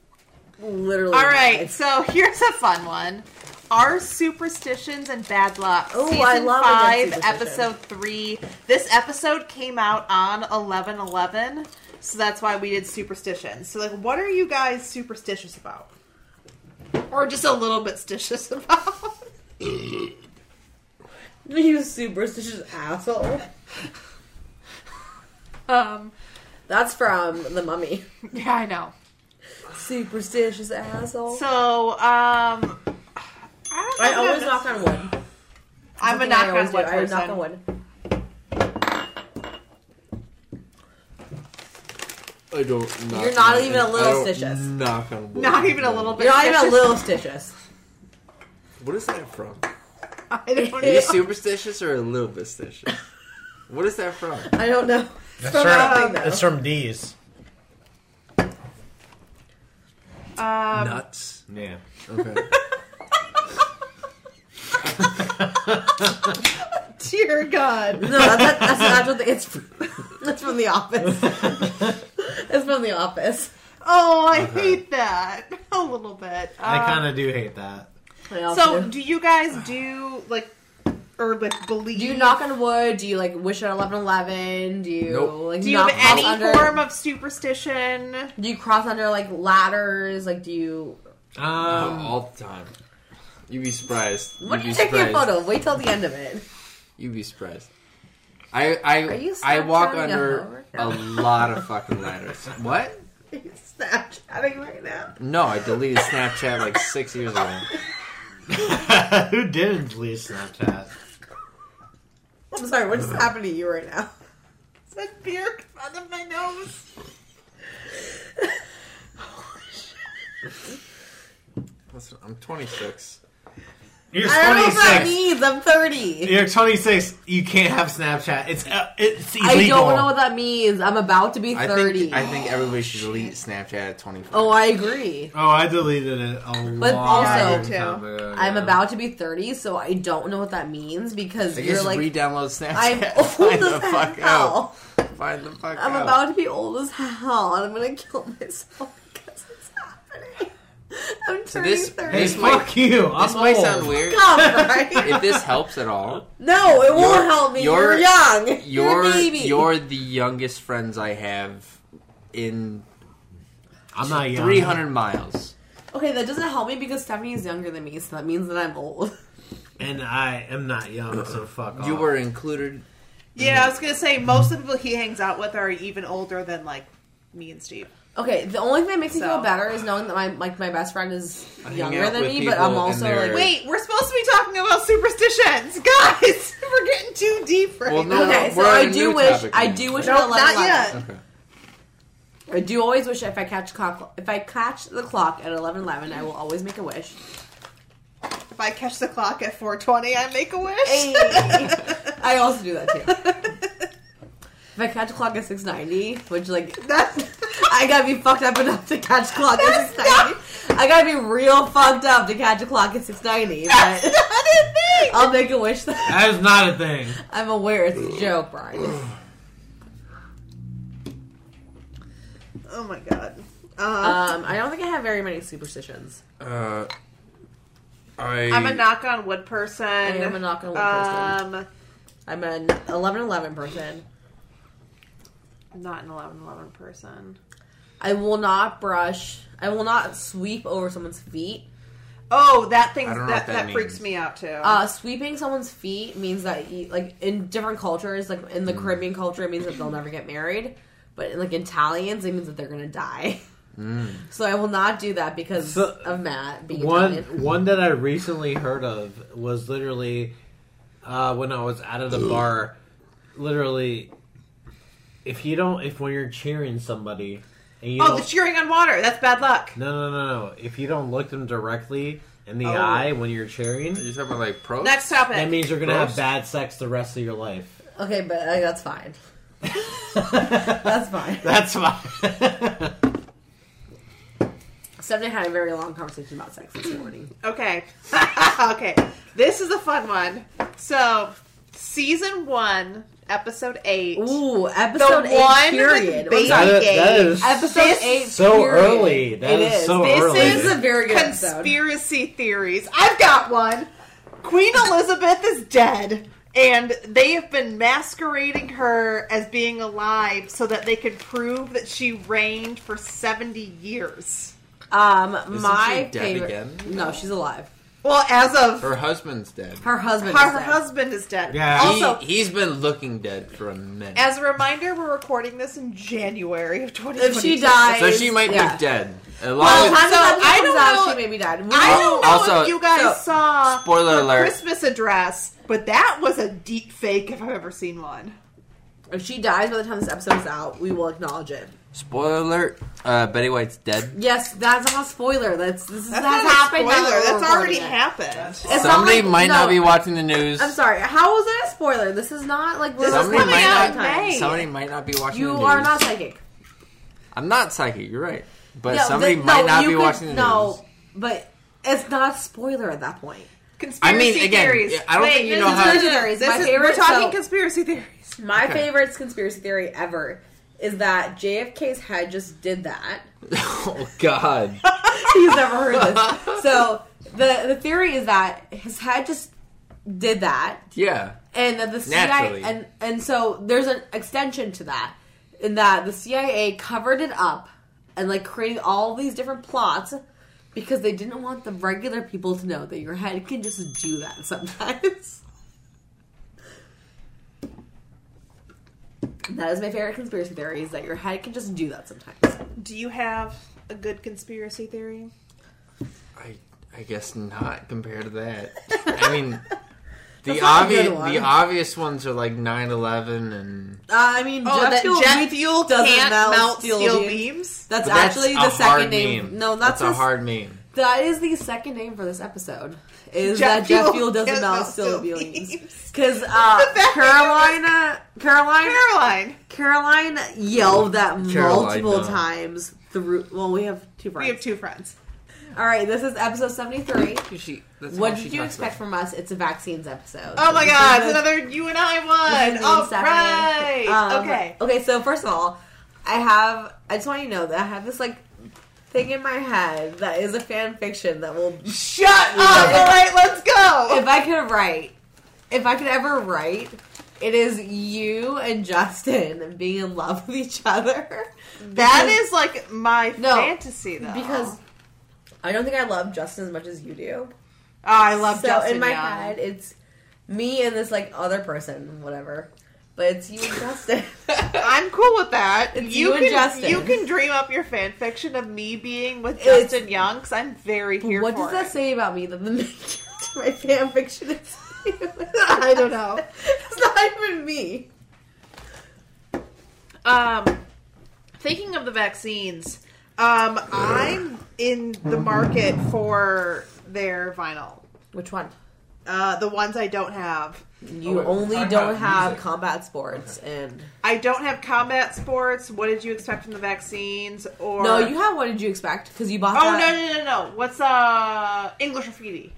Speaker 1: <laughs> literally.
Speaker 2: All right,
Speaker 1: lies.
Speaker 2: so here's a fun one. Our superstitions and bad luck.
Speaker 1: Ooh,
Speaker 2: season
Speaker 1: I love a good
Speaker 2: five,
Speaker 1: superstition.
Speaker 2: episode three. This episode came out on eleven eleven, so that's why we did superstitions. So, like, what are you guys superstitious about, or just a little bit stitious <laughs> about?
Speaker 1: You superstitious asshole.
Speaker 2: um,
Speaker 1: That's from The Mummy.
Speaker 2: yeah, I know.
Speaker 1: Superstitious asshole.
Speaker 2: So, um, I, don't
Speaker 1: I
Speaker 2: know.
Speaker 1: always knock on wood.
Speaker 2: I'm a
Speaker 1: Something I
Speaker 2: knock
Speaker 1: always do.
Speaker 2: on wood
Speaker 1: I knock
Speaker 2: person.
Speaker 1: on wood.
Speaker 4: I don't. knock
Speaker 1: You're not
Speaker 4: on-
Speaker 1: even a little
Speaker 4: I don't
Speaker 1: stitious.
Speaker 4: Knock on wood.
Speaker 2: Not even a little bit.
Speaker 1: You're not even a little stitious.
Speaker 4: What is that from?
Speaker 2: I don't
Speaker 1: <laughs>
Speaker 4: Are you
Speaker 2: know.
Speaker 4: superstitious or a little bit stitious? <laughs> What is that from?
Speaker 1: I don't know.
Speaker 7: That's
Speaker 1: From
Speaker 7: from,
Speaker 1: nothing,
Speaker 7: that's
Speaker 1: though.
Speaker 7: from D's.
Speaker 2: Um,
Speaker 4: Nuts.
Speaker 3: Yeah.
Speaker 1: <laughs>
Speaker 4: Okay.
Speaker 2: <laughs> dear God.
Speaker 1: No, that, that, that's an actual thing. It's that's from <laughs> The Office. it's from The Office.
Speaker 2: Oh, I hate that <laughs> a little bit.
Speaker 3: I
Speaker 2: Um,
Speaker 3: kind of do hate that.
Speaker 1: I also
Speaker 2: So,
Speaker 1: do.
Speaker 2: do you guys do like, or like believe?
Speaker 1: Do you knock on wood? Do you like wish at eleven eleven? Do you
Speaker 4: Nope.
Speaker 1: like
Speaker 2: Do you
Speaker 1: knock
Speaker 2: have any
Speaker 1: cross under?
Speaker 2: form of superstition? <laughs>
Speaker 1: Do you cross under like ladders? Like do you?
Speaker 3: Um,
Speaker 4: all the time. You'd be surprised.
Speaker 1: What are you
Speaker 4: You'd be
Speaker 1: taking a
Speaker 4: surprised.
Speaker 1: photo? of? Wait till the end of it. <laughs>
Speaker 4: You'd be surprised. I I
Speaker 1: Are you
Speaker 4: I walk
Speaker 1: Snapchatting
Speaker 4: under
Speaker 1: a
Speaker 4: a lot of fucking ladders. What?
Speaker 2: Are you Snapchatting right now?
Speaker 4: No, I deleted Snapchat like six years ago.
Speaker 3: <laughs> who didn't leave Snapchat?
Speaker 1: I'm sorry. What just happened to you right
Speaker 4: <laughs>
Speaker 1: now?
Speaker 2: Is that beer out of my nose?
Speaker 4: Listen, I'm 26.
Speaker 3: You're
Speaker 1: I don't know what that
Speaker 3: 26.
Speaker 1: means. I'm 30.
Speaker 3: You're 26. You can't have Snapchat. It's uh, it's illegal.
Speaker 1: I don't know what that means. I'm about to be
Speaker 4: I
Speaker 1: 30.
Speaker 4: think I think everybody should delete Snapchat at 24.
Speaker 1: oh, I agree.
Speaker 3: Oh, I deleted it a
Speaker 1: But
Speaker 3: long
Speaker 1: also-
Speaker 3: time ago,
Speaker 1: I'm
Speaker 3: yeah.
Speaker 1: about to be 30, so I don't know what that means because
Speaker 4: I
Speaker 1: you're
Speaker 4: just
Speaker 1: like
Speaker 4: re-download Snapchat.
Speaker 1: I'm
Speaker 4: <laughs>
Speaker 1: old
Speaker 4: Find
Speaker 1: as
Speaker 4: the fuck out.
Speaker 1: hell.
Speaker 4: Find the fuck
Speaker 1: I'm
Speaker 4: out.
Speaker 1: about to be old as hell, and I'm gonna kill myself <laughs> because it's happening. I'm turning
Speaker 4: So this-
Speaker 1: 30.
Speaker 3: Hey,
Speaker 4: This might-
Speaker 3: fuck you. I'm
Speaker 4: This might
Speaker 3: old.
Speaker 4: sound weird.
Speaker 1: Come, right?
Speaker 4: If this helps at all,
Speaker 1: No, it won't
Speaker 4: You're-
Speaker 1: help me. You're,
Speaker 4: you're-
Speaker 1: young. <laughs> You're,
Speaker 4: you're
Speaker 1: a baby.
Speaker 4: you're the youngest friends I have in
Speaker 3: I'm not young.
Speaker 4: 300 miles.
Speaker 1: okay, that doesn't help me because Stephanie is younger than me, so that means that I'm old. <laughs>
Speaker 3: And I am not young, so fuck off.
Speaker 4: You were included.
Speaker 2: Yeah, I was gonna say most of the people he hangs out with are even older than like me and Steve.
Speaker 1: Okay, the only thing that makes me
Speaker 2: So-
Speaker 1: feel better is knowing that my like my best friend is
Speaker 4: hang
Speaker 1: younger
Speaker 4: out
Speaker 1: than
Speaker 4: with
Speaker 1: me, but
Speaker 4: people
Speaker 1: I'm
Speaker 4: and
Speaker 1: also
Speaker 4: they're-
Speaker 1: like
Speaker 2: Wait, we're supposed to be talking about superstitions, <laughs> guys. We're getting too deep right
Speaker 4: Well,
Speaker 2: now.
Speaker 4: no,
Speaker 1: okay. So
Speaker 4: we're on
Speaker 1: I
Speaker 4: a
Speaker 1: do
Speaker 4: new
Speaker 1: wish
Speaker 4: topic
Speaker 1: I
Speaker 4: now.
Speaker 1: do wish
Speaker 2: Nope,
Speaker 1: I love
Speaker 2: not
Speaker 1: life.
Speaker 2: yet.
Speaker 4: Okay.
Speaker 1: I do always wish if I catch clock if I catch the clock at eleven eleven, I will always make a wish.
Speaker 2: If I catch the clock at 4:20, I make a wish.
Speaker 1: Hey. <laughs>
Speaker 2: <laughs>
Speaker 1: I also do that too. If I catch a clock at six ninety, which like
Speaker 2: That's
Speaker 1: <laughs> I gotta be fucked up enough to catch a clock at six ninety. I gotta be real fucked up to catch a clock at six ninety. <laughs> But
Speaker 2: not a thing.
Speaker 1: I'll make a wish that <laughs>
Speaker 3: That is not a thing.
Speaker 1: I'm aware it's a joke, Brian.
Speaker 2: Oh my god. Uh,
Speaker 1: <sighs> Um, I don't think I have very many superstitions.
Speaker 4: Uh, I
Speaker 2: I'm a knock on wood person. I
Speaker 1: am a knock on wood
Speaker 2: um,
Speaker 1: person. I'm an eleven eleven person.
Speaker 2: Not an 11 11 person.
Speaker 1: I will not brush. I will not sweep over someone's feet.
Speaker 2: Oh, that thing
Speaker 4: I don't
Speaker 2: that,
Speaker 4: know
Speaker 2: that,
Speaker 4: what that
Speaker 2: freaks
Speaker 4: means.
Speaker 2: me out too.
Speaker 1: Uh, sweeping someone's feet means that, you, like, in different cultures, like in the
Speaker 3: Mm.
Speaker 1: Caribbean culture, it means that they'll never get married. But like in Italians, it means that they're gonna die. <laughs> So I will not do that because
Speaker 3: Mm. So-
Speaker 1: of Matt being
Speaker 3: One
Speaker 1: Italian.
Speaker 3: one that I recently heard of was literally uh, when I was out of the bar. Literally, if you don't, if when you're cheering somebody, and you
Speaker 2: oh,
Speaker 3: don't,
Speaker 2: the cheering on water. That's bad luck.
Speaker 3: no, no, no, no, if you don't look them directly in the
Speaker 2: Oh.
Speaker 3: eye when you're cheering,
Speaker 4: You're talking about like pro.
Speaker 2: Next topic.
Speaker 3: that means you're gonna
Speaker 4: Gross.
Speaker 3: have bad sex the rest of your life.
Speaker 1: Okay, but uh, that's fine.
Speaker 3: That's
Speaker 1: <laughs> That's fine.
Speaker 3: <laughs> that's fine. <laughs>
Speaker 1: Stephanie had a very long conversation about sex this morning.
Speaker 2: okay. <laughs> okay. This is a fun one. So, season one, episode eight.
Speaker 1: Ooh, episode eight.
Speaker 2: one
Speaker 1: period. <laughs>
Speaker 2: with
Speaker 1: I'm
Speaker 3: that
Speaker 1: sorry.
Speaker 3: is, that is
Speaker 1: Episode
Speaker 2: This-
Speaker 1: eight.
Speaker 3: so
Speaker 1: period.
Speaker 3: early. That
Speaker 1: It
Speaker 3: is so
Speaker 1: This
Speaker 3: early.
Speaker 1: is a very good episode.
Speaker 2: Conspiracy theories. I've got one. Queen Elizabeth is dead, and they have been masquerading her as being alive so that they could prove that she reigned for 70 years.
Speaker 1: Um,
Speaker 4: Isn't
Speaker 1: my
Speaker 4: she dead
Speaker 1: favorite.
Speaker 4: again?
Speaker 1: No, she's alive.
Speaker 2: Well, as of her,
Speaker 4: Her husband's dead.
Speaker 1: Her husband. is
Speaker 2: her
Speaker 1: dead.
Speaker 2: husband is dead.
Speaker 3: Yeah.
Speaker 4: he,
Speaker 2: Also,
Speaker 4: he's been looking dead for a minute.
Speaker 2: as a reminder, we're recording this in January of 2020.
Speaker 1: If she dies,
Speaker 4: so she might
Speaker 1: yeah.
Speaker 4: be dead. Along
Speaker 1: By
Speaker 2: Well,
Speaker 1: the
Speaker 4: with,
Speaker 1: time
Speaker 2: So,
Speaker 1: that
Speaker 2: I
Speaker 1: I comes
Speaker 2: don't
Speaker 1: out,
Speaker 2: know-
Speaker 1: she may be dead. We
Speaker 2: I
Speaker 1: don't
Speaker 2: don't know
Speaker 4: Also-
Speaker 2: if you guys
Speaker 1: Oh, so-
Speaker 2: saw
Speaker 4: spoiler
Speaker 2: her
Speaker 4: alert.
Speaker 2: Christmas address, but that was a deep fake if I've ever seen one.
Speaker 1: If she dies by the time this episode is out, we will acknowledge it.
Speaker 5: Spoiler alert: uh, Betty White's dead.
Speaker 1: Yes, that's not a spoiler. That's this is
Speaker 2: That's
Speaker 1: that's
Speaker 2: not a
Speaker 1: happened. now
Speaker 2: spoiler.
Speaker 1: that we're
Speaker 2: That's already
Speaker 1: recording it.
Speaker 2: happened.
Speaker 1: It's not
Speaker 5: Somebody
Speaker 1: like-
Speaker 5: might
Speaker 1: no.
Speaker 5: not be watching the news.
Speaker 1: I'm sorry. How is that a spoiler? This is not like we're
Speaker 2: This is
Speaker 1: recording
Speaker 5: coming
Speaker 1: it
Speaker 5: out
Speaker 1: on
Speaker 2: in
Speaker 1: time.
Speaker 2: May.
Speaker 5: Somebody might not be watching. the
Speaker 1: You
Speaker 5: news.
Speaker 1: are not psychic.
Speaker 5: I'm not psychic. You're right, but
Speaker 1: No,
Speaker 5: somebody
Speaker 1: th-
Speaker 5: might
Speaker 1: no,
Speaker 5: not
Speaker 1: you
Speaker 5: be
Speaker 1: could-
Speaker 5: watching the news.
Speaker 1: No, but it's not a spoiler at that point.
Speaker 2: Conspiracy
Speaker 5: I mean, again,
Speaker 2: theories.
Speaker 5: yeah, I don't
Speaker 2: Wait,
Speaker 5: think you
Speaker 2: this
Speaker 5: know
Speaker 2: is-
Speaker 5: how-
Speaker 2: this is-
Speaker 1: Conspiracy theories,
Speaker 2: this
Speaker 1: my
Speaker 2: is-
Speaker 1: favorite,
Speaker 2: We're talking
Speaker 1: so-
Speaker 2: conspiracy theories.
Speaker 1: My
Speaker 5: Okay.
Speaker 1: favorite conspiracy theory ever is that JFK's head just did that.
Speaker 5: <laughs> oh God!
Speaker 1: <laughs> He's never heard of this. So the the theory is that his head just did that,
Speaker 5: Yeah,
Speaker 1: and that the CIA
Speaker 5: Naturally.
Speaker 1: and and so there's an extension to that in that the CIA covered it up and like created all these different plots because they didn't want the regular people to know that your head can just do that sometimes. <laughs> That is my favorite conspiracy theory is that your head can just do that sometimes.
Speaker 2: Do you have a good conspiracy theory?
Speaker 5: I I guess not compared to that. I
Speaker 1: <laughs>
Speaker 5: mean, the
Speaker 1: That's not a
Speaker 5: obvious
Speaker 1: good one.
Speaker 5: the obvious ones are like 9-11 and
Speaker 1: Uh, I mean,
Speaker 2: Oh,
Speaker 1: jet
Speaker 2: that
Speaker 1: fuel,
Speaker 2: jet
Speaker 1: we-
Speaker 2: fuel
Speaker 1: doesn't
Speaker 2: can't
Speaker 1: melt
Speaker 2: melt,
Speaker 1: steel
Speaker 2: steel,
Speaker 1: beams.
Speaker 2: beams.
Speaker 1: That's,
Speaker 5: But that's
Speaker 1: actually
Speaker 5: a
Speaker 1: the
Speaker 5: hard
Speaker 1: second name.
Speaker 5: meme.
Speaker 1: No, that's,
Speaker 5: a
Speaker 1: his-
Speaker 5: hard meme.
Speaker 1: That is the second name for this episode. Is
Speaker 2: Jet
Speaker 1: that jet
Speaker 2: fuel
Speaker 1: fuel doesn't
Speaker 2: can't
Speaker 1: melt
Speaker 2: melt
Speaker 1: steel
Speaker 2: steel
Speaker 1: beams?
Speaker 2: beams.
Speaker 1: Because uh, Carolina, Carolina,
Speaker 2: <laughs> Caroline.
Speaker 1: Carolina yelled that
Speaker 5: Carolina.
Speaker 1: multiple times through. Well, we have two friends.
Speaker 2: We have two friends.
Speaker 1: All right, this is episode seventy-three.
Speaker 5: She, that's
Speaker 1: What
Speaker 5: how
Speaker 1: did
Speaker 5: she
Speaker 1: you
Speaker 5: talks
Speaker 1: expect
Speaker 5: about
Speaker 1: from us? It's a vaccines episode.
Speaker 2: Oh my
Speaker 1: This
Speaker 2: god,
Speaker 1: is
Speaker 2: it's
Speaker 1: a-
Speaker 2: another you and
Speaker 1: <laughs>
Speaker 2: I
Speaker 1: this is
Speaker 2: won. All
Speaker 1: a
Speaker 2: right.
Speaker 1: Saturday. Um,
Speaker 2: okay.
Speaker 1: Okay. So first of all, I have. I just want you to know that I have this like thing in my head that is a fan fiction that
Speaker 2: <laughs>
Speaker 1: will
Speaker 2: Shut up. All right, let's go.
Speaker 1: if I could write, if I could ever write, it is you and Justin being in love with each other.
Speaker 2: That is like my
Speaker 1: No,
Speaker 2: fantasy though.
Speaker 1: because I don't think I love Justin as much as you do.
Speaker 2: Oh, I love
Speaker 1: so
Speaker 2: Justin
Speaker 1: in my
Speaker 2: Young.
Speaker 1: head, it's me and this like other person, whatever. But it's you and
Speaker 2: <laughs>
Speaker 1: Justin. <laughs>
Speaker 2: I'm cool with that.
Speaker 1: It's
Speaker 2: you
Speaker 1: you and
Speaker 2: can
Speaker 1: Justin.
Speaker 2: you can dream up your fan fiction of me being with
Speaker 1: It's-
Speaker 2: Justin Young because I'm very here
Speaker 1: what
Speaker 2: for
Speaker 1: does that
Speaker 2: it.
Speaker 1: say about me that the <laughs> main character of my fan fiction is you?
Speaker 2: I don't know.
Speaker 1: <laughs> It's not even me.
Speaker 2: Um, thinking of the vaccines, um, I'm in the market for their vinyl.
Speaker 1: Which one?
Speaker 2: Uh, the ones I don't have.
Speaker 1: You
Speaker 4: Oh, wait, we're
Speaker 1: only
Speaker 4: talking
Speaker 1: don't
Speaker 4: about
Speaker 1: have
Speaker 4: music.
Speaker 1: combat sports and
Speaker 2: I don't have combat sports. What did you expect from the vaccines? Or
Speaker 1: No, you have. What did you expect? Because you bought.
Speaker 2: Oh
Speaker 1: that.
Speaker 2: no no no no! What's uh English graffiti?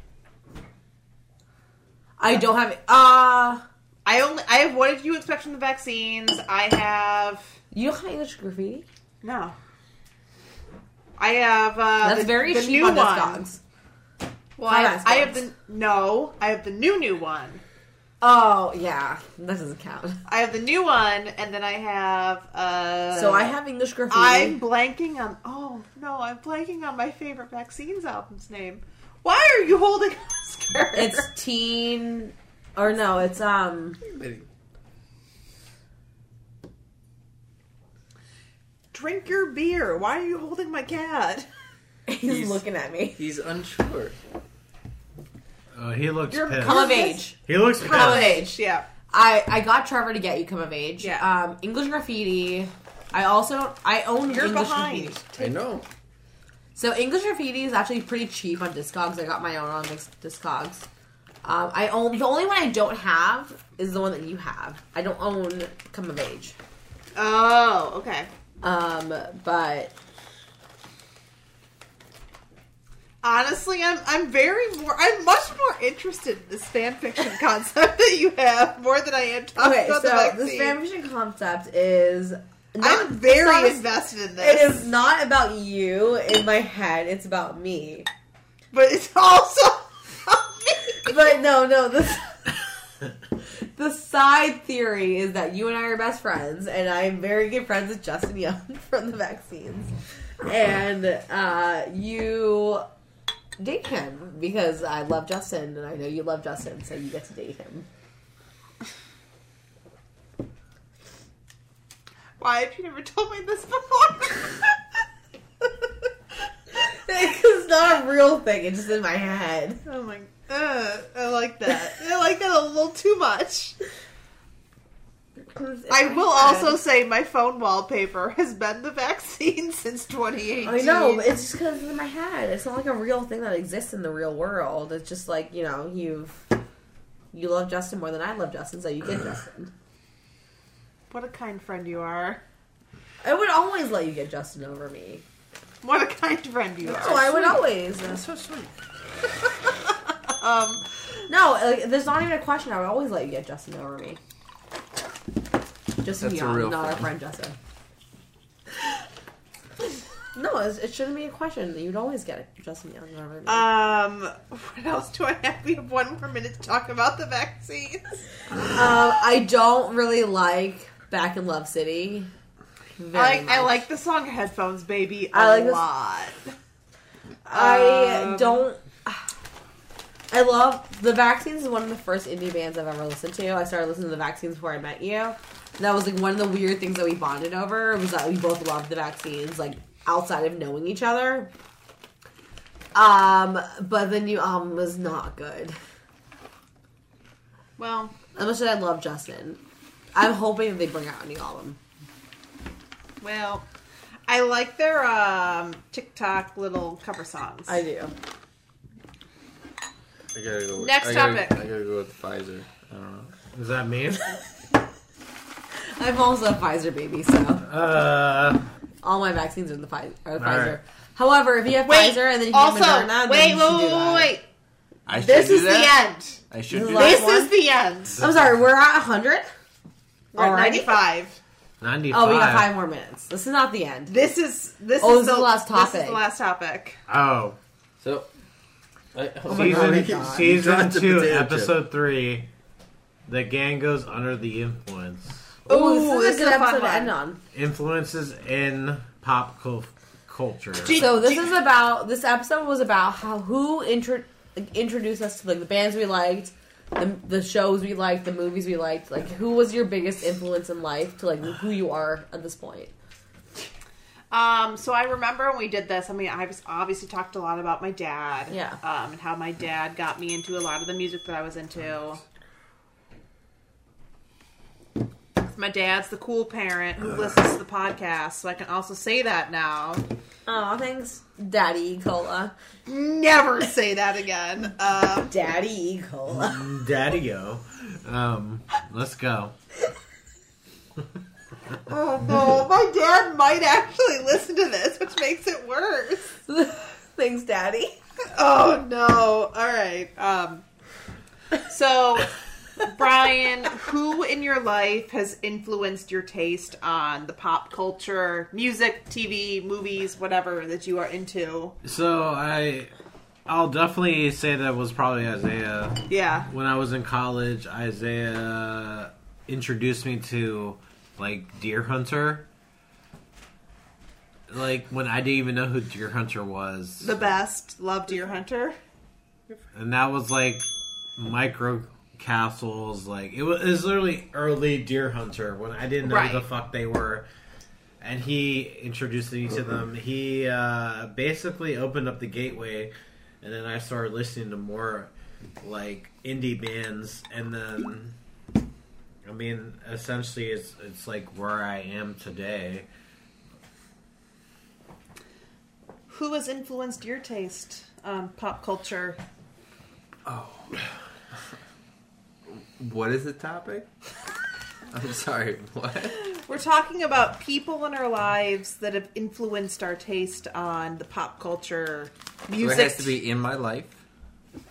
Speaker 1: I don't have. Uh
Speaker 2: I only I have. What did you expect from the vaccines? I have
Speaker 1: you don't have English graffiti.
Speaker 2: no. I have uh,
Speaker 1: That's
Speaker 2: the,
Speaker 1: very
Speaker 2: the
Speaker 1: cheap
Speaker 2: new
Speaker 1: on
Speaker 2: one.
Speaker 1: those dogs.
Speaker 2: Well, I,
Speaker 1: Combat
Speaker 2: I have
Speaker 1: sports.
Speaker 2: the no. I have the new new one.
Speaker 1: Oh yeah, that doesn't count.
Speaker 2: I have the new one, and then I have. Uh,
Speaker 1: So I have English graffiti.
Speaker 2: I'm blanking on. Oh no, I'm blanking on my favorite vaccines album's name. Why are you holding <laughs> Oscar?
Speaker 1: It's teen, or no, it's um.
Speaker 2: drink your beer. Why are you holding my cat? <laughs>
Speaker 1: He's,
Speaker 5: He's-
Speaker 1: looking at me.
Speaker 5: He's unsure.
Speaker 3: Oh, he looks
Speaker 2: You're
Speaker 3: pissed.
Speaker 1: Come of age.
Speaker 3: he looks pissed.
Speaker 1: Come of age.
Speaker 2: Yeah.
Speaker 1: I I got Trevor to get you come of age.
Speaker 2: Yeah.
Speaker 1: Um, English graffiti. I also I own
Speaker 2: You're
Speaker 1: English
Speaker 2: behind.
Speaker 1: graffiti.
Speaker 5: I know.
Speaker 1: So English graffiti is actually pretty cheap on Discogs. I got my own on Dis- Discogs. Um, I own the only one I don't have is the one that you have. I don't own Come of Age,
Speaker 2: Oh, okay.
Speaker 1: um, but
Speaker 2: Honestly, I'm I'm very more I'm much more interested in this fan fiction <laughs> concept that you have more than I am talking
Speaker 1: okay.
Speaker 2: about the
Speaker 1: So
Speaker 2: vaccine.
Speaker 1: this fanfiction concept is not,
Speaker 2: I'm very
Speaker 1: it's not-
Speaker 2: invested in this.
Speaker 1: It is not about you in my head. It's about me.
Speaker 2: but it's also <laughs>
Speaker 1: But no, no. This the side theory is that you and I are best friends, and I'm very good friends with Justin Young <laughs> from the vaccines. And uh, you date him because I love Justin, and I know you love Justin, so you get to date him. <laughs>
Speaker 2: Why have you never told me this before?
Speaker 1: it's not a real thing; it's just in my head.
Speaker 2: <laughs> oh my uh, I like that. I like that a little too much. I will also say my phone wallpaper has been the vaccine <laughs> since 2018.
Speaker 1: I know, but it's just because it's in my head. It's not like a real thing that exists in the real world. It's just like you know, you've you love Justin more than I love Justin, so you get Justin.
Speaker 2: What a kind friend you are.
Speaker 1: I would always let you get Justin over me.
Speaker 2: What a kind friend you
Speaker 1: No,
Speaker 2: are.
Speaker 1: I would always.
Speaker 5: so sweet.
Speaker 2: Um,
Speaker 1: No, like, there's not even a question. I would always let you get Justin over me. Justin
Speaker 5: That's a
Speaker 1: Young,
Speaker 5: real
Speaker 1: not our
Speaker 5: friend.
Speaker 1: friend Justin. no, it's, it shouldn't be a question. You'd always get it, Justin Young over me.
Speaker 2: um, <laughs> what else do I have? We have one more minute to talk about the vaccines.
Speaker 1: Um, I don't really like Back in Love City. very
Speaker 2: I like, I
Speaker 1: much.
Speaker 2: like the song Headphones Baby a
Speaker 1: I like this-
Speaker 2: lot.
Speaker 1: I
Speaker 2: Um,
Speaker 1: don't. I love the Vaccines is one of the first indie bands I've ever listened to. I started listening to the Vaccines before I met you. That was like one of the weird things that we bonded over was that we both loved the Vaccines, like outside of knowing each other. Um, but the new album was not good.
Speaker 2: Well,
Speaker 1: As much as I love Justin, I'm hoping that they bring out a new album.
Speaker 2: well, I like their um, TikTok little cover songs.
Speaker 1: I do.
Speaker 5: I gotta go.
Speaker 2: Next
Speaker 5: I gotta-
Speaker 2: topic.
Speaker 5: I gotta go with Pfizer. I don't know.
Speaker 3: Does that Uh, mean?
Speaker 1: I'm also a Pfizer baby, so. Oh,
Speaker 3: Uh,
Speaker 1: All my vaccines are the Pfizer. Are the
Speaker 3: All
Speaker 1: Pfizer.
Speaker 3: right.
Speaker 1: However, if you have
Speaker 2: Wait,
Speaker 1: Pfizer and then you
Speaker 2: also,
Speaker 1: have Moderna, then uh,
Speaker 2: wait,
Speaker 1: you
Speaker 2: wait,
Speaker 1: should do
Speaker 2: wait,
Speaker 1: that.
Speaker 2: wait.
Speaker 5: I should
Speaker 2: This
Speaker 5: do
Speaker 2: is the
Speaker 5: that.
Speaker 2: end.
Speaker 5: I should
Speaker 1: This
Speaker 5: do
Speaker 1: is
Speaker 5: that.
Speaker 2: This
Speaker 1: Last one?
Speaker 2: is the end.
Speaker 1: I'm sorry, we're at 100?
Speaker 2: We're at
Speaker 1: Alrighty.
Speaker 2: 95.
Speaker 3: 95.
Speaker 1: Oh, we got five more minutes. This is not the end.
Speaker 2: This is this
Speaker 1: Oh,
Speaker 2: is
Speaker 1: this is the last
Speaker 2: This is
Speaker 1: topic.
Speaker 2: the last topic.
Speaker 3: Oh.
Speaker 4: So, I, oh my
Speaker 1: God.
Speaker 3: Season,
Speaker 4: God.
Speaker 1: God.
Speaker 3: season
Speaker 5: Dropped a
Speaker 3: two,
Speaker 5: potato chip.
Speaker 3: episode three. The gang goes under the influence.
Speaker 1: Oh,
Speaker 2: Ooh,
Speaker 1: this is a good
Speaker 2: a fun
Speaker 1: episode to
Speaker 2: one.
Speaker 1: end on.
Speaker 3: Influences in pop cul- culture.
Speaker 2: Gee,
Speaker 1: So this
Speaker 2: gee.
Speaker 1: is about this episode was about how who intro, like, introduced us to like the bands we liked, the, the shows we liked, the movies we liked. Like who was your biggest influence in life to like who you are at this point?
Speaker 2: Um, so I remember when we did this. I mean, I was obviously talked a lot about my dad.
Speaker 1: Yeah.
Speaker 2: Um, and how my dad got me into a lot of the music that I was into. My dad's the cool parent who listens to the podcast, so I can also say that now.
Speaker 1: Oh, thanks, Daddy Cola.
Speaker 2: Never say that again. Um,
Speaker 1: Daddy E Cola. <laughs>
Speaker 3: Daddy O. Um, let's go.
Speaker 2: oh no, my dad might actually listen to this, which makes it worse.
Speaker 1: Thanks, Daddy.
Speaker 2: Oh no! All right. Um, so, Brian, who in your life has influenced your taste on the pop culture, music, TV, movies, whatever that you are into?
Speaker 3: So I, I'll definitely say that was probably Isaiah.
Speaker 2: Yeah.
Speaker 3: When I was in college, Isaiah introduced me to like Deer Hunter. Like when I didn't even know who Deer Hunter was,
Speaker 2: The best, Love Deer Hunter.
Speaker 3: and that was like micro castles. Like it was, it was literally early Deer Hunter when I didn't know
Speaker 2: Right.
Speaker 3: who the fuck they were. And he introduced me to them. He uh, basically opened up the gateway, and then I started listening to more like indie bands. And then, I mean, essentially, it's it's like where I am today.
Speaker 2: Who has influenced your taste on pop culture?
Speaker 5: Oh. What is the topic? <laughs> I'm sorry. What?
Speaker 2: We're talking about people in our lives that have influenced our taste on the pop culture,
Speaker 5: So
Speaker 2: music,
Speaker 5: it has to be in my life.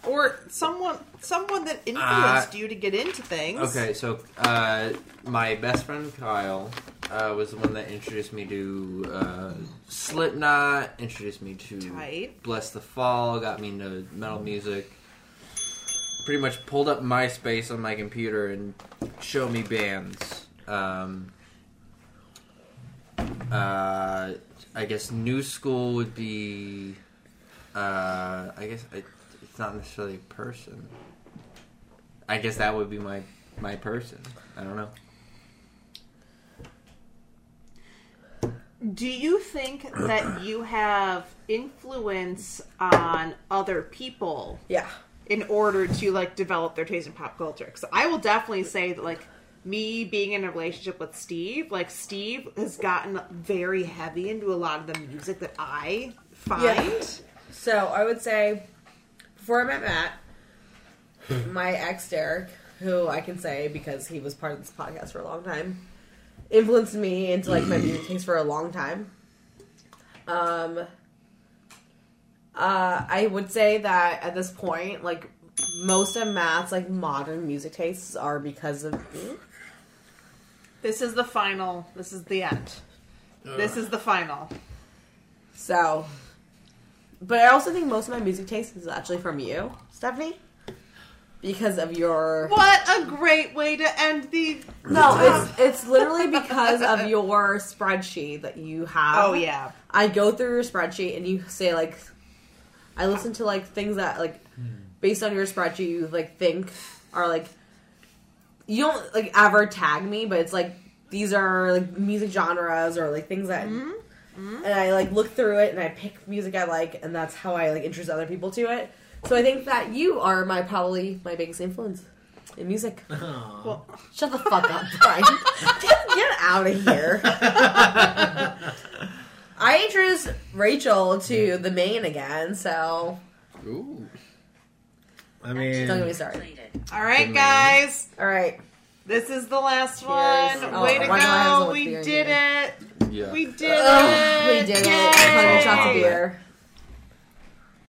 Speaker 2: or someone someone that influenced you to get into things.
Speaker 5: Okay, so uh, my best friend Kyle uh, was the one that introduced me to uh, Slipknot, introduced me to
Speaker 2: Tight.
Speaker 5: Bless the Fall, got me into metal music. Pretty much pulled up MySpace on my computer and showed me bands. Um, uh, I guess New School would be. Uh, I guess it, it's not necessarily a person. I guess that would be my my person. I don't know.
Speaker 2: Do you think that you have influence on other people
Speaker 1: Yeah.
Speaker 2: in order to like develop their taste in pop culture? Because I will definitely say that like me being in a relationship with Steve, like Steve has gotten very heavy into a lot of the music that I find.
Speaker 1: Yeah. So I would say, before I met Matt, my ex Derek, who I can say because he was part of this podcast for a long time, influenced me into like my music taste for a long time. Um, uh, I would say that at this point, like most of Matt's like modern music tastes are because of me.
Speaker 2: This is the final. This is the end. This is the final.
Speaker 1: So, but I also think most of my music taste is actually from you, Stephanie, because of your.
Speaker 2: What a great way to end the.
Speaker 1: No, it's it's literally because
Speaker 2: <laughs>
Speaker 1: of your spreadsheet that you have.
Speaker 2: Oh yeah.
Speaker 1: I go through your spreadsheet and you say like, I listen to like things that like, based on your spreadsheet, you like think are like, you don't like ever tag me, but it's like these are like music genres or like things that.
Speaker 2: Mm-hmm.
Speaker 1: And I like look through it and I pick music I like, and that's how I like introduce other people to it. So I think that you are my probably my biggest influence in music.
Speaker 3: Aw. <laughs>
Speaker 2: Well,
Speaker 1: Shut the fuck up, <laughs> Brian. get, get out of here. I introduced Rachel to the main again, so
Speaker 4: Ooh.
Speaker 3: I mean,
Speaker 1: don't get me started.
Speaker 2: all right, guys.
Speaker 1: All right,
Speaker 2: This is the last one.
Speaker 1: Oh,
Speaker 2: Way
Speaker 1: why
Speaker 2: to
Speaker 1: do I have so
Speaker 2: go.
Speaker 1: much
Speaker 2: We
Speaker 1: beer in
Speaker 2: did
Speaker 1: here?
Speaker 2: it.
Speaker 4: Yeah.
Speaker 2: We did
Speaker 1: Ugh, Oh, we
Speaker 2: it.
Speaker 1: did it.
Speaker 2: Yay.
Speaker 1: Plenty of shots of beer.